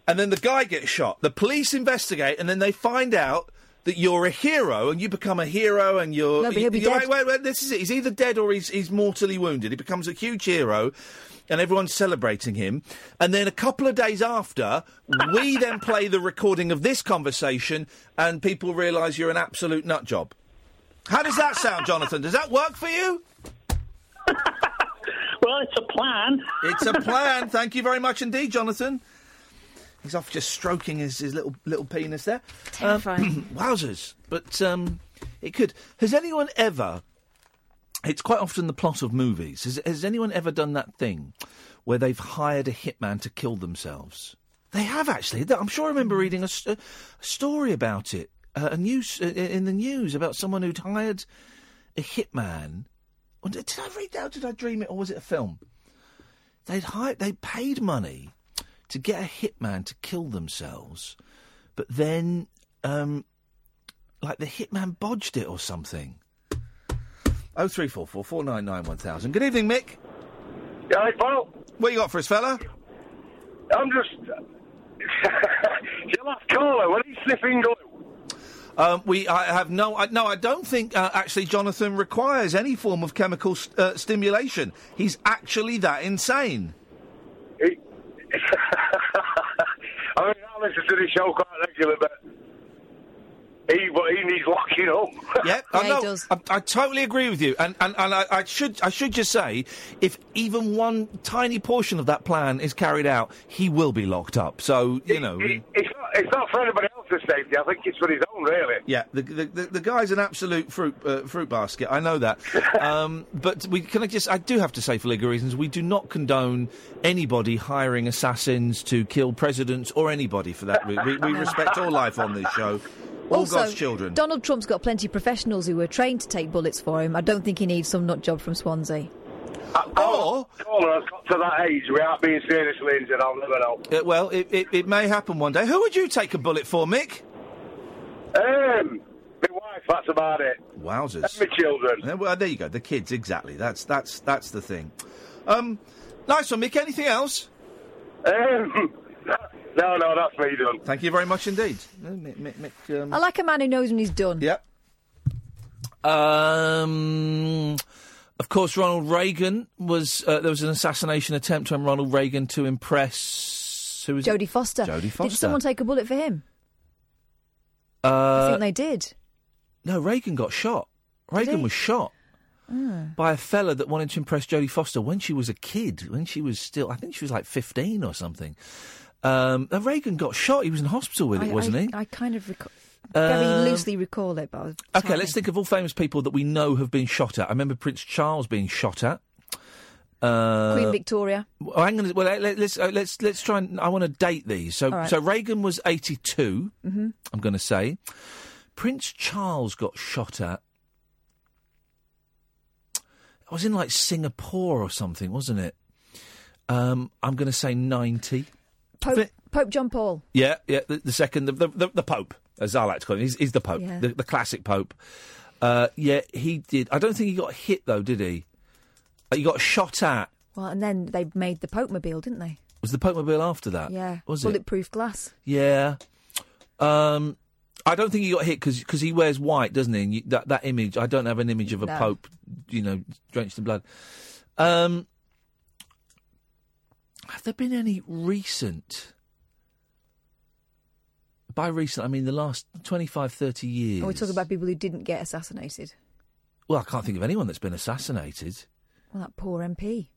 [SPEAKER 4] and then the guy gets shot. The police investigate, and then they find out that you're a hero, and you become a hero, and you're.
[SPEAKER 5] No, but he'll be
[SPEAKER 4] you're-
[SPEAKER 5] dead.
[SPEAKER 4] Wait, wait, this is it. He's either dead or he's, he's mortally wounded. He becomes a huge hero, and everyone's celebrating him. And then a couple of days after, we then play the recording of this conversation, and people realise you're an absolute nut job. How does that sound, Jonathan? Does that work for you?
[SPEAKER 11] well, it's a plan.
[SPEAKER 4] It's a plan. Thank you very much indeed, Jonathan. He's off just stroking his, his little little penis there. Um, wowzers! But um, it could. Has anyone ever? It's quite often the plot of movies. Has, has anyone ever done that thing where they've hired a hitman to kill themselves? They have actually. Th- I'm sure I remember reading a, st- a story about it. Uh, a news uh, in the news about someone who'd hired a hitman. Or did, did I read that? Or did I dream it? Or was it a film? They'd hired. They paid money to get a hitman to kill themselves, but then, um, like the hitman bodged it or something. Oh three four four four nine nine one thousand. Good evening, Mick.
[SPEAKER 21] Hi, Paul.
[SPEAKER 4] What you got for us, fella?
[SPEAKER 21] I'm just. Your last caller, what are you sniffing glue?
[SPEAKER 4] Um, we, I have no, I, no, I don't think uh, actually Jonathan requires any form of chemical st- uh, stimulation. He's actually that insane.
[SPEAKER 21] I mean, I listen to this show quite regular, but he, but he needs locking up.
[SPEAKER 4] Yep, I know. I, I totally agree with you, and and, and I, I should I should just say, if even one tiny portion of that plan is carried out, he will be locked up. So you know,
[SPEAKER 21] It- it's, not, it's not for anybody else's safety. I think it's for his own, really.
[SPEAKER 4] yeah, the the, the, the guy's an absolute fruit uh, fruit basket. I know that, um, but we can I just I do have to say for legal reasons we do not condone anybody hiring assassins to kill presidents or anybody for that. We, we, we respect all life on this show, all
[SPEAKER 5] also,
[SPEAKER 4] God's children.
[SPEAKER 5] Donald Trump's got plenty of professionals who were trained to take bullets for him. I don't think he needs some nut job from Swansea.
[SPEAKER 21] Oh, caller has got to that age without being seriously injured. I'll never know.
[SPEAKER 4] Uh, well, it, it, it may happen one day. Who would you take a bullet for, Mick?
[SPEAKER 21] Um, my wife. That's about it.
[SPEAKER 4] Wowzers.
[SPEAKER 21] And my children.
[SPEAKER 4] Yeah, well, there you go. The kids, exactly. That's that's that's the thing. Um, nice one, Mick. Anything else?
[SPEAKER 21] Um, no, no, that's me done.
[SPEAKER 4] Thank you very much indeed. Uh, Mick, Mick, Mick, um,
[SPEAKER 5] I like a man who knows when he's done.
[SPEAKER 4] Yep. Um, of course, Ronald Reagan was. Uh, there was an assassination attempt on Ronald Reagan to impress. Who was it?
[SPEAKER 5] Jodie Foster.
[SPEAKER 4] Jodie Foster.
[SPEAKER 5] Did someone take a bullet for him?
[SPEAKER 4] Uh,
[SPEAKER 5] I think they did.
[SPEAKER 4] No, Reagan got shot. Reagan was shot.
[SPEAKER 5] Ah.
[SPEAKER 4] by a fella that wanted to impress Jodie Foster when she was a kid, when she was still, I think she was like 15 or something. Um, and Reagan got shot. He was in hospital with it,
[SPEAKER 5] I-
[SPEAKER 4] wasn't
[SPEAKER 5] I,
[SPEAKER 4] he?
[SPEAKER 5] I kind of recall, very
[SPEAKER 4] Um,
[SPEAKER 5] loosely recall it, but I was
[SPEAKER 4] Okay, let's think of all famous people that we know have been shot at. I remember Prince Charles being shot at. Uh,
[SPEAKER 5] Queen Victoria.
[SPEAKER 4] Oh, hang on. Well, let, let- let's uh, let's let's try and I want to date these. So
[SPEAKER 5] All right.
[SPEAKER 4] so Reagan was eighty two.
[SPEAKER 5] Mhm.
[SPEAKER 4] I'm going to say Prince Charles got shot at. I was in like Singapore or something, wasn't it? Um, I'm going to say ninety.
[SPEAKER 5] Pope, Pope John Paul.
[SPEAKER 4] Yeah, yeah. The, the second, the, the the Pope, as I like to call him, he's, he's the Pope,
[SPEAKER 5] Yeah.
[SPEAKER 4] the, the classic Pope. Uh, yeah, he did. I don't think he got hit though, did he? Uh, he got shot at.
[SPEAKER 5] Well, and then they made the Pope Mobile, didn't they?
[SPEAKER 4] Was the Pope mobile after that?
[SPEAKER 5] yeah.
[SPEAKER 4] Uh, was it?
[SPEAKER 5] Bulletproof glass.
[SPEAKER 4] Yeah. Um, I don't think he got hit because he wears white, doesn't he? And you, that that image, I don't have an image of a
[SPEAKER 5] No.
[SPEAKER 4] pope, you know, drenched in blood. Um, have there been any recent? By recent, I mean the last 25, 30 years.
[SPEAKER 5] And we're talking about people who didn't get assassinated.
[SPEAKER 4] Well, I can't think of anyone that's been assassinated.
[SPEAKER 5] Well, that poor MP.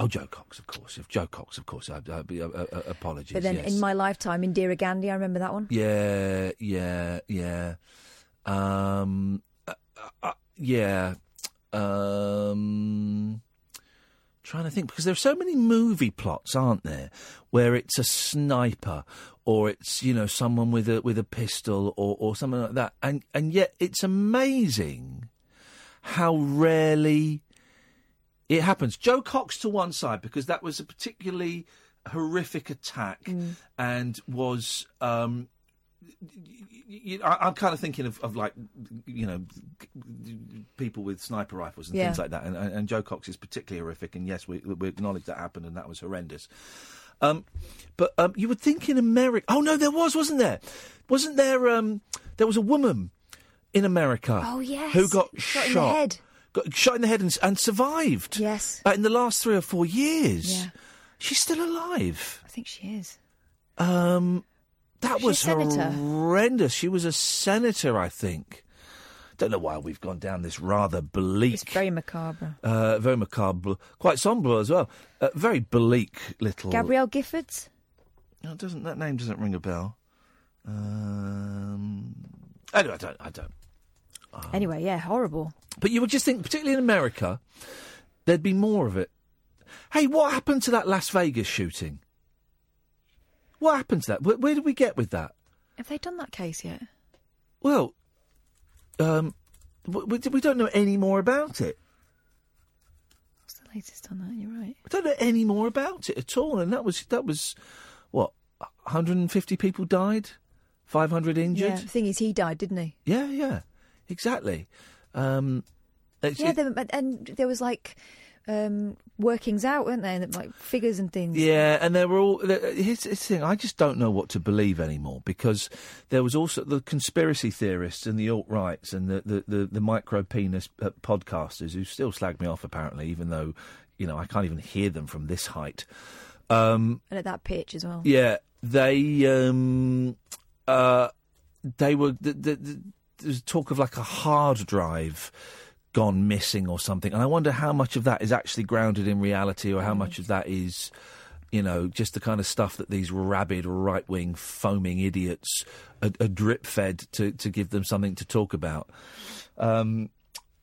[SPEAKER 4] Oh, Joe Cox, of course. If Joe Cox, of course. I, I, I, I- apologies.
[SPEAKER 5] but then
[SPEAKER 4] yes.
[SPEAKER 5] in my lifetime, Indira Gandhi, I remember that one.
[SPEAKER 4] Yeah, yeah, yeah. Um, uh, uh, yeah. Um, trying to think because there are so many movie plots, aren't there, where it's a sniper or it's you know someone with a with a pistol or or something like that, and and yet it's amazing how rarely it happens. Joe Cox to one side because that was a particularly horrific attack and was. Um, y- y- I, am kind of thinking of, of like you know people with sniper rifles and
[SPEAKER 6] Yeah.
[SPEAKER 4] things like that, and, and, and Joe Cox is particularly horrific. And yes, we, we acknowledge that happened and that was horrendous. Um, but um, you would think in America. Oh no, there was, wasn't there? Wasn't there? Um, there was a woman in America.
[SPEAKER 5] Oh, yes.
[SPEAKER 4] who got
[SPEAKER 5] Shot
[SPEAKER 4] shot
[SPEAKER 5] in the head.
[SPEAKER 4] Got shot in the head and, and survived.
[SPEAKER 5] Yes.
[SPEAKER 4] Uh, in the last three or four years,
[SPEAKER 5] Yeah.
[SPEAKER 4] she's still alive.
[SPEAKER 5] I think she is.
[SPEAKER 4] Um, that
[SPEAKER 5] She's a
[SPEAKER 4] was
[SPEAKER 5] senator.
[SPEAKER 4] horrendous. She was a senator, I think. Don't know why we've gone down this rather bleak
[SPEAKER 5] Very macabre.
[SPEAKER 4] uh, very macabre, quite sombre as well. Uh, very bleak little.
[SPEAKER 5] Gabrielle Giffords.
[SPEAKER 4] No, it doesn't that name doesn't ring a bell? Um, anyway, I don't. I don't. Um,
[SPEAKER 5] Anyway, yeah, horrible.
[SPEAKER 4] But you would just think, particularly in America, there'd be more of it. Hey, what happened to that Las Vegas shooting? What happened to that? Where, where did we get with that?
[SPEAKER 5] Have they done that case yet?
[SPEAKER 4] Well, um, we, we we don't know any more about it.
[SPEAKER 5] What's the latest on that? You're right.
[SPEAKER 4] I don't know any more about it at all. And that was that was what 150 people died, 500
[SPEAKER 5] Yeah.
[SPEAKER 4] injured.
[SPEAKER 5] The thing is, he died, didn't he?
[SPEAKER 4] Yeah, yeah, exactly. Um, it's-
[SPEAKER 5] yeah.
[SPEAKER 4] it-
[SPEAKER 5] There, and- and there was like um, workings out, weren't there? And, like figures and things.
[SPEAKER 4] yeah, and there were all. the- Here's, here's the thing: I just don't know what to believe anymore because there was also the conspiracy theorists and the alt rights and the the the, the micro penis uh, podcasters who still slag me off apparently, even though you know I can't even hear them from this height. Um,
[SPEAKER 5] And at that pitch as well.
[SPEAKER 4] Yeah, they um, uh, they were th th th there's talk of like a hard drive gone missing or something, and I wonder how much of that is actually grounded in reality or how much of that is. You know, just the kind of stuff that these rabid right wing foaming idiots are, are drip fed to, to give them something to talk about. Um,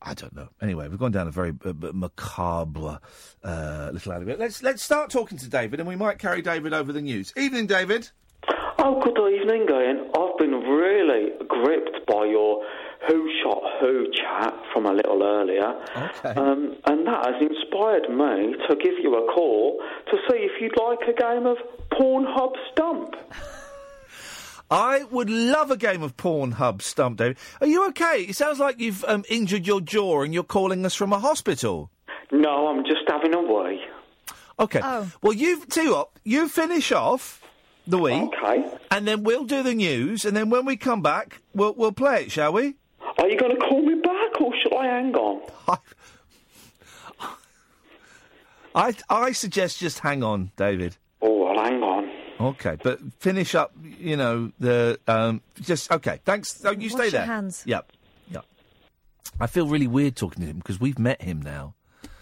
[SPEAKER 4] I don't know. Anyway, we've gone down a very uh, b- macabre uh, little alleyway. Let's let's start talking to David, and we might carry David over the news. Evening, David.
[SPEAKER 7] Oh, good evening, Ian. I've been really gripped by your who shot who chat from a little earlier. Um, and that has inspired me to give you a call to see if you'd like a game of Pornhub Stump.
[SPEAKER 4] I would love a game of Pornhub Stump, David. Are you okay? It sounds like you've um, injured your jaw, and you're calling us from a hospital.
[SPEAKER 7] No, I'm just having a wee.
[SPEAKER 4] Okay.
[SPEAKER 5] Oh.
[SPEAKER 4] Well, you tell you what, you finish off the week,
[SPEAKER 7] okay,
[SPEAKER 4] and then we'll do the news, and then when we come back, we'll we'll play it, shall we?
[SPEAKER 7] Are you going to call me back, or should I hang on?
[SPEAKER 4] I I suggest just hang on, David.
[SPEAKER 7] Oh, well, hang on.
[SPEAKER 4] Okay, but finish up. You know the um, just okay. Thanks. Oh, you
[SPEAKER 5] Wash
[SPEAKER 4] stay
[SPEAKER 5] your
[SPEAKER 4] there.
[SPEAKER 5] hands.
[SPEAKER 4] Yep. Yep. I feel really weird talking to him because we've met him now.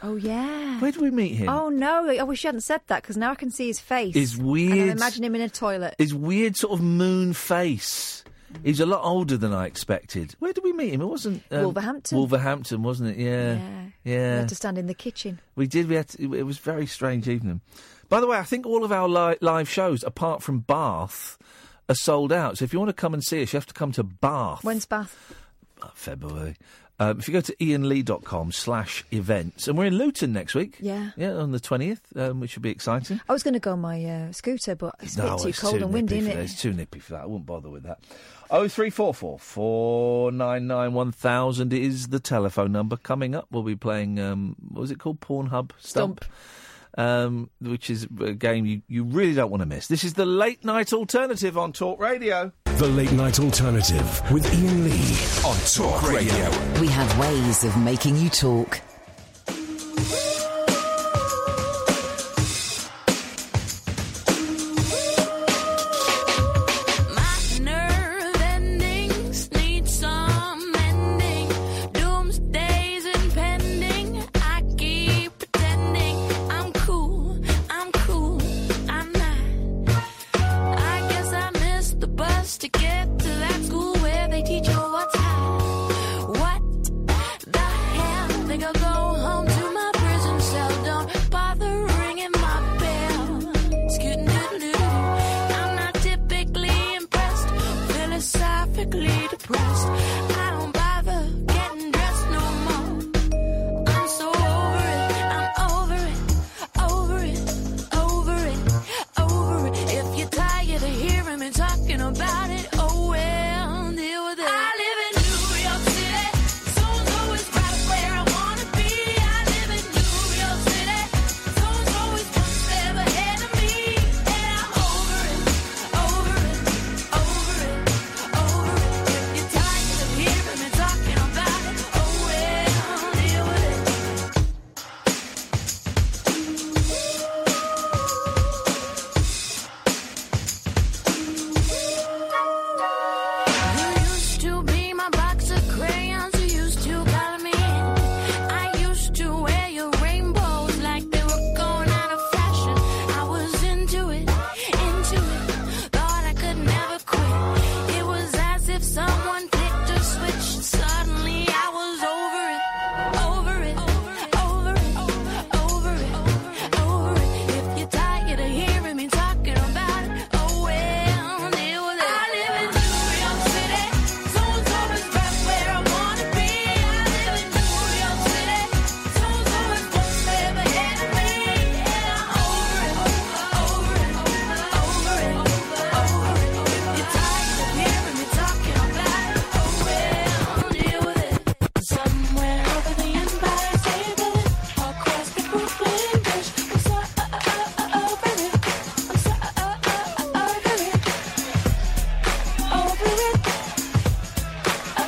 [SPEAKER 5] Oh yeah.
[SPEAKER 4] Where did we meet him?
[SPEAKER 5] Oh no! I wish you hadn't said that because now I can see his face.
[SPEAKER 4] His
[SPEAKER 5] And I
[SPEAKER 4] weird-
[SPEAKER 5] imagine him in a toilet.
[SPEAKER 4] His weird sort of moon face. He's a lot older than I expected. Where did we meet him? It wasn't
[SPEAKER 5] Wolverhampton.
[SPEAKER 4] Wolverhampton, wasn't it? Yeah.
[SPEAKER 5] Yeah.
[SPEAKER 4] Yeah.
[SPEAKER 5] You had to stand in the kitchen.
[SPEAKER 4] We did. We had. To, it was a very strange evening. By the way, I think all of our li- live shows, apart from Bath, are sold out. So if you want to come and see us, you have to come to Bath.
[SPEAKER 5] When's Bath?
[SPEAKER 4] Uh, February. Um, if you go to ianlee.com slash events, and we're in Luton next week.
[SPEAKER 5] Yeah.
[SPEAKER 4] Yeah, on the 20th, um, which should be exciting.
[SPEAKER 5] I was going to go on my uh, scooter, but it's a bit too
[SPEAKER 4] it's
[SPEAKER 5] cold and windy,
[SPEAKER 4] nippy
[SPEAKER 5] isn't
[SPEAKER 4] for that.
[SPEAKER 5] it?
[SPEAKER 4] It's too nippy for that. I wouldn't bother with that. Oh three four four four nine nine one thousand is the telephone number. Coming up, we'll be playing. Um, what was it called? Pornhub Stump. Um, which is a game you, you really don't want to miss. This is the late night alternative on Talk Radio.
[SPEAKER 1] The Late Night Alternative with Ian Lee on Talk Radio.
[SPEAKER 25] We have ways of making you talk.
[SPEAKER 6] nerve endings need some mending. Doomsday's impending. I keep pretending I'm cool. I'm cool. I'm not. I guess I missed the bus to get to that school where they teach you what's hot. What the hell? Think I'll go home to my prison cell. Don't bother ringing my bell. Skidoo-doo-doo. I'm not typically impressed, philosophically depressed. I don't bother getting dressed no more. I'm so over it. I'm over it. Over it. Over it. Over it. If you're tired of hearing me talking about it, oh well, deal with it. I live in New York City. So-and-so is right where I wanna be. I live in New York City. So-and-so is one step ahead of me. And I'm over it. Over it. Over it. Over it. If you're tired of hearing me talking about it, oh well, deal with it. You used to be my box of crayons. You used to color me in. I used to wear your rainbows like they were going out of fashion. I was into it, into it. Thought I could never quit. It was as if someone picked a switch. Suddenly I was over it, over it, over it, over it, over it. If you're tired of hearing me talking about it, oh well, deal with it. I live in New York City. So-and-so is right where I wanna be. I live in New York City. So-and-so is one step ahead of me. And I'm over it, over it, over it, over it. If you're tired of hearing me talking about it, oh well, deal with it. Somewhere over the Empire State Building, across the Brooklyn Bridge, I'm so over it. I'm so over it. Over it. Over it. I'm so over it. I'm so over it. I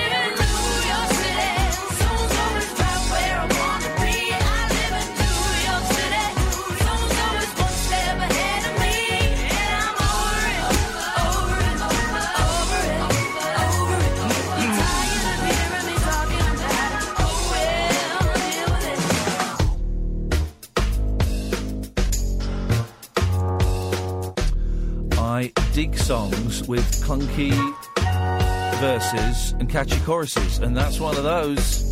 [SPEAKER 6] live in New York City, so so is right where I wanna be. I live in New York City, so so is one step ahead of me, and I'm over it. Over it. Over it. Over it. You're tired of hearing me talking about it. Oh well, deal with it.
[SPEAKER 4] I dig songs with clunky verses and catchy choruses, and that's one of those.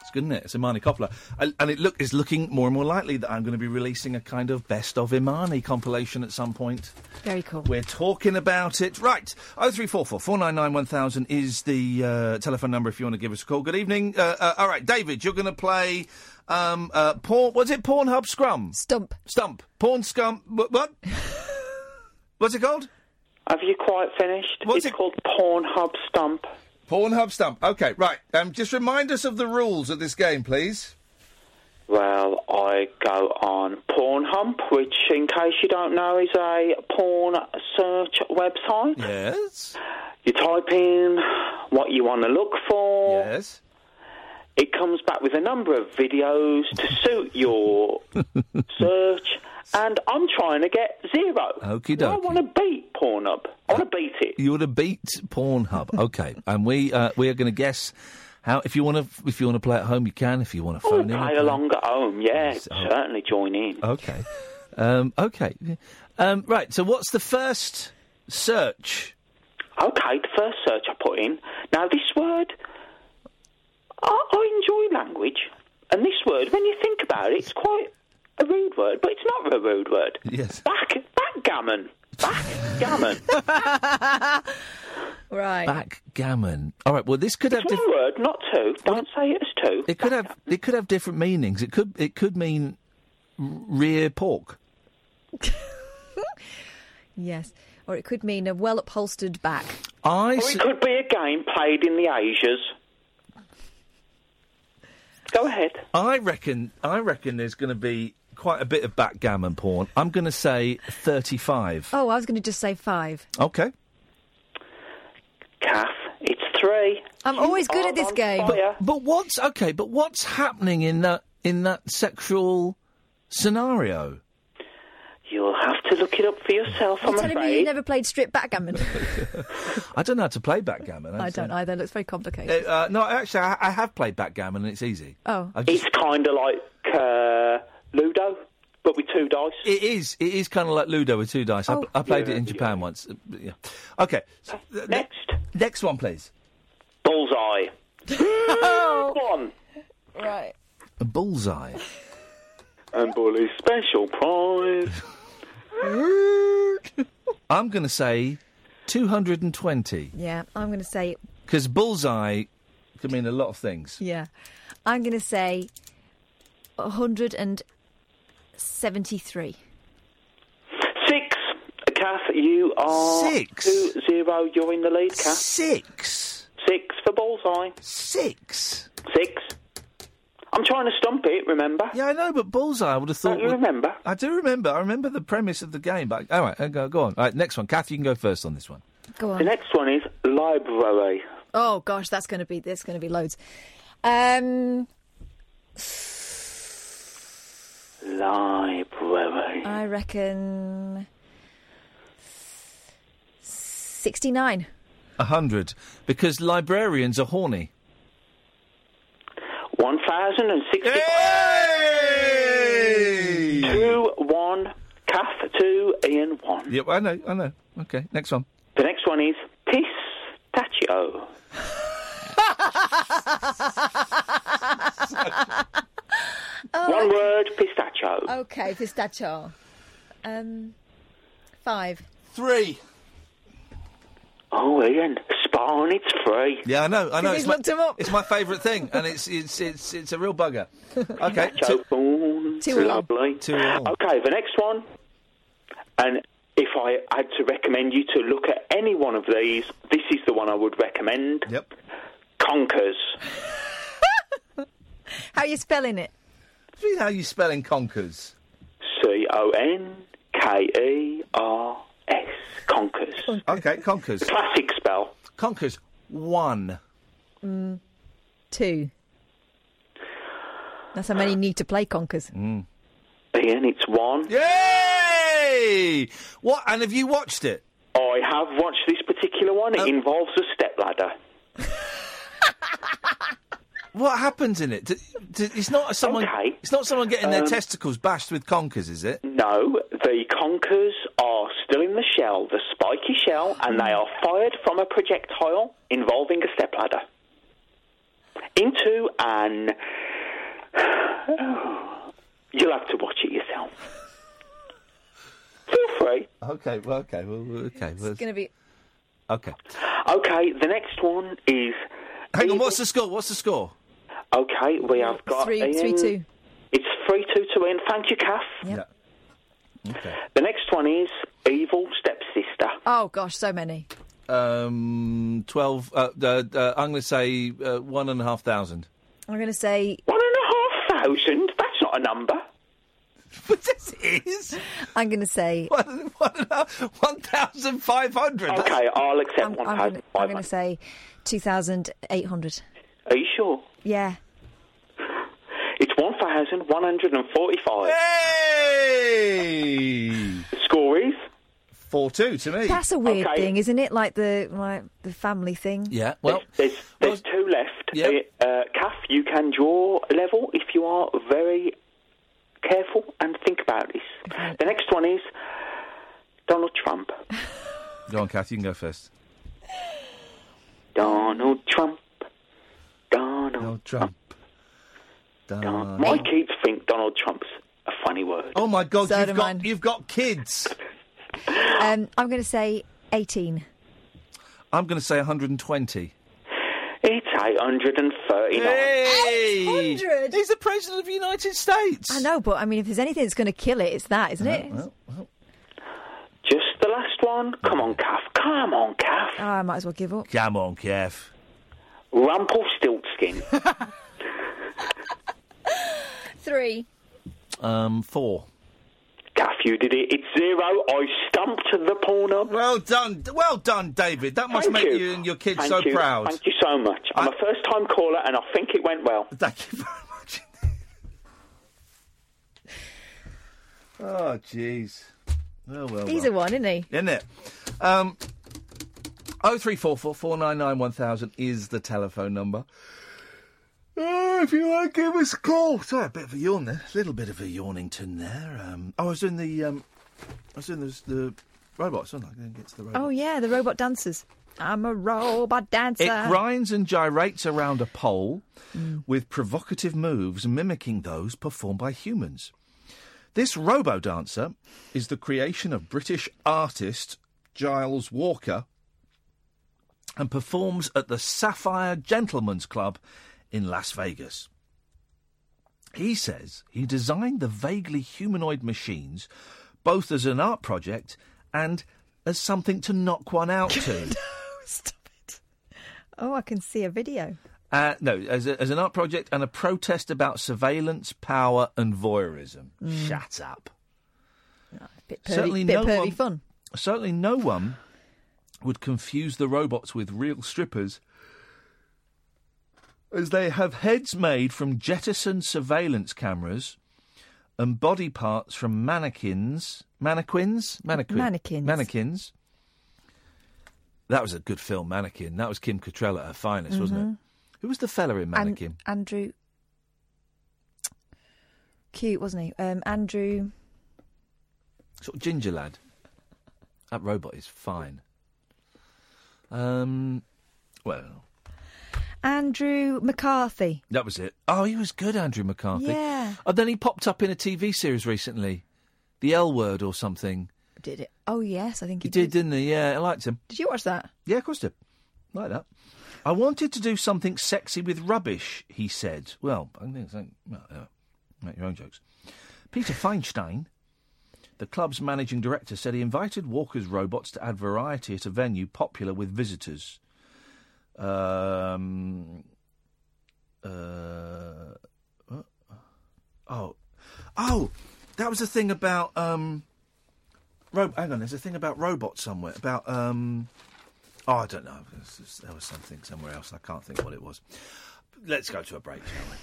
[SPEAKER 4] It's good, isn't it? It's Imani Coppola, and and it look is looking more and more likely that I'm going to be releasing a kind of best of Imani compilation at some point.
[SPEAKER 5] Very cool.
[SPEAKER 4] We're talking about it. Right. 0344 499 1000 is the uh, telephone number if you want to give us a call. Good evening. Uh, uh, all right, David, you're going to play. Um, uh, porn, was it Pornhub Scrum?
[SPEAKER 5] Stump.
[SPEAKER 4] Stump. Porn Scum. What? what? What's it called?
[SPEAKER 24] Have you quite finished?
[SPEAKER 4] What's
[SPEAKER 24] it's called Pornhub Stump.
[SPEAKER 4] Pornhub Stump. Okay, right. Um, just remind us of the rules of this game, please.
[SPEAKER 24] Well, I go on Pornhub, which, in case you don't know, is a porn search website.
[SPEAKER 4] Yes.
[SPEAKER 24] You type in what you want to look for.
[SPEAKER 4] Yes.
[SPEAKER 7] it comes back with a number of videos to suit your search, and I'm trying to get zero.
[SPEAKER 4] Okie
[SPEAKER 7] I
[SPEAKER 4] doke.
[SPEAKER 7] want to beat Pornhub. I want to beat it.
[SPEAKER 4] You would have beat Pornhub. Okay, and we uh, we are going to guess how. If you want to, if you want to play at home, you can. If you want to
[SPEAKER 7] Oh,
[SPEAKER 4] phone in,
[SPEAKER 7] play along at home, yeah,
[SPEAKER 4] oh.
[SPEAKER 7] certainly join in.
[SPEAKER 4] Okay. Um, okay. Um, right. So, what's the first search?
[SPEAKER 7] Okay, the first search I put in. Now, this word, I, I enjoy language, and this word, when you think about it, it's quite a rude word, but it's not a rude word.
[SPEAKER 4] Yes.
[SPEAKER 7] Back, backgammon. Backgammon.
[SPEAKER 5] right.
[SPEAKER 4] Backgammon. All right. Well, this could have
[SPEAKER 7] It's
[SPEAKER 4] different
[SPEAKER 7] one word, not two. Don't say it as two.
[SPEAKER 4] It could have it could have different meanings. It could it could mean r- rear pork.
[SPEAKER 5] Yes. Or it could mean a well upholstered back.
[SPEAKER 4] I
[SPEAKER 7] or it could be a game played in the Asias. Go ahead.
[SPEAKER 4] I reckon I reckon there's going to be quite a bit of backgammon porn. I'm going to say 35.
[SPEAKER 5] Oh, I was going to just say five.
[SPEAKER 4] Okay.
[SPEAKER 7] Kath, it's three.
[SPEAKER 5] I'm always good at this game.
[SPEAKER 4] But, but what's okay? But what's happening in that in that sexual scenario?
[SPEAKER 7] You'll have to look it up for yourself.
[SPEAKER 5] You're telling me you've never played strip backgammon?
[SPEAKER 4] I don't know how to play backgammon.
[SPEAKER 5] I don't either. It looks very complicated.
[SPEAKER 4] Uh, uh, no, actually, I, I have played backgammon and it's easy.
[SPEAKER 5] Oh.
[SPEAKER 4] I've
[SPEAKER 7] It's kind of like uh, Ludo, but with two dice.
[SPEAKER 4] It is. It is kind of like Ludo with two dice. I
[SPEAKER 7] Oh.
[SPEAKER 4] pl- I, played
[SPEAKER 7] Yeah, Uh,
[SPEAKER 4] it in Japan once. Uh, but yeah. Okay. so th- next. Next one, please.
[SPEAKER 7] Bullseye. one.
[SPEAKER 5] Oh. Right.
[SPEAKER 4] A bullseye.
[SPEAKER 7] And Bully's special prize.
[SPEAKER 4] I'm going to say 220
[SPEAKER 5] Yeah, I'm going to say,
[SPEAKER 4] because bullseye can mean a lot of things.
[SPEAKER 5] yeah. I'm going to say 173.
[SPEAKER 7] Six. Kath, you are
[SPEAKER 5] Six.
[SPEAKER 7] two zero. You're in the lead, Kath.
[SPEAKER 4] Six.
[SPEAKER 7] Six for bullseye.
[SPEAKER 4] Six.
[SPEAKER 7] Six. I'm trying to stump it. Remember?
[SPEAKER 4] Yeah, I know, but bullseye. I would have thought.
[SPEAKER 7] Don't you
[SPEAKER 4] would-
[SPEAKER 7] remember?
[SPEAKER 4] I do remember. I remember the premise of the game. But all right, uh, go, go on. All right, next one, Kath. You can go first on this one.
[SPEAKER 5] Go on.
[SPEAKER 7] The next one is library.
[SPEAKER 5] Oh gosh, that's going to be there's going to be loads. Um,
[SPEAKER 7] Library.
[SPEAKER 5] I reckon sixty nine.
[SPEAKER 4] A hundred, because librarians are horny.
[SPEAKER 7] One thousand and sixty. Two one. Kath two. Ian one.
[SPEAKER 4] Yep, I know. I know. Okay, next one.
[SPEAKER 7] The next one is pistachio. One word, pistachio.
[SPEAKER 5] Okay, pistachio. Um, five.
[SPEAKER 4] Three.
[SPEAKER 7] Oh, Ian, spawn, it's free.
[SPEAKER 4] Yeah, I know. I know.
[SPEAKER 5] he's
[SPEAKER 4] It's my,
[SPEAKER 5] looked 'em up.
[SPEAKER 4] It's my favourite thing, and it's it's it's it's a real bugger. Okay,
[SPEAKER 7] Pistachio spawn,
[SPEAKER 4] Two all.
[SPEAKER 7] lovely.
[SPEAKER 4] Two all.
[SPEAKER 7] Okay, the next one, and if I had to recommend you to look at any one of these, this is the one I would recommend.
[SPEAKER 4] Yep.
[SPEAKER 7] Conkers.
[SPEAKER 5] How are you spelling it?
[SPEAKER 4] See how you spelling conkers?
[SPEAKER 7] C O N K E R S. Conkers.
[SPEAKER 4] Okay, conkers.
[SPEAKER 7] Classic spell.
[SPEAKER 4] Conkers. One.
[SPEAKER 5] Mm, two. That's how many need to play conkers.
[SPEAKER 4] Mm.
[SPEAKER 7] Ian, it's one.
[SPEAKER 4] Yay! What? And have you watched it? Uh,
[SPEAKER 7] I have watched this particular one. It involves a stepladder.
[SPEAKER 4] What happens in it? D- d- it's not someone. It's not someone getting their
[SPEAKER 7] Um,
[SPEAKER 4] testicles bashed with conkers, is it?
[SPEAKER 7] No, the conkers are still in the shell, the spiky shell, and they are fired from a projectile involving a stepladder into an. You'll have to watch it yourself. Feel free.
[SPEAKER 4] Okay. Well. Okay. Well. well, Okay. Well,
[SPEAKER 5] Going to be
[SPEAKER 4] okay.
[SPEAKER 7] Okay, the next one is.
[SPEAKER 4] Hang on. What's the score? What's the score?
[SPEAKER 7] Okay, we have got
[SPEAKER 5] three,
[SPEAKER 7] Ian.
[SPEAKER 5] three, two.
[SPEAKER 7] It's three two to Ian. Thank you, Kath. The next one is evil stepsister.
[SPEAKER 5] Oh gosh, so many.
[SPEAKER 4] Um. Twelve. Uh, uh, uh, I'm going to say uh, one and a half thousand.
[SPEAKER 5] I'm going to say
[SPEAKER 7] One and a half thousand? That's not a number.
[SPEAKER 4] But this is.
[SPEAKER 5] I'm going to say
[SPEAKER 4] one, one thousand five hundred.
[SPEAKER 7] Okay, I'll accept
[SPEAKER 5] I'm,
[SPEAKER 7] one
[SPEAKER 5] I'm
[SPEAKER 7] thousand
[SPEAKER 5] gonna-
[SPEAKER 7] five
[SPEAKER 5] I'm going to
[SPEAKER 7] hundred.
[SPEAKER 5] say two thousand eight hundred.
[SPEAKER 7] Are you sure?
[SPEAKER 5] Yeah.
[SPEAKER 7] It's 1,145.
[SPEAKER 4] Hey!
[SPEAKER 7] Score is?
[SPEAKER 4] 4 2 to me.
[SPEAKER 5] That's a weird thing, isn't it? Like the like the family thing.
[SPEAKER 4] Yeah, well.
[SPEAKER 7] There's, there's two left. Uh, uh, Kath, you can draw a level if you are very careful and think about this. The next one is Donald Trump.
[SPEAKER 4] Go on, Kath, you can go first.
[SPEAKER 7] Donald Trump. Donald
[SPEAKER 4] Trump.
[SPEAKER 7] Oh, My kids think Donald Trump's a funny word.
[SPEAKER 4] Oh my God,
[SPEAKER 5] So do
[SPEAKER 4] you've, got, you've got kids.
[SPEAKER 5] Um, I'm going to say 18.
[SPEAKER 4] I'm going to say 120.
[SPEAKER 7] It's 839.
[SPEAKER 4] Hey! He's the president of the United States. Uh-huh.
[SPEAKER 5] I know, but I mean, if there's anything that's going to kill it, it's that, isn't it?
[SPEAKER 7] Just the last one. Come on, Kath. Come on, Kath.
[SPEAKER 5] Oh, I might as well give up.
[SPEAKER 4] Come on, Kev.
[SPEAKER 7] Rumpelstiltskin.
[SPEAKER 5] Three.
[SPEAKER 4] Um, four.
[SPEAKER 7] Gaff, you did it. It's zero. I stumped the porno.
[SPEAKER 4] Well done. Well done, David. That must
[SPEAKER 7] Thank
[SPEAKER 4] make you. and your kids
[SPEAKER 7] Thank
[SPEAKER 4] so
[SPEAKER 7] you.
[SPEAKER 4] proud.
[SPEAKER 7] Thank you so much. I'm a first time caller and I think it went well.
[SPEAKER 4] Thank you very much. Oh, jeez. Oh, well.
[SPEAKER 5] He's
[SPEAKER 4] well.
[SPEAKER 5] a one, isn't he?
[SPEAKER 4] Isn't it? Um, 0344 499 1000 is the telephone number. Oh, if you like, give us a call. Sorry, a bit of a yawn there. A little bit of a yawnington there. Um, oh, I was doing the, um, I was doing the, the robots, wasn't I? I didn't get to the robot.
[SPEAKER 5] Oh, yeah, the robot dancers. I'm a robot dancer.
[SPEAKER 4] It grinds and gyrates around a pole with provocative moves mimicking those performed by humans. This robo dancer is the creation of British artist Giles Walker and performs at the Sapphire Gentlemen's Club in Las Vegas. He says he designed the vaguely humanoid machines both as an art project and as something to knock one out to.
[SPEAKER 5] Oh, I can see a video.
[SPEAKER 4] Uh, no, as, a, as an art project and a protest about surveillance, power, and voyeurism.
[SPEAKER 5] Mm.
[SPEAKER 4] Shut up.
[SPEAKER 5] Bit pervy, bit pervy fun.
[SPEAKER 4] Certainly, no one would confuse the robots with real strippers, as they have heads made from jettison surveillance cameras and body parts from mannequins, mannequins, mannequin,
[SPEAKER 5] Mannequins.
[SPEAKER 4] mannequins. That was a good film, Mannequin. That was Kim Cattrall at her finest, wasn't it?
[SPEAKER 5] Mhm.
[SPEAKER 4] Who was the fella in
[SPEAKER 5] An-
[SPEAKER 4] Mannequin?
[SPEAKER 5] Andrew. Cute, wasn't he? Um, Andrew.
[SPEAKER 4] Sort of ginger lad. That robot is fine. Um, well,
[SPEAKER 5] Andrew McCarthy.
[SPEAKER 4] that was it. Oh, he was good, Andrew McCarthy.
[SPEAKER 5] Yeah.
[SPEAKER 4] And then he popped up in a TV series recently, The L Word or something.
[SPEAKER 5] Did it? Oh, yes, I think
[SPEAKER 4] He
[SPEAKER 5] he
[SPEAKER 4] did, didn't he? Yeah, I liked him.
[SPEAKER 5] Did you watch that?
[SPEAKER 4] Yeah, of course, I did. Like that. I wanted to do something sexy with rubbish, he said. Well, I think it's like, well, anyway, make your own jokes. Peter Feinstein, the club's managing director, said he invited Walker's robots to add variety at a venue popular with visitors. Um, uh, what? oh, oh, that was the thing about um, ro- hang on, there's a thing about robots somewhere about um, oh, I don't know, There's- there's- there was something somewhere else. I can't think what it was. Let's go to a break, shall we?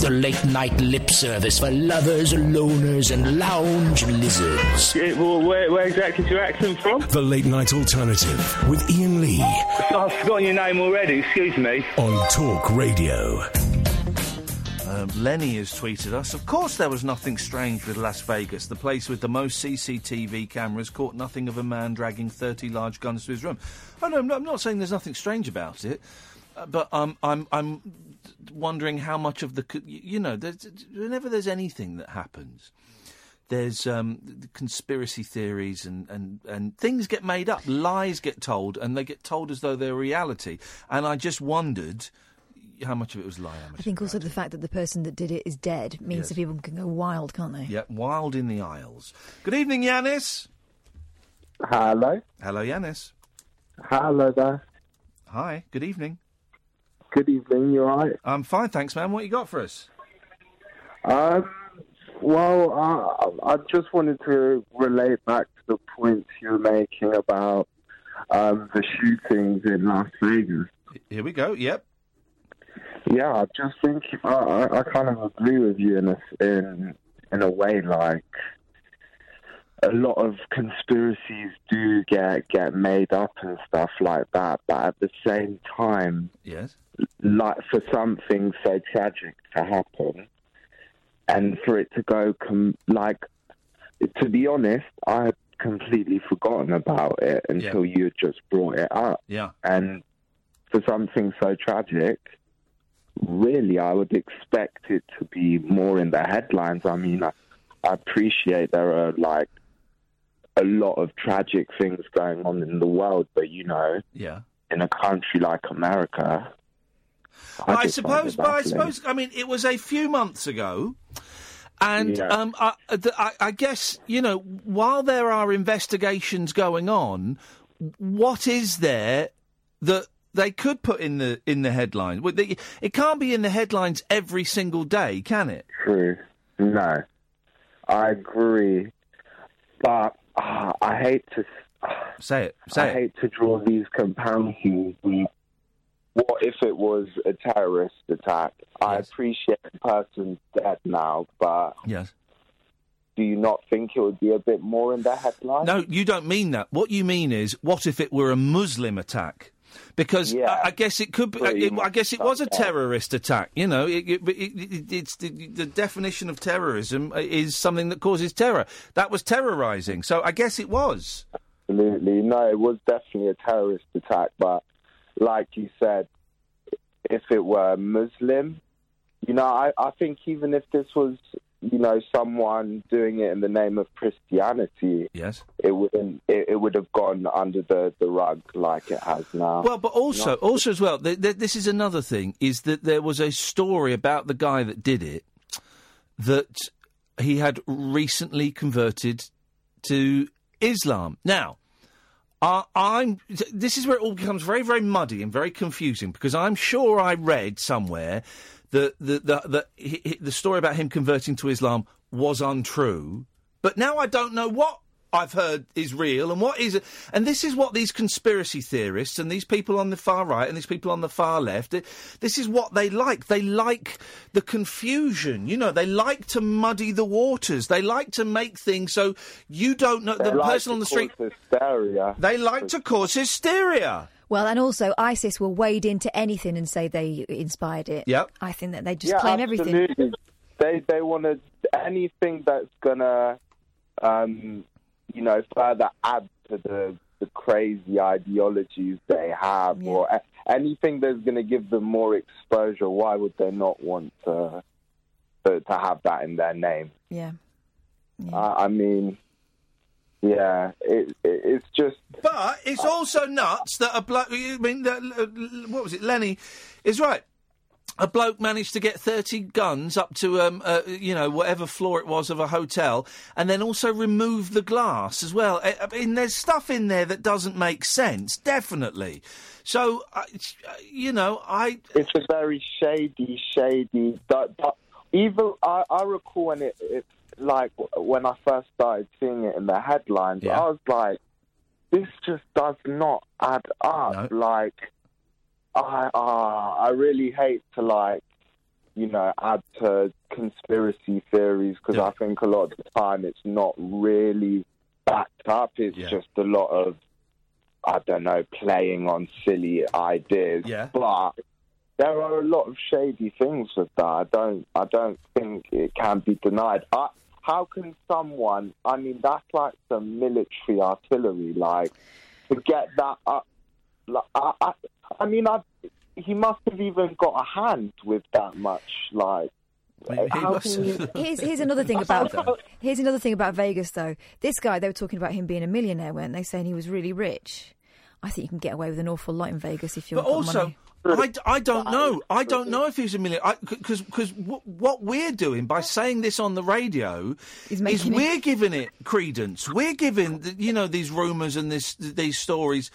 [SPEAKER 1] The late night lip service for lovers, loners, and lounge lizards.
[SPEAKER 15] well, where, where exactly is your accent from?
[SPEAKER 1] The late night alternative with Ian Lee
[SPEAKER 15] I've forgotten your name already, excuse me.
[SPEAKER 1] on Talk Radio.
[SPEAKER 4] Um, Lenny has tweeted us. Of course, there was nothing strange with Las Vegas. The place with the most CCTV cameras caught nothing of a man dragging 30 large guns to his room. Oh, no, I'm not, I'm not saying there's nothing strange about it, uh, but um, I'm, I'm wondering how much of the. co- y- You know, there's, whenever there's anything that happens, there's um, th- conspiracy theories and, and, and things get made up, lies get told, and they get told as though they're reality. And I just wondered how much of it was lie. how much
[SPEAKER 5] I think also the fact that the person that did it is dead means
[SPEAKER 4] Yes.
[SPEAKER 5] that people can go wild, can't they?
[SPEAKER 4] Yeah, Wild in the Isles. Good evening, Yanis.
[SPEAKER 15] Hello.
[SPEAKER 4] Hello, Yanis.
[SPEAKER 15] Hello there.
[SPEAKER 4] Hi, good evening.
[SPEAKER 15] Good evening, you alright?
[SPEAKER 4] I'm fine, thanks, man. What you got for us?
[SPEAKER 15] Um, well, uh, I, I just wanted to relate back to the points you were making about um, the shootings in Las Vegas.
[SPEAKER 4] Here we go, yep.
[SPEAKER 15] Yeah, I just think I, I, I kind of agree with you in a, in in a way. Like a lot of conspiracies do get get made up and stuff like that, but at the same time,
[SPEAKER 4] Yes.
[SPEAKER 15] like for something so tragic to happen, and for it to go com- like to be honest, I had completely forgotten about it until you had just brought it up.
[SPEAKER 4] Yeah.
[SPEAKER 15] And for something so tragic, really, I would expect it to be more in the headlines. I mean, I, I appreciate there are like a lot of tragic things going on in the world, but you know,
[SPEAKER 4] Yeah.
[SPEAKER 15] in a country like America,
[SPEAKER 4] I,
[SPEAKER 15] just find it
[SPEAKER 4] suppose, but I
[SPEAKER 15] baffling.
[SPEAKER 4] suppose, I mean, it was a few months ago, and
[SPEAKER 15] Yeah.
[SPEAKER 4] um, I, uh, th- I, I guess you know, while there are investigations going on, what is there that they could put in the in the headline? Would they- It can't be in the headlines every single day, can it?
[SPEAKER 15] True. No, I agree, but ah, I hate to
[SPEAKER 4] say it. Say
[SPEAKER 15] I hate to draw these comparisons. with What if it was a terrorist attack? I appreciate the person's dead now, but
[SPEAKER 4] Yes.
[SPEAKER 15] do you not think it would be a bit more in the headline?
[SPEAKER 4] No, you don't mean that. What you mean is, what if it were a Muslim attack? Because I, I guess it could be. I, it- I guess it was a terrorist attack. You know, it, it, it, it, it's the, the definition of terrorism uh, is something that causes terror. That was terrorising. So I guess it was.
[SPEAKER 15] Absolutely. No, it was definitely a terrorist attack, but like you said, if it were Muslim, you know, I, I think even if this was, you know, someone doing it in the name of Christianity,
[SPEAKER 4] yes,
[SPEAKER 15] it wouldn't, it, it would have gone under the, the rug like it has now.
[SPEAKER 4] Well, but also, also as well, th- th- this is another thing: is that there was a story about the guy that did it that he had recently converted to Islam. Now, I I'm. th- This is where it all becomes very, very muddy and very confusing because I'm sure I read somewhere that the the the, he- he- the story about him converting to Islam was untrue, but now I don't know what I've heard is real and what is And this is what these conspiracy theorists and these people on the far right and these people on the far left, th- this is what they like. They like the confusion. You know, they like to muddy the waters. They like to make things so you don't know.
[SPEAKER 15] They
[SPEAKER 4] the
[SPEAKER 15] like
[SPEAKER 4] person
[SPEAKER 15] to
[SPEAKER 4] on the street.
[SPEAKER 15] cause Hysteria.
[SPEAKER 4] They like to cause hysteria.
[SPEAKER 5] Well, and also ISIS will wade into anything and say they inspired it.
[SPEAKER 4] Yep.
[SPEAKER 5] I think that they just
[SPEAKER 15] yeah,
[SPEAKER 5] claim everything.
[SPEAKER 15] absolutely. They they want to anything that's gonna, um, you know, further add to the the crazy ideologies they have, or a- anything that's gonna give them more exposure. Why would they not want to to, to have that in their name?
[SPEAKER 5] Yeah.
[SPEAKER 15] I, I mean, yeah, it, it it's just
[SPEAKER 4] But
[SPEAKER 15] Ah.
[SPEAKER 4] it's also nuts that a bloke. I mean, that, uh, what was it? Lenny is right. A bloke managed to get thirty guns up to um, uh, you know whatever floor it was of a hotel, and then also remove the glass as well. I, I mean, there's stuff in there that doesn't make sense, definitely. So, uh, you know, I
[SPEAKER 15] it's a very shady, shady. That, that, even I, I recall when it, it, like when I first started seeing it in the headlines, I was like, this just does not add up. Like, I, ah, I really hate to like, you know, add to conspiracy theories because I think a lot of the time it's not really backed up. It's just a lot of I don't know, playing on silly ideas.
[SPEAKER 4] Yeah.
[SPEAKER 15] But there are a lot of shady things with that. I don't I don't think it can be denied. I, how can someone I mean that's like some military artillery, like to get that up like, I, I I mean I he must have even got a hand with that much like how can you-
[SPEAKER 5] Here's, here's another thing about here's another thing about Vegas though. This guy they were talking about him being a millionaire, weren't they? Saying he was really rich. I think you can get away with an awful lot in Vegas if you're.
[SPEAKER 4] But also, I, d- I don't know. I don't know if he's a million. Because because what we're doing by saying this on the radio is
[SPEAKER 5] making it-
[SPEAKER 4] we're giving it credence. We're giving th- you know these rumours and this these stories.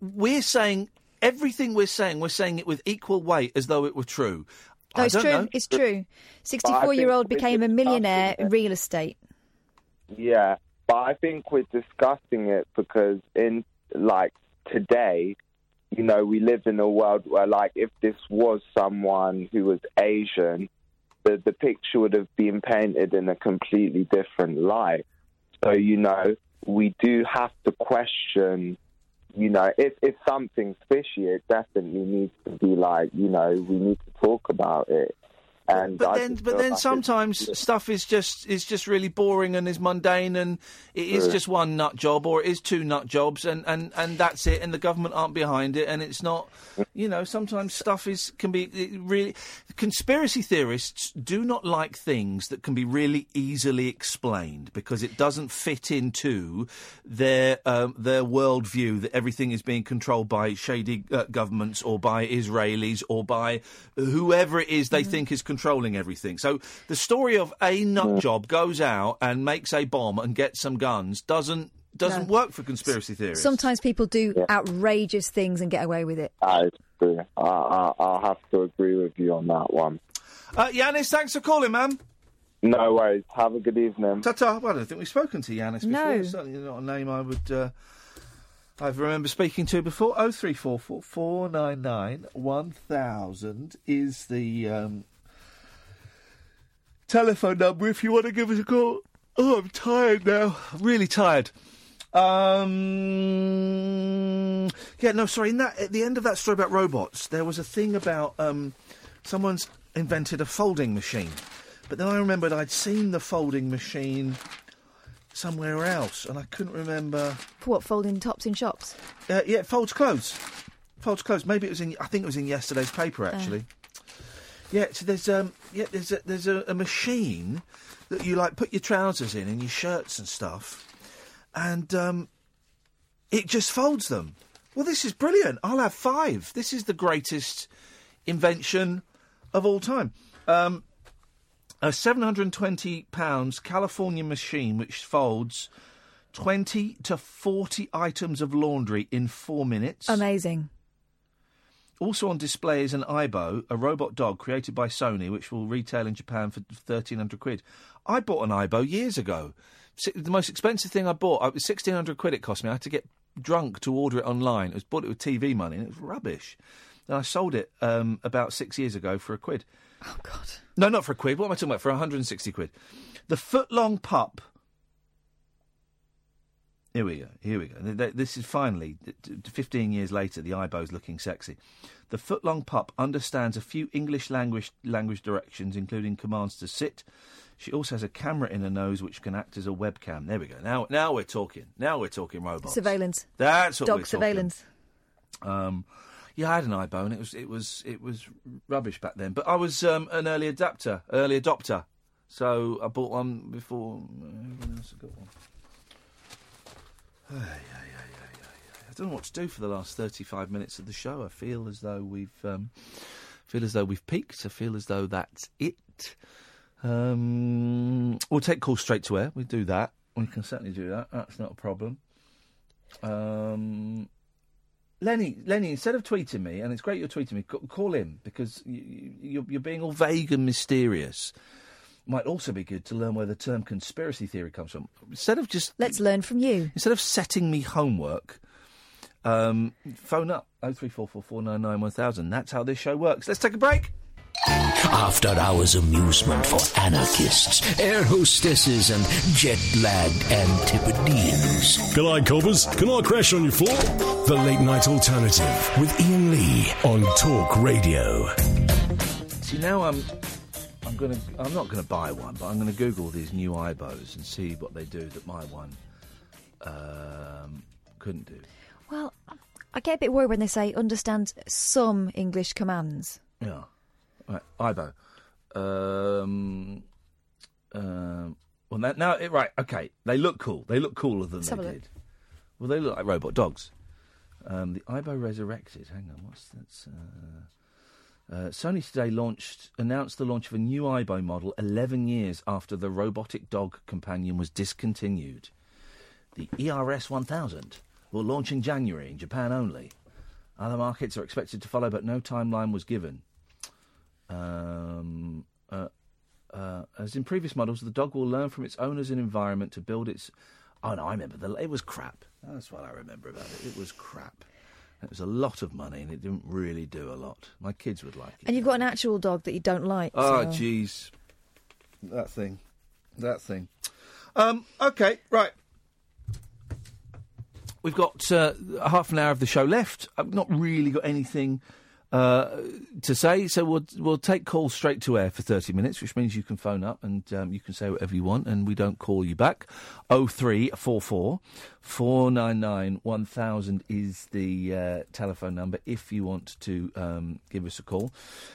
[SPEAKER 4] We're saying everything we're saying. We're saying it with equal weight as though it were true.
[SPEAKER 5] No,
[SPEAKER 4] I
[SPEAKER 5] it's
[SPEAKER 4] don't
[SPEAKER 5] true.
[SPEAKER 4] know.
[SPEAKER 5] It's true. Sixty-four-year-old became a millionaire in real estate.
[SPEAKER 15] Yeah, but I think we're discussing it because in like today, you know, we live in a world where, like, if this was someone who was Asian, the, the picture would have been painted in a completely different light. So, you know, we do have to question, you know, if, if something's fishy, it definitely needs to be like, you know, we need to talk about it. And
[SPEAKER 4] But
[SPEAKER 15] I
[SPEAKER 4] then,
[SPEAKER 15] just
[SPEAKER 4] but
[SPEAKER 15] feel like
[SPEAKER 4] then
[SPEAKER 15] it's-
[SPEAKER 4] sometimes stuff is just is just really boring and is mundane, and it is
[SPEAKER 15] True.
[SPEAKER 4] just one nut job or it is two nut jobs, and, and, and that's it. And the government aren't behind it, and it's not,
[SPEAKER 15] Mm.
[SPEAKER 4] you know. Sometimes stuff is can be it really. Conspiracy theorists do not like things that can be really easily explained because it doesn't fit into their um, their worldview that everything is being controlled by shady uh, governments or by Israelis or by whoever it is they think is controlling everything. So the story of a nut job goes out and makes a bomb and gets some guns doesn't doesn't work for conspiracy theories.
[SPEAKER 5] Sometimes people do outrageous things and get away with it.
[SPEAKER 15] I agree. I, I, I'll have to agree with you on that one.
[SPEAKER 4] Uh, Yanis, thanks for calling, man.
[SPEAKER 15] No worries. Have a good evening.
[SPEAKER 4] Ta-ta. Well, I don't think we've spoken to Yanis before.
[SPEAKER 5] No.
[SPEAKER 4] It's certainly not a name I would. Uh, I remember speaking to before. Oh three four four four nine nine one thousand is the um, telephone number if you want to give us a call. Oh, I'm tired now. I'm really tired. Um, yeah, no, sorry. In that, at the end of that story about robots, there was a thing about um, someone's invented a folding machine, but then I remembered I'd seen the folding machine somewhere else, and I couldn't remember.
[SPEAKER 5] For what, folding tops in shops?
[SPEAKER 4] Uh, yeah, it folds clothes. Folds clothes. Maybe it was in. I think it was in yesterday's
[SPEAKER 5] Oh.
[SPEAKER 4] paper actually. Yeah. So there's um. Yeah. There's a, there's a, a machine that you like put your trousers in and your shirts and stuff, and um, it just folds them. Well, this is brilliant. I'll have five. This is the greatest invention of all time. Um, a 720 pounds California machine which folds 20 to 40 items of laundry in four minutes.
[SPEAKER 5] Amazing.
[SPEAKER 4] Also on display is an Ibo, a robot dog created by Sony, which will retail in Japan for thirteen hundred quid. I bought an Ibo years ago. Si- The most expensive thing I bought, it was sixteen hundred quid. It cost me. I had to get drunk to order it online. It was bought it with TV money, and it was rubbish. Then I sold it um, about six years ago for a quid. Oh God! No, not for a quid. What am I talking about? For one hundred and sixty quid. The foot-long pup here we go. Here we go. Th- th- This is finally, th- th- 15 years later, the Ibo's looking sexy. The footlong pup understands a few English language language directions, including commands to sit. She also has a camera in her nose, which can act as a webcam. There we go. Now, now we're talking. Now we're talking robots.
[SPEAKER 5] Surveillance.
[SPEAKER 4] That's what we're
[SPEAKER 5] Dog
[SPEAKER 4] talking.
[SPEAKER 5] surveillance.
[SPEAKER 4] Um, yeah, I had an Ibo, and it was it was it was rubbish back then. But I was um, an early adapter, early adopter, so I bought one before everyone else had got one. Ay, ay, ay, ay, ay, ay. I don't know what to do for the last thirty-five minutes of the show. I feel as though we've um, feel as though we've peaked. I feel as though that's it. Um, we'll take calls straight to air. We do that. We can certainly do that. That's not a problem. Um, Lenny, Lenny, instead of tweeting me, and it's great you're tweeting me, c- call him because you, you, you're, you're being all vague and mysterious. Might also be good to learn where the term conspiracy theory comes from. Instead of just
[SPEAKER 5] let's learn from you.
[SPEAKER 4] Instead of setting me homework, um, phone up oh three four four four nine nine one thousand. That's how this show works. Let's take a break.
[SPEAKER 1] After hours amusement for anarchists, air hostesses, and jet lagged antipodeans.
[SPEAKER 10] Good night, Cobbers. Good night, Crash on your floor.
[SPEAKER 1] The late night alternative with Ian Lee on Talk Radio.
[SPEAKER 4] See now I'm I'm gonna I'm not gonna buy one, but I'm gonna Google these new Ibos and see what they do that my one um, couldn't do.
[SPEAKER 5] Well, I get a bit worried when they say understand some English commands.
[SPEAKER 4] Yeah. Right, Ibo. Um, um, well, that, now, it, right, okay. They look cool. They look cooler than
[SPEAKER 5] Let's
[SPEAKER 4] they
[SPEAKER 5] have a look.
[SPEAKER 4] did. Well, they look like robot dogs. Um, the Ibo Resurrected. Hang on, what's that? Uh, uh, Sony today launched announced the launch of a new Ibo model 11 years after the robotic dog companion was discontinued. The E ERS 1000 will launch in January in Japan only. Other markets are expected to follow, but no timeline was given. Um, uh, uh, as in previous models, the dog will learn from its owners and environment to build its. Oh no, I remember the. It was crap. That's what I remember about it. It was crap. It was a lot of money, and it didn't really do a lot. My kids would like it.
[SPEAKER 5] And you've got an actual dog that you don't like.
[SPEAKER 4] Oh,
[SPEAKER 5] so-
[SPEAKER 4] jeez. That thing. That thing. Um, okay, right. We've got uh, half an hour of the show left. I've not really got anything uh, to say, so we'll we'll take calls straight to air for thirty minutes, which means you can phone up and um, you can say whatever you want, and we don't call you back. Oh three four four four nine nine one thousand is the uh, telephone number if you want to um, give us a call.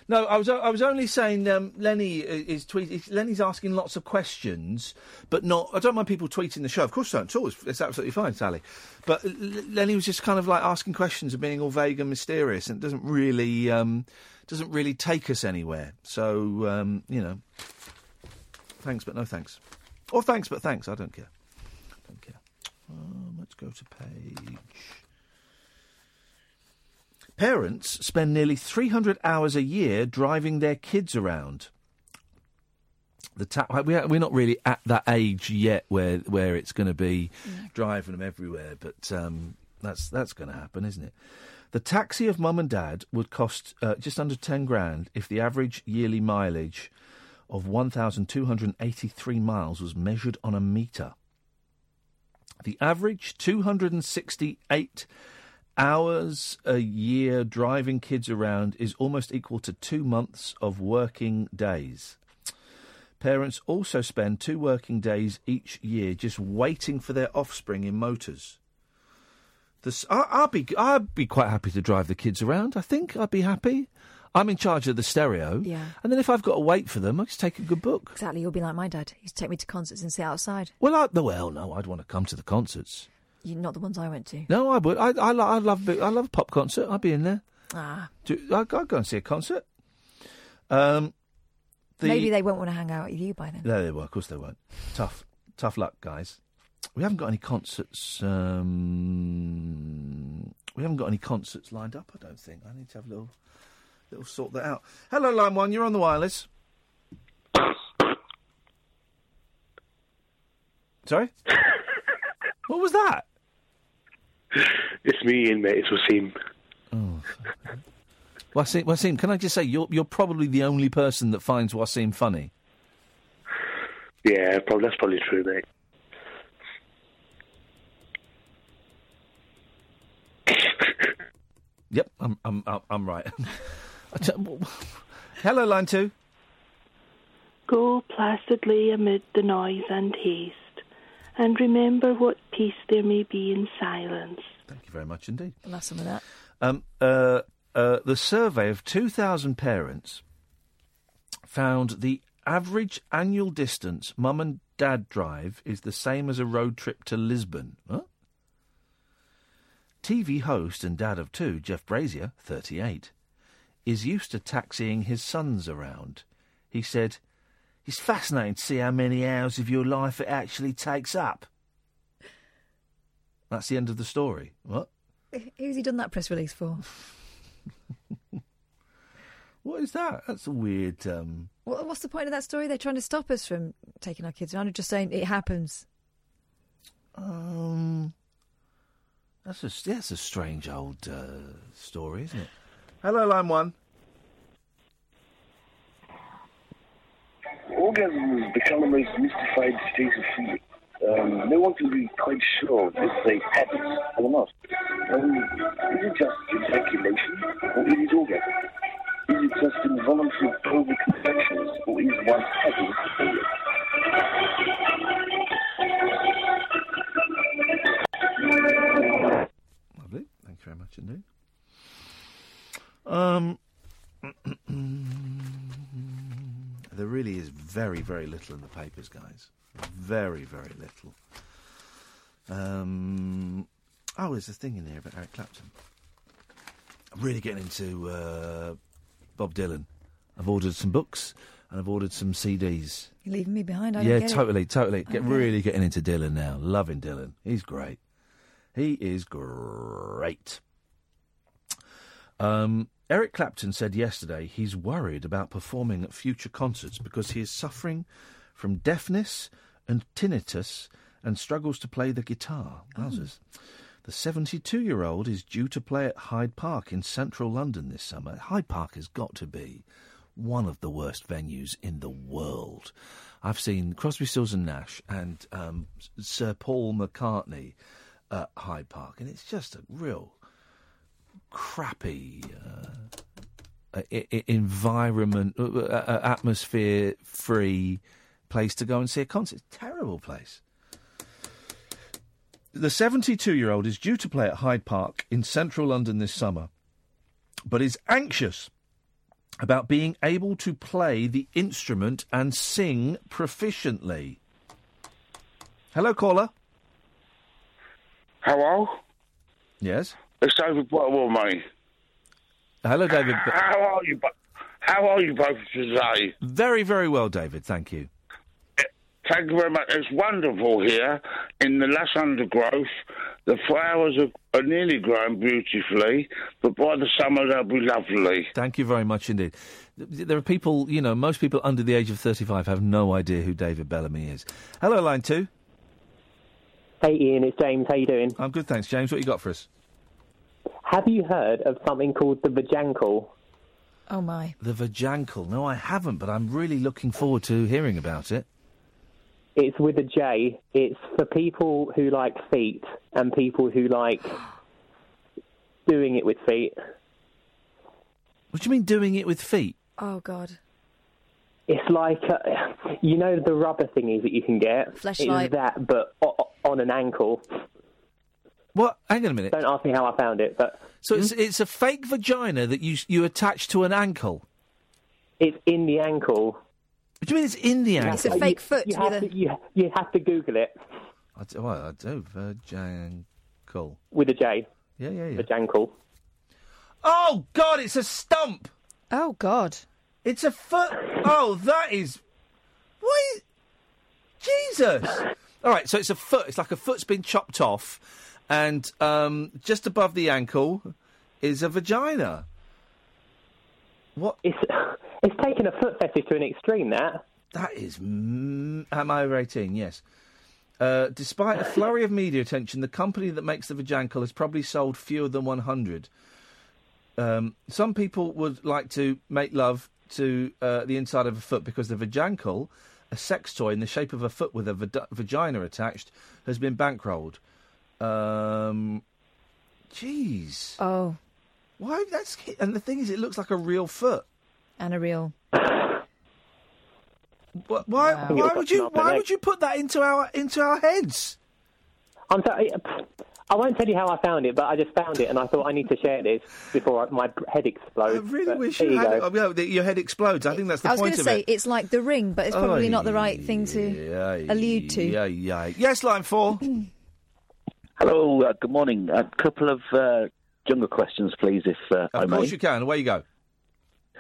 [SPEAKER 4] No, I was o- I was only saying um, Lenny i- is tweeting. Lenny's asking lots of questions, but not. I don't mind people tweeting the show. Of course, I don't. It's, all, it's, it's absolutely fine, Sally. But L- L- Lenny was just kind of like asking questions and being all vague and mysterious, and it doesn't really um, doesn't really take us anywhere. So um, you know, thanks but no thanks, or thanks but thanks. I don't care. Don't care. Um, let's go to page. Parents spend nearly 300 hours a year driving their kids around. The ta- we are, we're not really at that age yet where, where it's going to be driving them everywhere, but um, that's that's going to happen, isn't it? The taxi of mum and dad would cost uh, just under 10 grand if the average yearly mileage of 1,283 miles was measured on a metre. The average 268 hours a year driving kids around is almost equal to two months of working days. Parents also spend two working days each year just waiting for their offspring in motors. This, I, I'll be, I'd be quite happy to drive the kids around. I think I'd be happy. I'm in charge of the stereo.
[SPEAKER 5] Yeah.
[SPEAKER 4] And then if I've got to wait for them, I just take a good book.
[SPEAKER 5] Exactly, you'll be like my dad. He used to take me to concerts and sit outside.
[SPEAKER 4] Well, I, well, no, I'd want to come to the concerts.
[SPEAKER 5] You, not the ones I went to.
[SPEAKER 4] No, I would. I, I, lo- I love, I love a pop concert. I'd be in there.
[SPEAKER 5] Ah,
[SPEAKER 4] Do, I, I'd go and see a concert. Um, the-
[SPEAKER 5] maybe they won't want to hang out with you by then.
[SPEAKER 4] No, they were. Of course, they weren't. Tough, tough luck, guys. We haven't got any concerts. Um, we haven't got any concerts lined up. I don't think. I need to have a little, little sort that out. Hello, line one. You're on the wireless. Sorry. what was that?
[SPEAKER 18] It's me, Ian, mate. It's Wasim.
[SPEAKER 4] Wasim, Wasim, can I just say you're you're probably the only person that finds Wasim funny.
[SPEAKER 18] Yeah, probably, that's probably true, mate.
[SPEAKER 4] Yep, I'm I'm I'm- I'm right. I don't- Hello, line two.
[SPEAKER 12] Go placidly amid the noise and haste, and remember what peace there may be in silence.
[SPEAKER 4] Thank you very much indeed.
[SPEAKER 5] I'll have some of that.
[SPEAKER 4] Um, uh, uh, the survey of 2,000 parents found the average annual distance mum and dad drive is the same as a road trip to Lisbon. Huh? TV host and dad of two, Jeff Brazier, 38, is used to taxiing his sons around. He said, It's fascinating to see how many hours of your life it actually takes up. That's the end of the story. What?
[SPEAKER 5] Who's he done that press release for?
[SPEAKER 4] What is that? That's a weird. Um,
[SPEAKER 5] What, what's the point of that story? They're trying to stop us from taking our kids around. I'm just saying it happens.
[SPEAKER 4] Um, that's a that's a strange old uh, story, isn't it? Hello, line one.
[SPEAKER 13] Orgasm has become the most mystified state of feeling. Um, no one can be quite sure if they have it or not. Um, is it just ejaculation or is it orgasm? Is it just involuntary pelvic contractions or is one having orgasm?
[SPEAKER 4] Lovely. Thank you very much indeed. Um, there really is very, very little in the papers, guys. Very, very little. Um, oh, there's a thing in there about Eric Clapton. I'm really getting into uh, Bob Dylan. I've ordered some books and I've ordered some CDs.
[SPEAKER 5] You're leaving me behind. I
[SPEAKER 4] yeah,
[SPEAKER 5] don't get it.
[SPEAKER 4] totally, totally.
[SPEAKER 5] I
[SPEAKER 4] Get,
[SPEAKER 5] don't get it.
[SPEAKER 4] really getting into Dylan now. Loving Dylan. He's great. He is great. Um, Eric Clapton said yesterday he's worried about performing at future concerts because he is suffering from deafness and tinnitus and struggles to play the guitar. Wowzers. The 72 year old is due to play at Hyde Park in central London this summer. Hyde Park has got to be one of the worst venues in the world. I've seen Crosby, Stills and Nash and um, Sir Paul McCartney at Hyde Park, and it's just a real crappy uh, e- e- environment, uh, uh, atmosphere free place to go and see a concert. Terrible place. The 72 year old is due to play at Hyde Park in central London this summer, but is anxious about being able to play the instrument and sing proficiently. Hello, caller.
[SPEAKER 13] Hello?
[SPEAKER 4] Yes.
[SPEAKER 13] It's David Butterwell, mate.
[SPEAKER 4] Hello, David.
[SPEAKER 13] How are you, bu- how are you both today?
[SPEAKER 4] Very, very well, David. Thank you.
[SPEAKER 13] Thank you very much. It's wonderful here in the lush undergrowth. The flowers are, are nearly growing beautifully, but by the summer they'll be lovely.
[SPEAKER 4] Thank you very much indeed. Th- There are people, you know, most people under the age of 35 have no idea who David Bellamy is. Hello, line two.
[SPEAKER 14] Hey Ian, it's James. How you doing?
[SPEAKER 4] I'm good, thanks. James, what you got for us?
[SPEAKER 14] Have you heard of something called the Vajankle?
[SPEAKER 5] Oh, my.
[SPEAKER 4] The Vajankle. No, I haven't, but I'm really looking forward to hearing about it.
[SPEAKER 14] It's with a J. It's for people who like feet and people who like doing it with feet.
[SPEAKER 4] What do you mean doing it with feet?
[SPEAKER 5] Oh, God.
[SPEAKER 14] It's like uh, you know the rubber thingies that you can get.
[SPEAKER 5] Fleshlight.
[SPEAKER 14] It's that, but o- o- on an ankle.
[SPEAKER 4] What? Hang on a minute.
[SPEAKER 14] Don't ask me how I found it, but
[SPEAKER 4] So it's, it's a fake vagina that you, you attach to an ankle.
[SPEAKER 14] It's in the ankle.
[SPEAKER 4] What do you mean it's in the ankle?
[SPEAKER 14] It's a fake foot You have with a- to- you- you have to Google it.
[SPEAKER 4] I do, well, I do. Vajankle.
[SPEAKER 14] With a J.
[SPEAKER 4] Yeah, yeah, yeah.
[SPEAKER 14] Vajankle.
[SPEAKER 4] Oh God, it's a stump.
[SPEAKER 5] Oh God,
[SPEAKER 4] it's a foot. Oh, that is. What? Is... Jesus. All right, so it's a foot. It's like a foot's been chopped off, and um, just above the ankle is a vagina. What?
[SPEAKER 14] It's it's taken a foot fetish to an extreme. That
[SPEAKER 4] that is. M- am I over eighteen? Yes. Uh, despite a flurry of media attention, the company that makes the vajankle has probably sold fewer than one hundred. Um, some people would like to make love to uh, the inside of a foot because the vajankle, a sex toy in the shape of a foot with a vada- vagina attached, has been bankrolled. Um, jeez.
[SPEAKER 5] Oh.
[SPEAKER 4] Why? That's and the thing is, it looks like a real foot.
[SPEAKER 5] and a real.
[SPEAKER 4] Wh- Why?
[SPEAKER 5] Wow.
[SPEAKER 4] Why would you? Why would you put that into our into our heads?
[SPEAKER 14] I'm sorry. I won't tell you how I found it, but I just found it, and I thought I need to share this before I- my b- head explodes.
[SPEAKER 4] I really
[SPEAKER 14] But
[SPEAKER 4] wish
[SPEAKER 14] there
[SPEAKER 4] you
[SPEAKER 14] go.
[SPEAKER 4] had. It. Oh, yeah, the- your head explodes. I think that's the
[SPEAKER 5] I was going
[SPEAKER 4] point
[SPEAKER 5] to
[SPEAKER 4] of
[SPEAKER 5] say
[SPEAKER 4] it. Oh,
[SPEAKER 5] it's like the ring, but it's probably not the right thing to allude to.
[SPEAKER 4] Yeah, yeah. Yes, line four.
[SPEAKER 16] Hello, uh, good morning. A couple of uh, jungle questions, please, if uh, I
[SPEAKER 4] Of
[SPEAKER 16] may.
[SPEAKER 4] course you can. Away you go.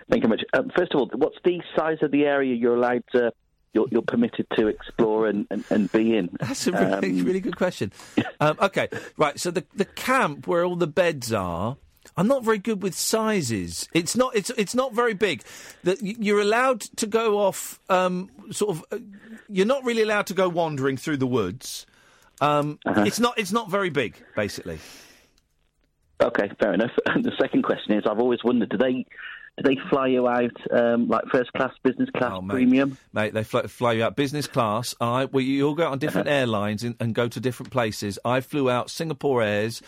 [SPEAKER 16] Thank you much. Um, first of all, what's the size of the area you're allowed to, you're, you're permitted to explore and, and, and be in?
[SPEAKER 4] That's a really,
[SPEAKER 16] Um,
[SPEAKER 4] really good question. Um, okay, right. So the the camp where all the beds are. I'm not very good with sizes. It's not. It's it's not very big. That y- you're allowed to go off. Um, sort of. uh, You're not really allowed to go wandering through the woods. Um, It's not. It's not very big, basically.
[SPEAKER 16] Okay, fair enough. And the second question is, I've always wondered, do they do they fly you out um, like first class, business class, premium?
[SPEAKER 4] Oh, Mate, they fly, fly you out business class. I well, you all go out on different airlines and, and go to different places. I flew out Singapore Airs,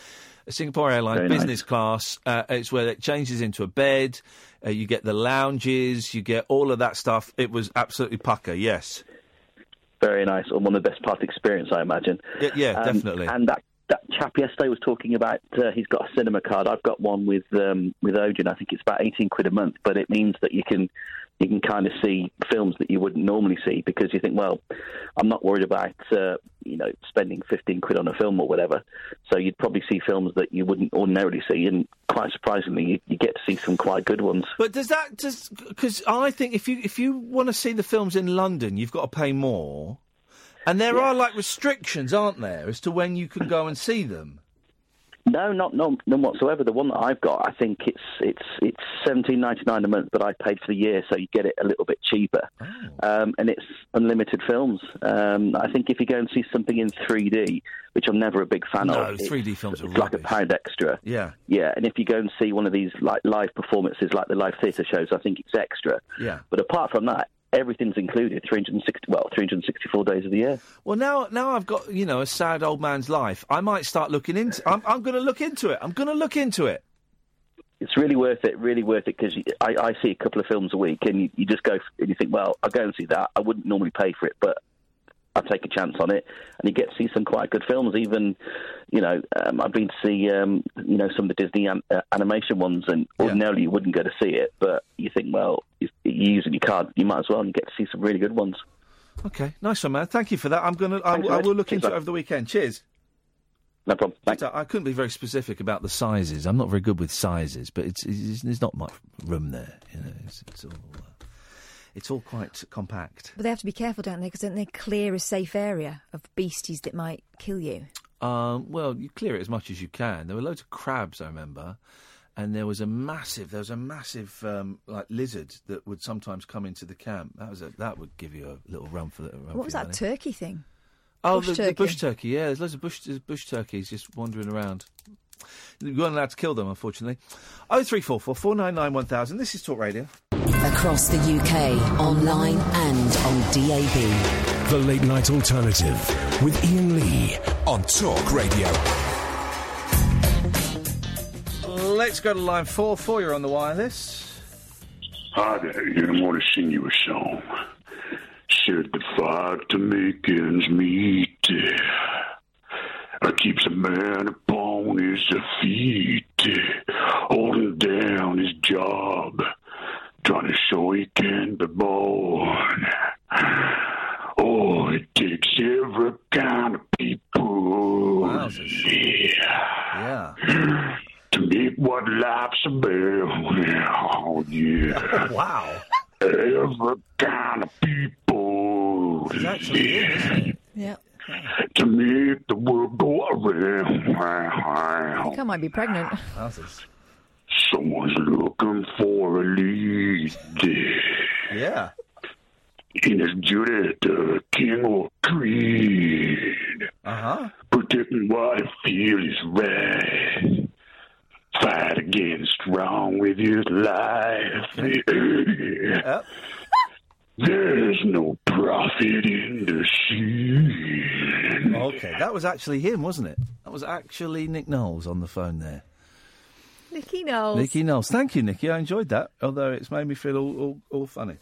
[SPEAKER 4] Singapore Airlines
[SPEAKER 16] Very nice.
[SPEAKER 4] business class. Uh, it's where it changes into a bed. Uh, you get the lounges. You get all of that stuff. It was absolutely pucker. Yes.
[SPEAKER 16] Very nice, and one of the best part experience, I imagine.
[SPEAKER 4] Yeah, yeah, definitely.
[SPEAKER 16] Um, And that that chap yesterday was talking about uh, he's got a cinema card. I've got one with um, with Odeon. I think it's about eighteen quid a month, but it means that you can you can kind of see films that you wouldn't normally see because you think, well, I'm not worried about uh, you know spending fifteen quid on a film or whatever. So you'd probably see films that you wouldn't ordinarily see, and quite surprisingly, you, you get to see some quite good ones.
[SPEAKER 4] But does that does because I think if you if you want to see the films in London, you've got to pay more, and there are like restrictions, aren't there, as to when you can go and see them.
[SPEAKER 16] No, not none, none whatsoever. The one that I've got, I think it's it's it's seventeen ninety nine a month, but I paid for the year, so you get it a little bit cheaper.
[SPEAKER 4] Oh.
[SPEAKER 16] Um, and it's unlimited films. Um, I think if you go and see something in three D, which I'm never a big fan
[SPEAKER 4] No,
[SPEAKER 16] of, it's-
[SPEAKER 4] 3D films are
[SPEAKER 16] it's like a pound extra.
[SPEAKER 4] Yeah.
[SPEAKER 16] yeah. And if you go and see one of these like live performances, like the live theatre shows, I think it's extra.
[SPEAKER 4] Yeah.
[SPEAKER 16] But apart from that, everything's included. Three hundred sixty well, three hundred sixty four days of the year.
[SPEAKER 4] Well, now now I've got you know a sad old man's life. I might start looking into. I'm, I'm going to look into it. I'm going to look into it.
[SPEAKER 16] it's really worth it, really worth it because I, I see a couple of films a week, and you, you just go f- and you think, well, I'll go and see that. I wouldn't normally pay for it, but I'll take a chance on it, and you get to see some quite good films. Even, you know, um, I've been to see, um, you know, some of the Disney an- uh, animation ones, and ordinarily you wouldn't go to see it, but you think, well, if you're using your card, you might as well, and you get to see some really good ones.
[SPEAKER 4] Okay, nice one, man. Thank you for that. I'm going to. I
[SPEAKER 16] Thanks, Ed.
[SPEAKER 4] will look into
[SPEAKER 16] Cheers,
[SPEAKER 4] it over the weekend. Cheers.
[SPEAKER 16] No
[SPEAKER 4] uh,
[SPEAKER 16] problem.
[SPEAKER 4] I couldn't be very specific about the sizes. I'm not very good with sizes, but it's, it's there's not much room there. You know, it's, it's all uh, it's all quite compact.
[SPEAKER 5] But they have to be careful, don't they? Because then they clear a safe area of beasties that might kill you.
[SPEAKER 4] Um, well, you clear it as much as you can. There were loads of crabs, I remember, and there was a massive, there was a massive um, like lizard that would sometimes come into the camp. That was a, that would give you a little run for the. Run for
[SPEAKER 5] what was
[SPEAKER 4] your
[SPEAKER 5] that
[SPEAKER 4] money.
[SPEAKER 5] turkey thing?
[SPEAKER 4] Oh,
[SPEAKER 5] Bush
[SPEAKER 4] the, the
[SPEAKER 5] turkey.
[SPEAKER 4] bush turkey. Yeah, there's loads of bush there's bush turkeys just wandering around. You weren't allowed to kill them, unfortunately. Oh three four four four nine nine one thousand. This is Talk Radio.
[SPEAKER 26] Across the UK, online and on DAB.
[SPEAKER 1] The Late Night Alternative with Ian Lee on Talk Radio.
[SPEAKER 4] Let's go to line four four. You're on the wireless.
[SPEAKER 13] Hi there, you don't want to sing you a song. Said the five Jamaicans meet. I keeps a man upon his feet, holding down his job, trying to show he can be born. Oh, it takes every kind of people.
[SPEAKER 4] Yeah.
[SPEAKER 13] To make what life's about. Oh, yeah.
[SPEAKER 4] wow.
[SPEAKER 13] Every kind of people. Yeah.
[SPEAKER 5] Yeah.
[SPEAKER 13] To make the world go around.
[SPEAKER 5] I think I might be pregnant.
[SPEAKER 13] Someone's looking for a lead.
[SPEAKER 4] Yeah.
[SPEAKER 13] In his duty to king or creed.
[SPEAKER 4] Uh-huh.
[SPEAKER 13] Protecting what he feels is right. Fight against wrong with his life. There's no profit in the sea.
[SPEAKER 4] Okay, that was actually him, wasn't it? That was actually Nick Knowles on the phone there.
[SPEAKER 5] Nicky Knowles.
[SPEAKER 4] Nikki Knowles. Thank you, Nikki. I enjoyed that, although it's made me feel all, all, all funny.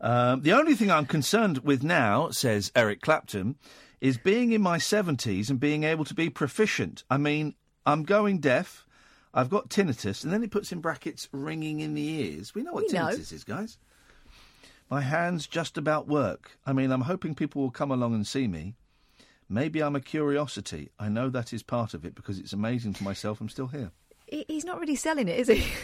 [SPEAKER 4] Um, the only thing I'm concerned with now, says Eric Clapton, is being in my 70s and being able to be proficient. I mean, I'm going deaf, I've got tinnitus, and then it puts in brackets ringing in the ears. We know what
[SPEAKER 5] We know.
[SPEAKER 4] tinnitus is, guys. My hands just about work. I mean, I'm hoping people will come along and see me. Maybe I'm a curiosity. I know that is part of it because it's amazing to myself I'm still here.
[SPEAKER 5] He- He's not really selling it, is he?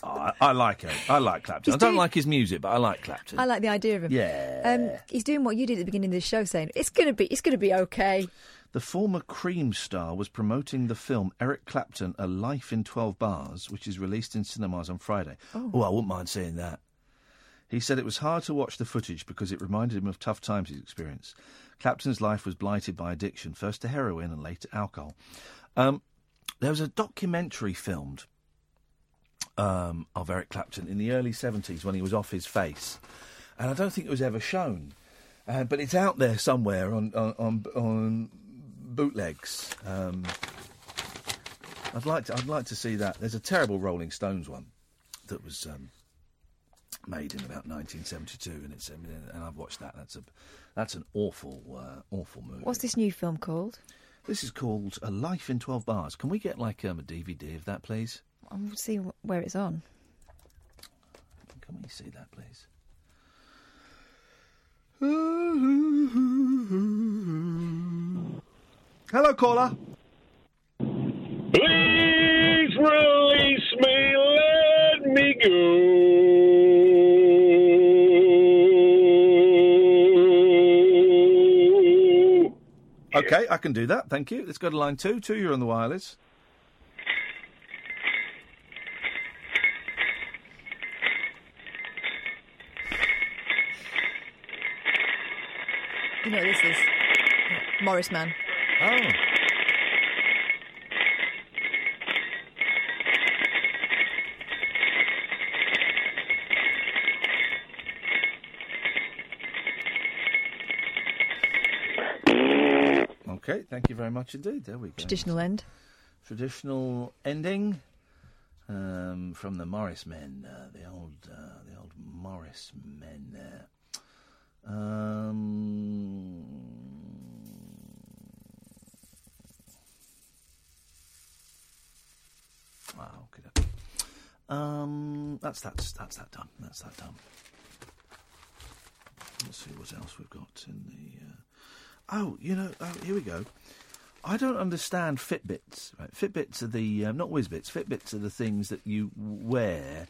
[SPEAKER 4] Oh, I, I like him. I like Clapton. I don't like his music, but I like Clapton.
[SPEAKER 5] I like the idea of him.
[SPEAKER 4] Yeah.
[SPEAKER 5] Um, he's doing what you did at the beginning of the show, saying it's gonna be, it's gonna be okay.
[SPEAKER 4] The former Cream star was promoting the film Eric Clapton, A Life in 12 Bars, which is released in cinemas on Friday.
[SPEAKER 5] Oh.
[SPEAKER 4] I wouldn't mind seeing that. He said it was hard to watch the footage because it reminded him of tough times he's experienced. Clapton's life was blighted by addiction, first to heroin and later alcohol. Um, there was a documentary filmed um, of Eric Clapton in the early 70s when he was off his face. And I don't think it was ever shown. Uh, but it's out there somewhere on, on, on, on bootlegs. Um, I'd, like to, I'd like to see that. There's a terrible Rolling Stones one that was um, made in about 1972, and it's um, and I've watched that. That's a that's an awful uh, awful movie.
[SPEAKER 5] What's this new film called?
[SPEAKER 4] This is called A Life in 12 Bars. Can we get like um, a DVD of that, please?
[SPEAKER 5] I'll see wh- where it's on.
[SPEAKER 4] Can we see that, please? Hello, caller.
[SPEAKER 20] Please release me, let me go.
[SPEAKER 4] Okay, I can do that. Thank you. Let's go to line two. Two, you're on the wireless.
[SPEAKER 5] You know what this is Morris Man.
[SPEAKER 4] Oh. Okay, thank you very much indeed. There we go.
[SPEAKER 5] Traditional end.
[SPEAKER 4] Traditional ending um, from the Morris Men, uh, the old, uh, the old Morris Men there. Um, wow, ah, okay. Um, that's that's that's that done. That's that done. Let's see what else we've got in the. Uh, Oh, you know, oh, here we go. I don't understand Fitbits. Right? Fitbits are the um, not Whizbits. Fitbits are the things that you wear,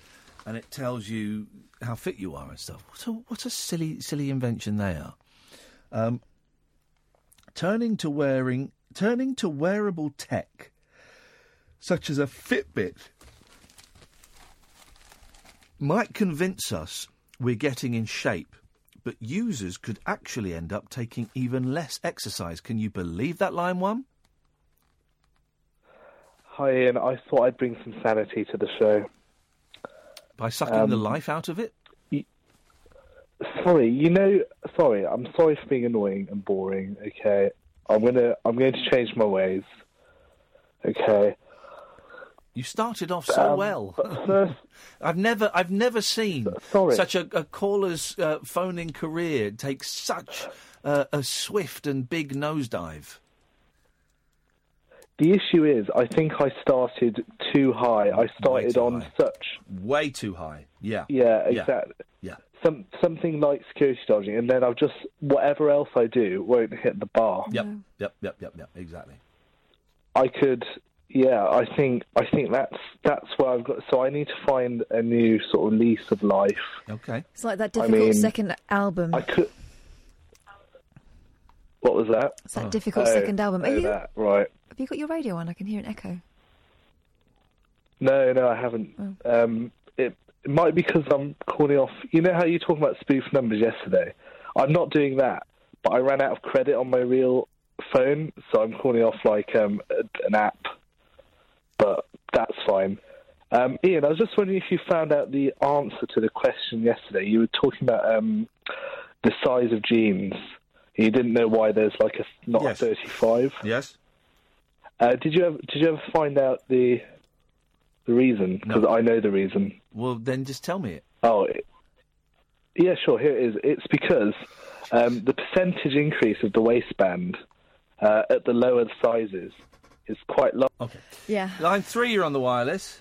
[SPEAKER 4] and it tells you how fit you are and stuff. What a what a silly silly invention they are. Um, turning to wearing, turning to wearable tech, such as a Fitbit, might convince us we're getting in shape, but users could actually end up taking even less exercise. Can you believe that, Line One?
[SPEAKER 27] Hi, Ian. I thought I'd bring some sanity to the show.
[SPEAKER 4] By sucking
[SPEAKER 27] Um,
[SPEAKER 4] the life out of it?
[SPEAKER 27] Sorry, you know, sorry. I'm sorry for being annoying and boring. Okay, I'm gonna, I'm going to change my ways. Okay.
[SPEAKER 4] You started off so
[SPEAKER 27] Um,
[SPEAKER 4] well.
[SPEAKER 27] but first-
[SPEAKER 4] I've never, I've never seen
[SPEAKER 27] sorry.
[SPEAKER 4] such a, a caller's uh, phoning career take such uh, a swift and big nosedive.
[SPEAKER 27] The issue is, I think I started too high. I started on such,
[SPEAKER 4] Way too high. Yeah.
[SPEAKER 27] yeah, exactly.
[SPEAKER 4] Yeah.
[SPEAKER 27] Some something like security dodging, and then I'll just whatever else I do won't hit the bar.
[SPEAKER 4] Yep. Yep. Yep. Yep. Yep. Exactly.
[SPEAKER 27] I could, yeah. I think I think that's that's where I've got. So I need to find a new sort of lease of life.
[SPEAKER 4] Okay.
[SPEAKER 5] It's like that
[SPEAKER 27] I
[SPEAKER 5] difficult
[SPEAKER 27] mean,
[SPEAKER 5] second album.
[SPEAKER 27] I could. What was that?
[SPEAKER 5] It's that difficult second album. Are
[SPEAKER 27] oh,
[SPEAKER 5] you-
[SPEAKER 27] that, right?
[SPEAKER 5] Have you got your radio on? I can hear an echo.
[SPEAKER 27] No, no, I haven't. Um, it, it might be because I'm calling off. You know how you talking about spoof numbers yesterday? I'm not doing that, but I ran out of credit on my real phone, so I'm calling off like um, a- an app. But that's fine. Um, Ian, I was just wondering if you found out the answer to the question yesterday. You were talking about um, the size of jeans. You didn't know why there's like a not a 35.
[SPEAKER 4] Yes.
[SPEAKER 27] Uh, did you ever, did you ever find out the the reason? Because I know the reason.
[SPEAKER 4] Well, then just tell me it.
[SPEAKER 27] Oh, it, yeah, sure. Here it is. It's because um, the percentage increase of the waistband uh, at the lower sizes is quite large.
[SPEAKER 4] Okay.
[SPEAKER 5] Yeah.
[SPEAKER 4] Line three, you're on the wireless.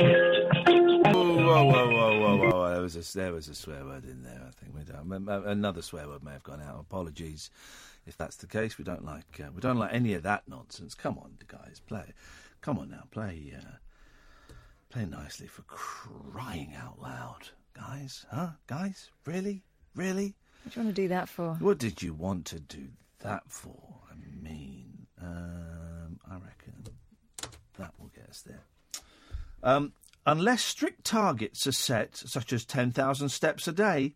[SPEAKER 4] Whoa, whoa, whoa, whoa, whoa, whoa, whoa. There was, a, there was a swear word in there, I think. We don't, um, uh, another swear word may have gone out. Apologies if that's the case. We don't like uh, we don't like any of that nonsense. Come on, guys, play. Come on now, play uh, play nicely for crying out loud, guys. Huh? Guys? Really? Really?
[SPEAKER 5] What do you want to do that for?
[SPEAKER 4] What did you want to do that for? I mean, um, I reckon that will get us there. Um, unless strict targets are set, such as 10,000 steps a day,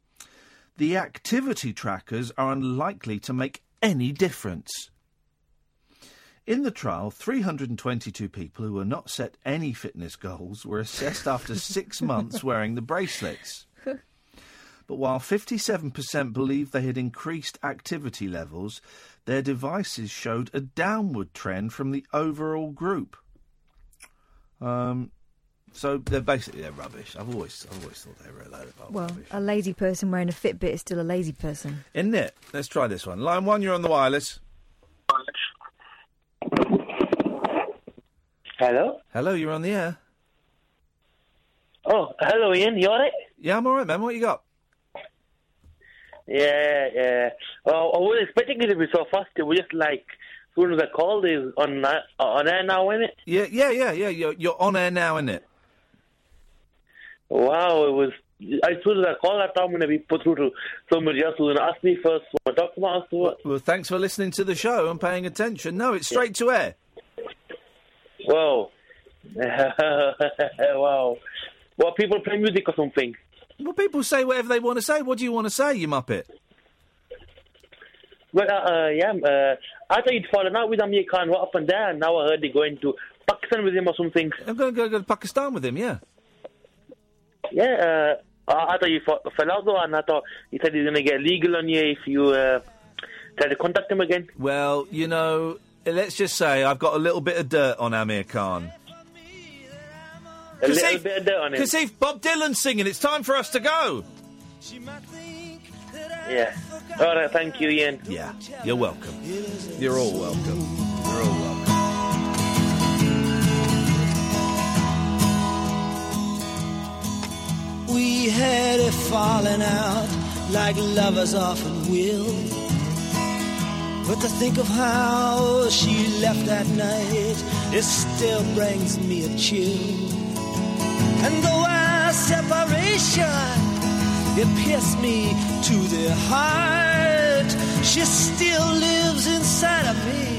[SPEAKER 4] the activity trackers are unlikely to make any difference. In the trial, 322 people who were not set any fitness goals were assessed after six months wearing the bracelets. But while 57% believed they had increased activity levels, their devices showed a downward trend from the overall group. Um, So they're basically they're rubbish. I've always I've always thought they were a load of
[SPEAKER 5] Well, a lazy person wearing a Fitbit is still a lazy person.
[SPEAKER 4] Isn't it? Let's try this one. Line one, you're on the wireless.
[SPEAKER 18] Hello?
[SPEAKER 4] Hello, you're on the air.
[SPEAKER 18] Oh, hello, Ian. You alright?
[SPEAKER 4] Yeah, I'm alright, man. What you got?
[SPEAKER 18] Yeah, yeah. Well, I wasn't expecting it to be so fast. It was just like, as soon as I called, it was on, na- on air now, isn't it?
[SPEAKER 4] Yeah, yeah, yeah, yeah. You're, you're on air now, isn't it?
[SPEAKER 18] Wow, it was. As soon as I called, I thought I'm going to be put through to somebody else who's going to ask me first what I'm talking about. So,
[SPEAKER 4] Well, thanks for listening to the show and paying attention. No, it's straight to air.
[SPEAKER 18] wow. wow. Well, people play music or something.
[SPEAKER 4] Well, people say whatever they want to say. What do you want to say, you muppet?
[SPEAKER 18] Well, uh, uh, yeah, uh, I thought you'd fallen out with Amir Khan. What happened there? And now I heard they're going to Pakistan with him or something.
[SPEAKER 4] I'm going to Uh, go, go to Pakistan with him, yeah.
[SPEAKER 18] Yeah, uh, I I thought you fought, fell out though, and I thought you said he's going to get legal on you if you uh, try to contact him again.
[SPEAKER 4] Well, you know, let's just say I've got a little bit of dirt on Amir Khan.
[SPEAKER 18] A little bit of dirt on him.
[SPEAKER 4] Kasif, Bob Dylan's singing. It's time for us to go.
[SPEAKER 18] Yeah. All right, thank you, Ian.
[SPEAKER 4] Yeah, you're welcome. You're all welcome. You're all welcome.
[SPEAKER 24] We had a falling out like lovers often will. But to think of how she left that night, it still brings me a chill. And though our separation, it pierced me to the heart, she still lives inside of me.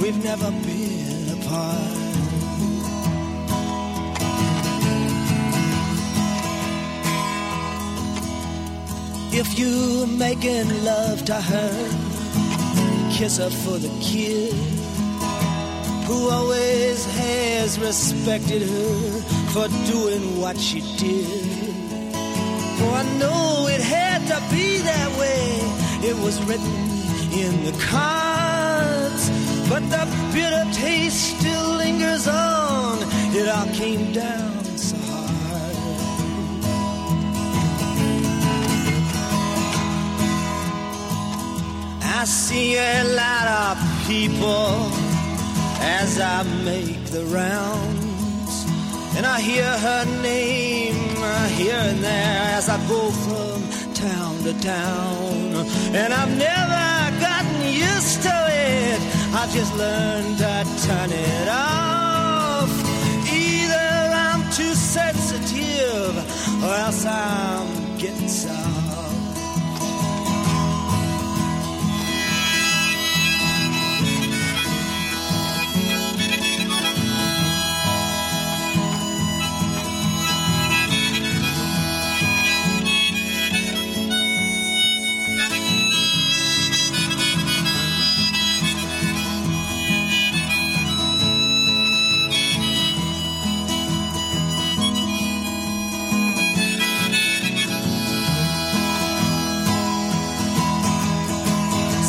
[SPEAKER 24] We've never been apart. If you're making love to her, kiss her for the kid who always has respected her for doing what she did. For I know it had to be that way. It was written in the cards, but the bitter taste still lingers on. It all came down so hard. I see a lot of people as I make the rounds. And I hear her name uh, here and there as I go from town to town. And I've never gotten used to it. I've just learned to turn it off. Either I'm too sensitive or else I'm getting soft.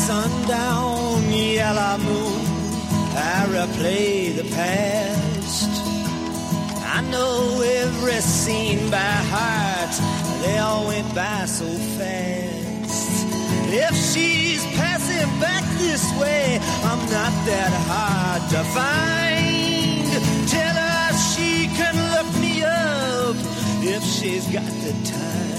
[SPEAKER 24] sundown, yellow moon. I replay the past. I know every scene by heart. They all went by so fast. If she's passing back this way, I'm not that hard to find. Tell her she can look me up if she's got the time.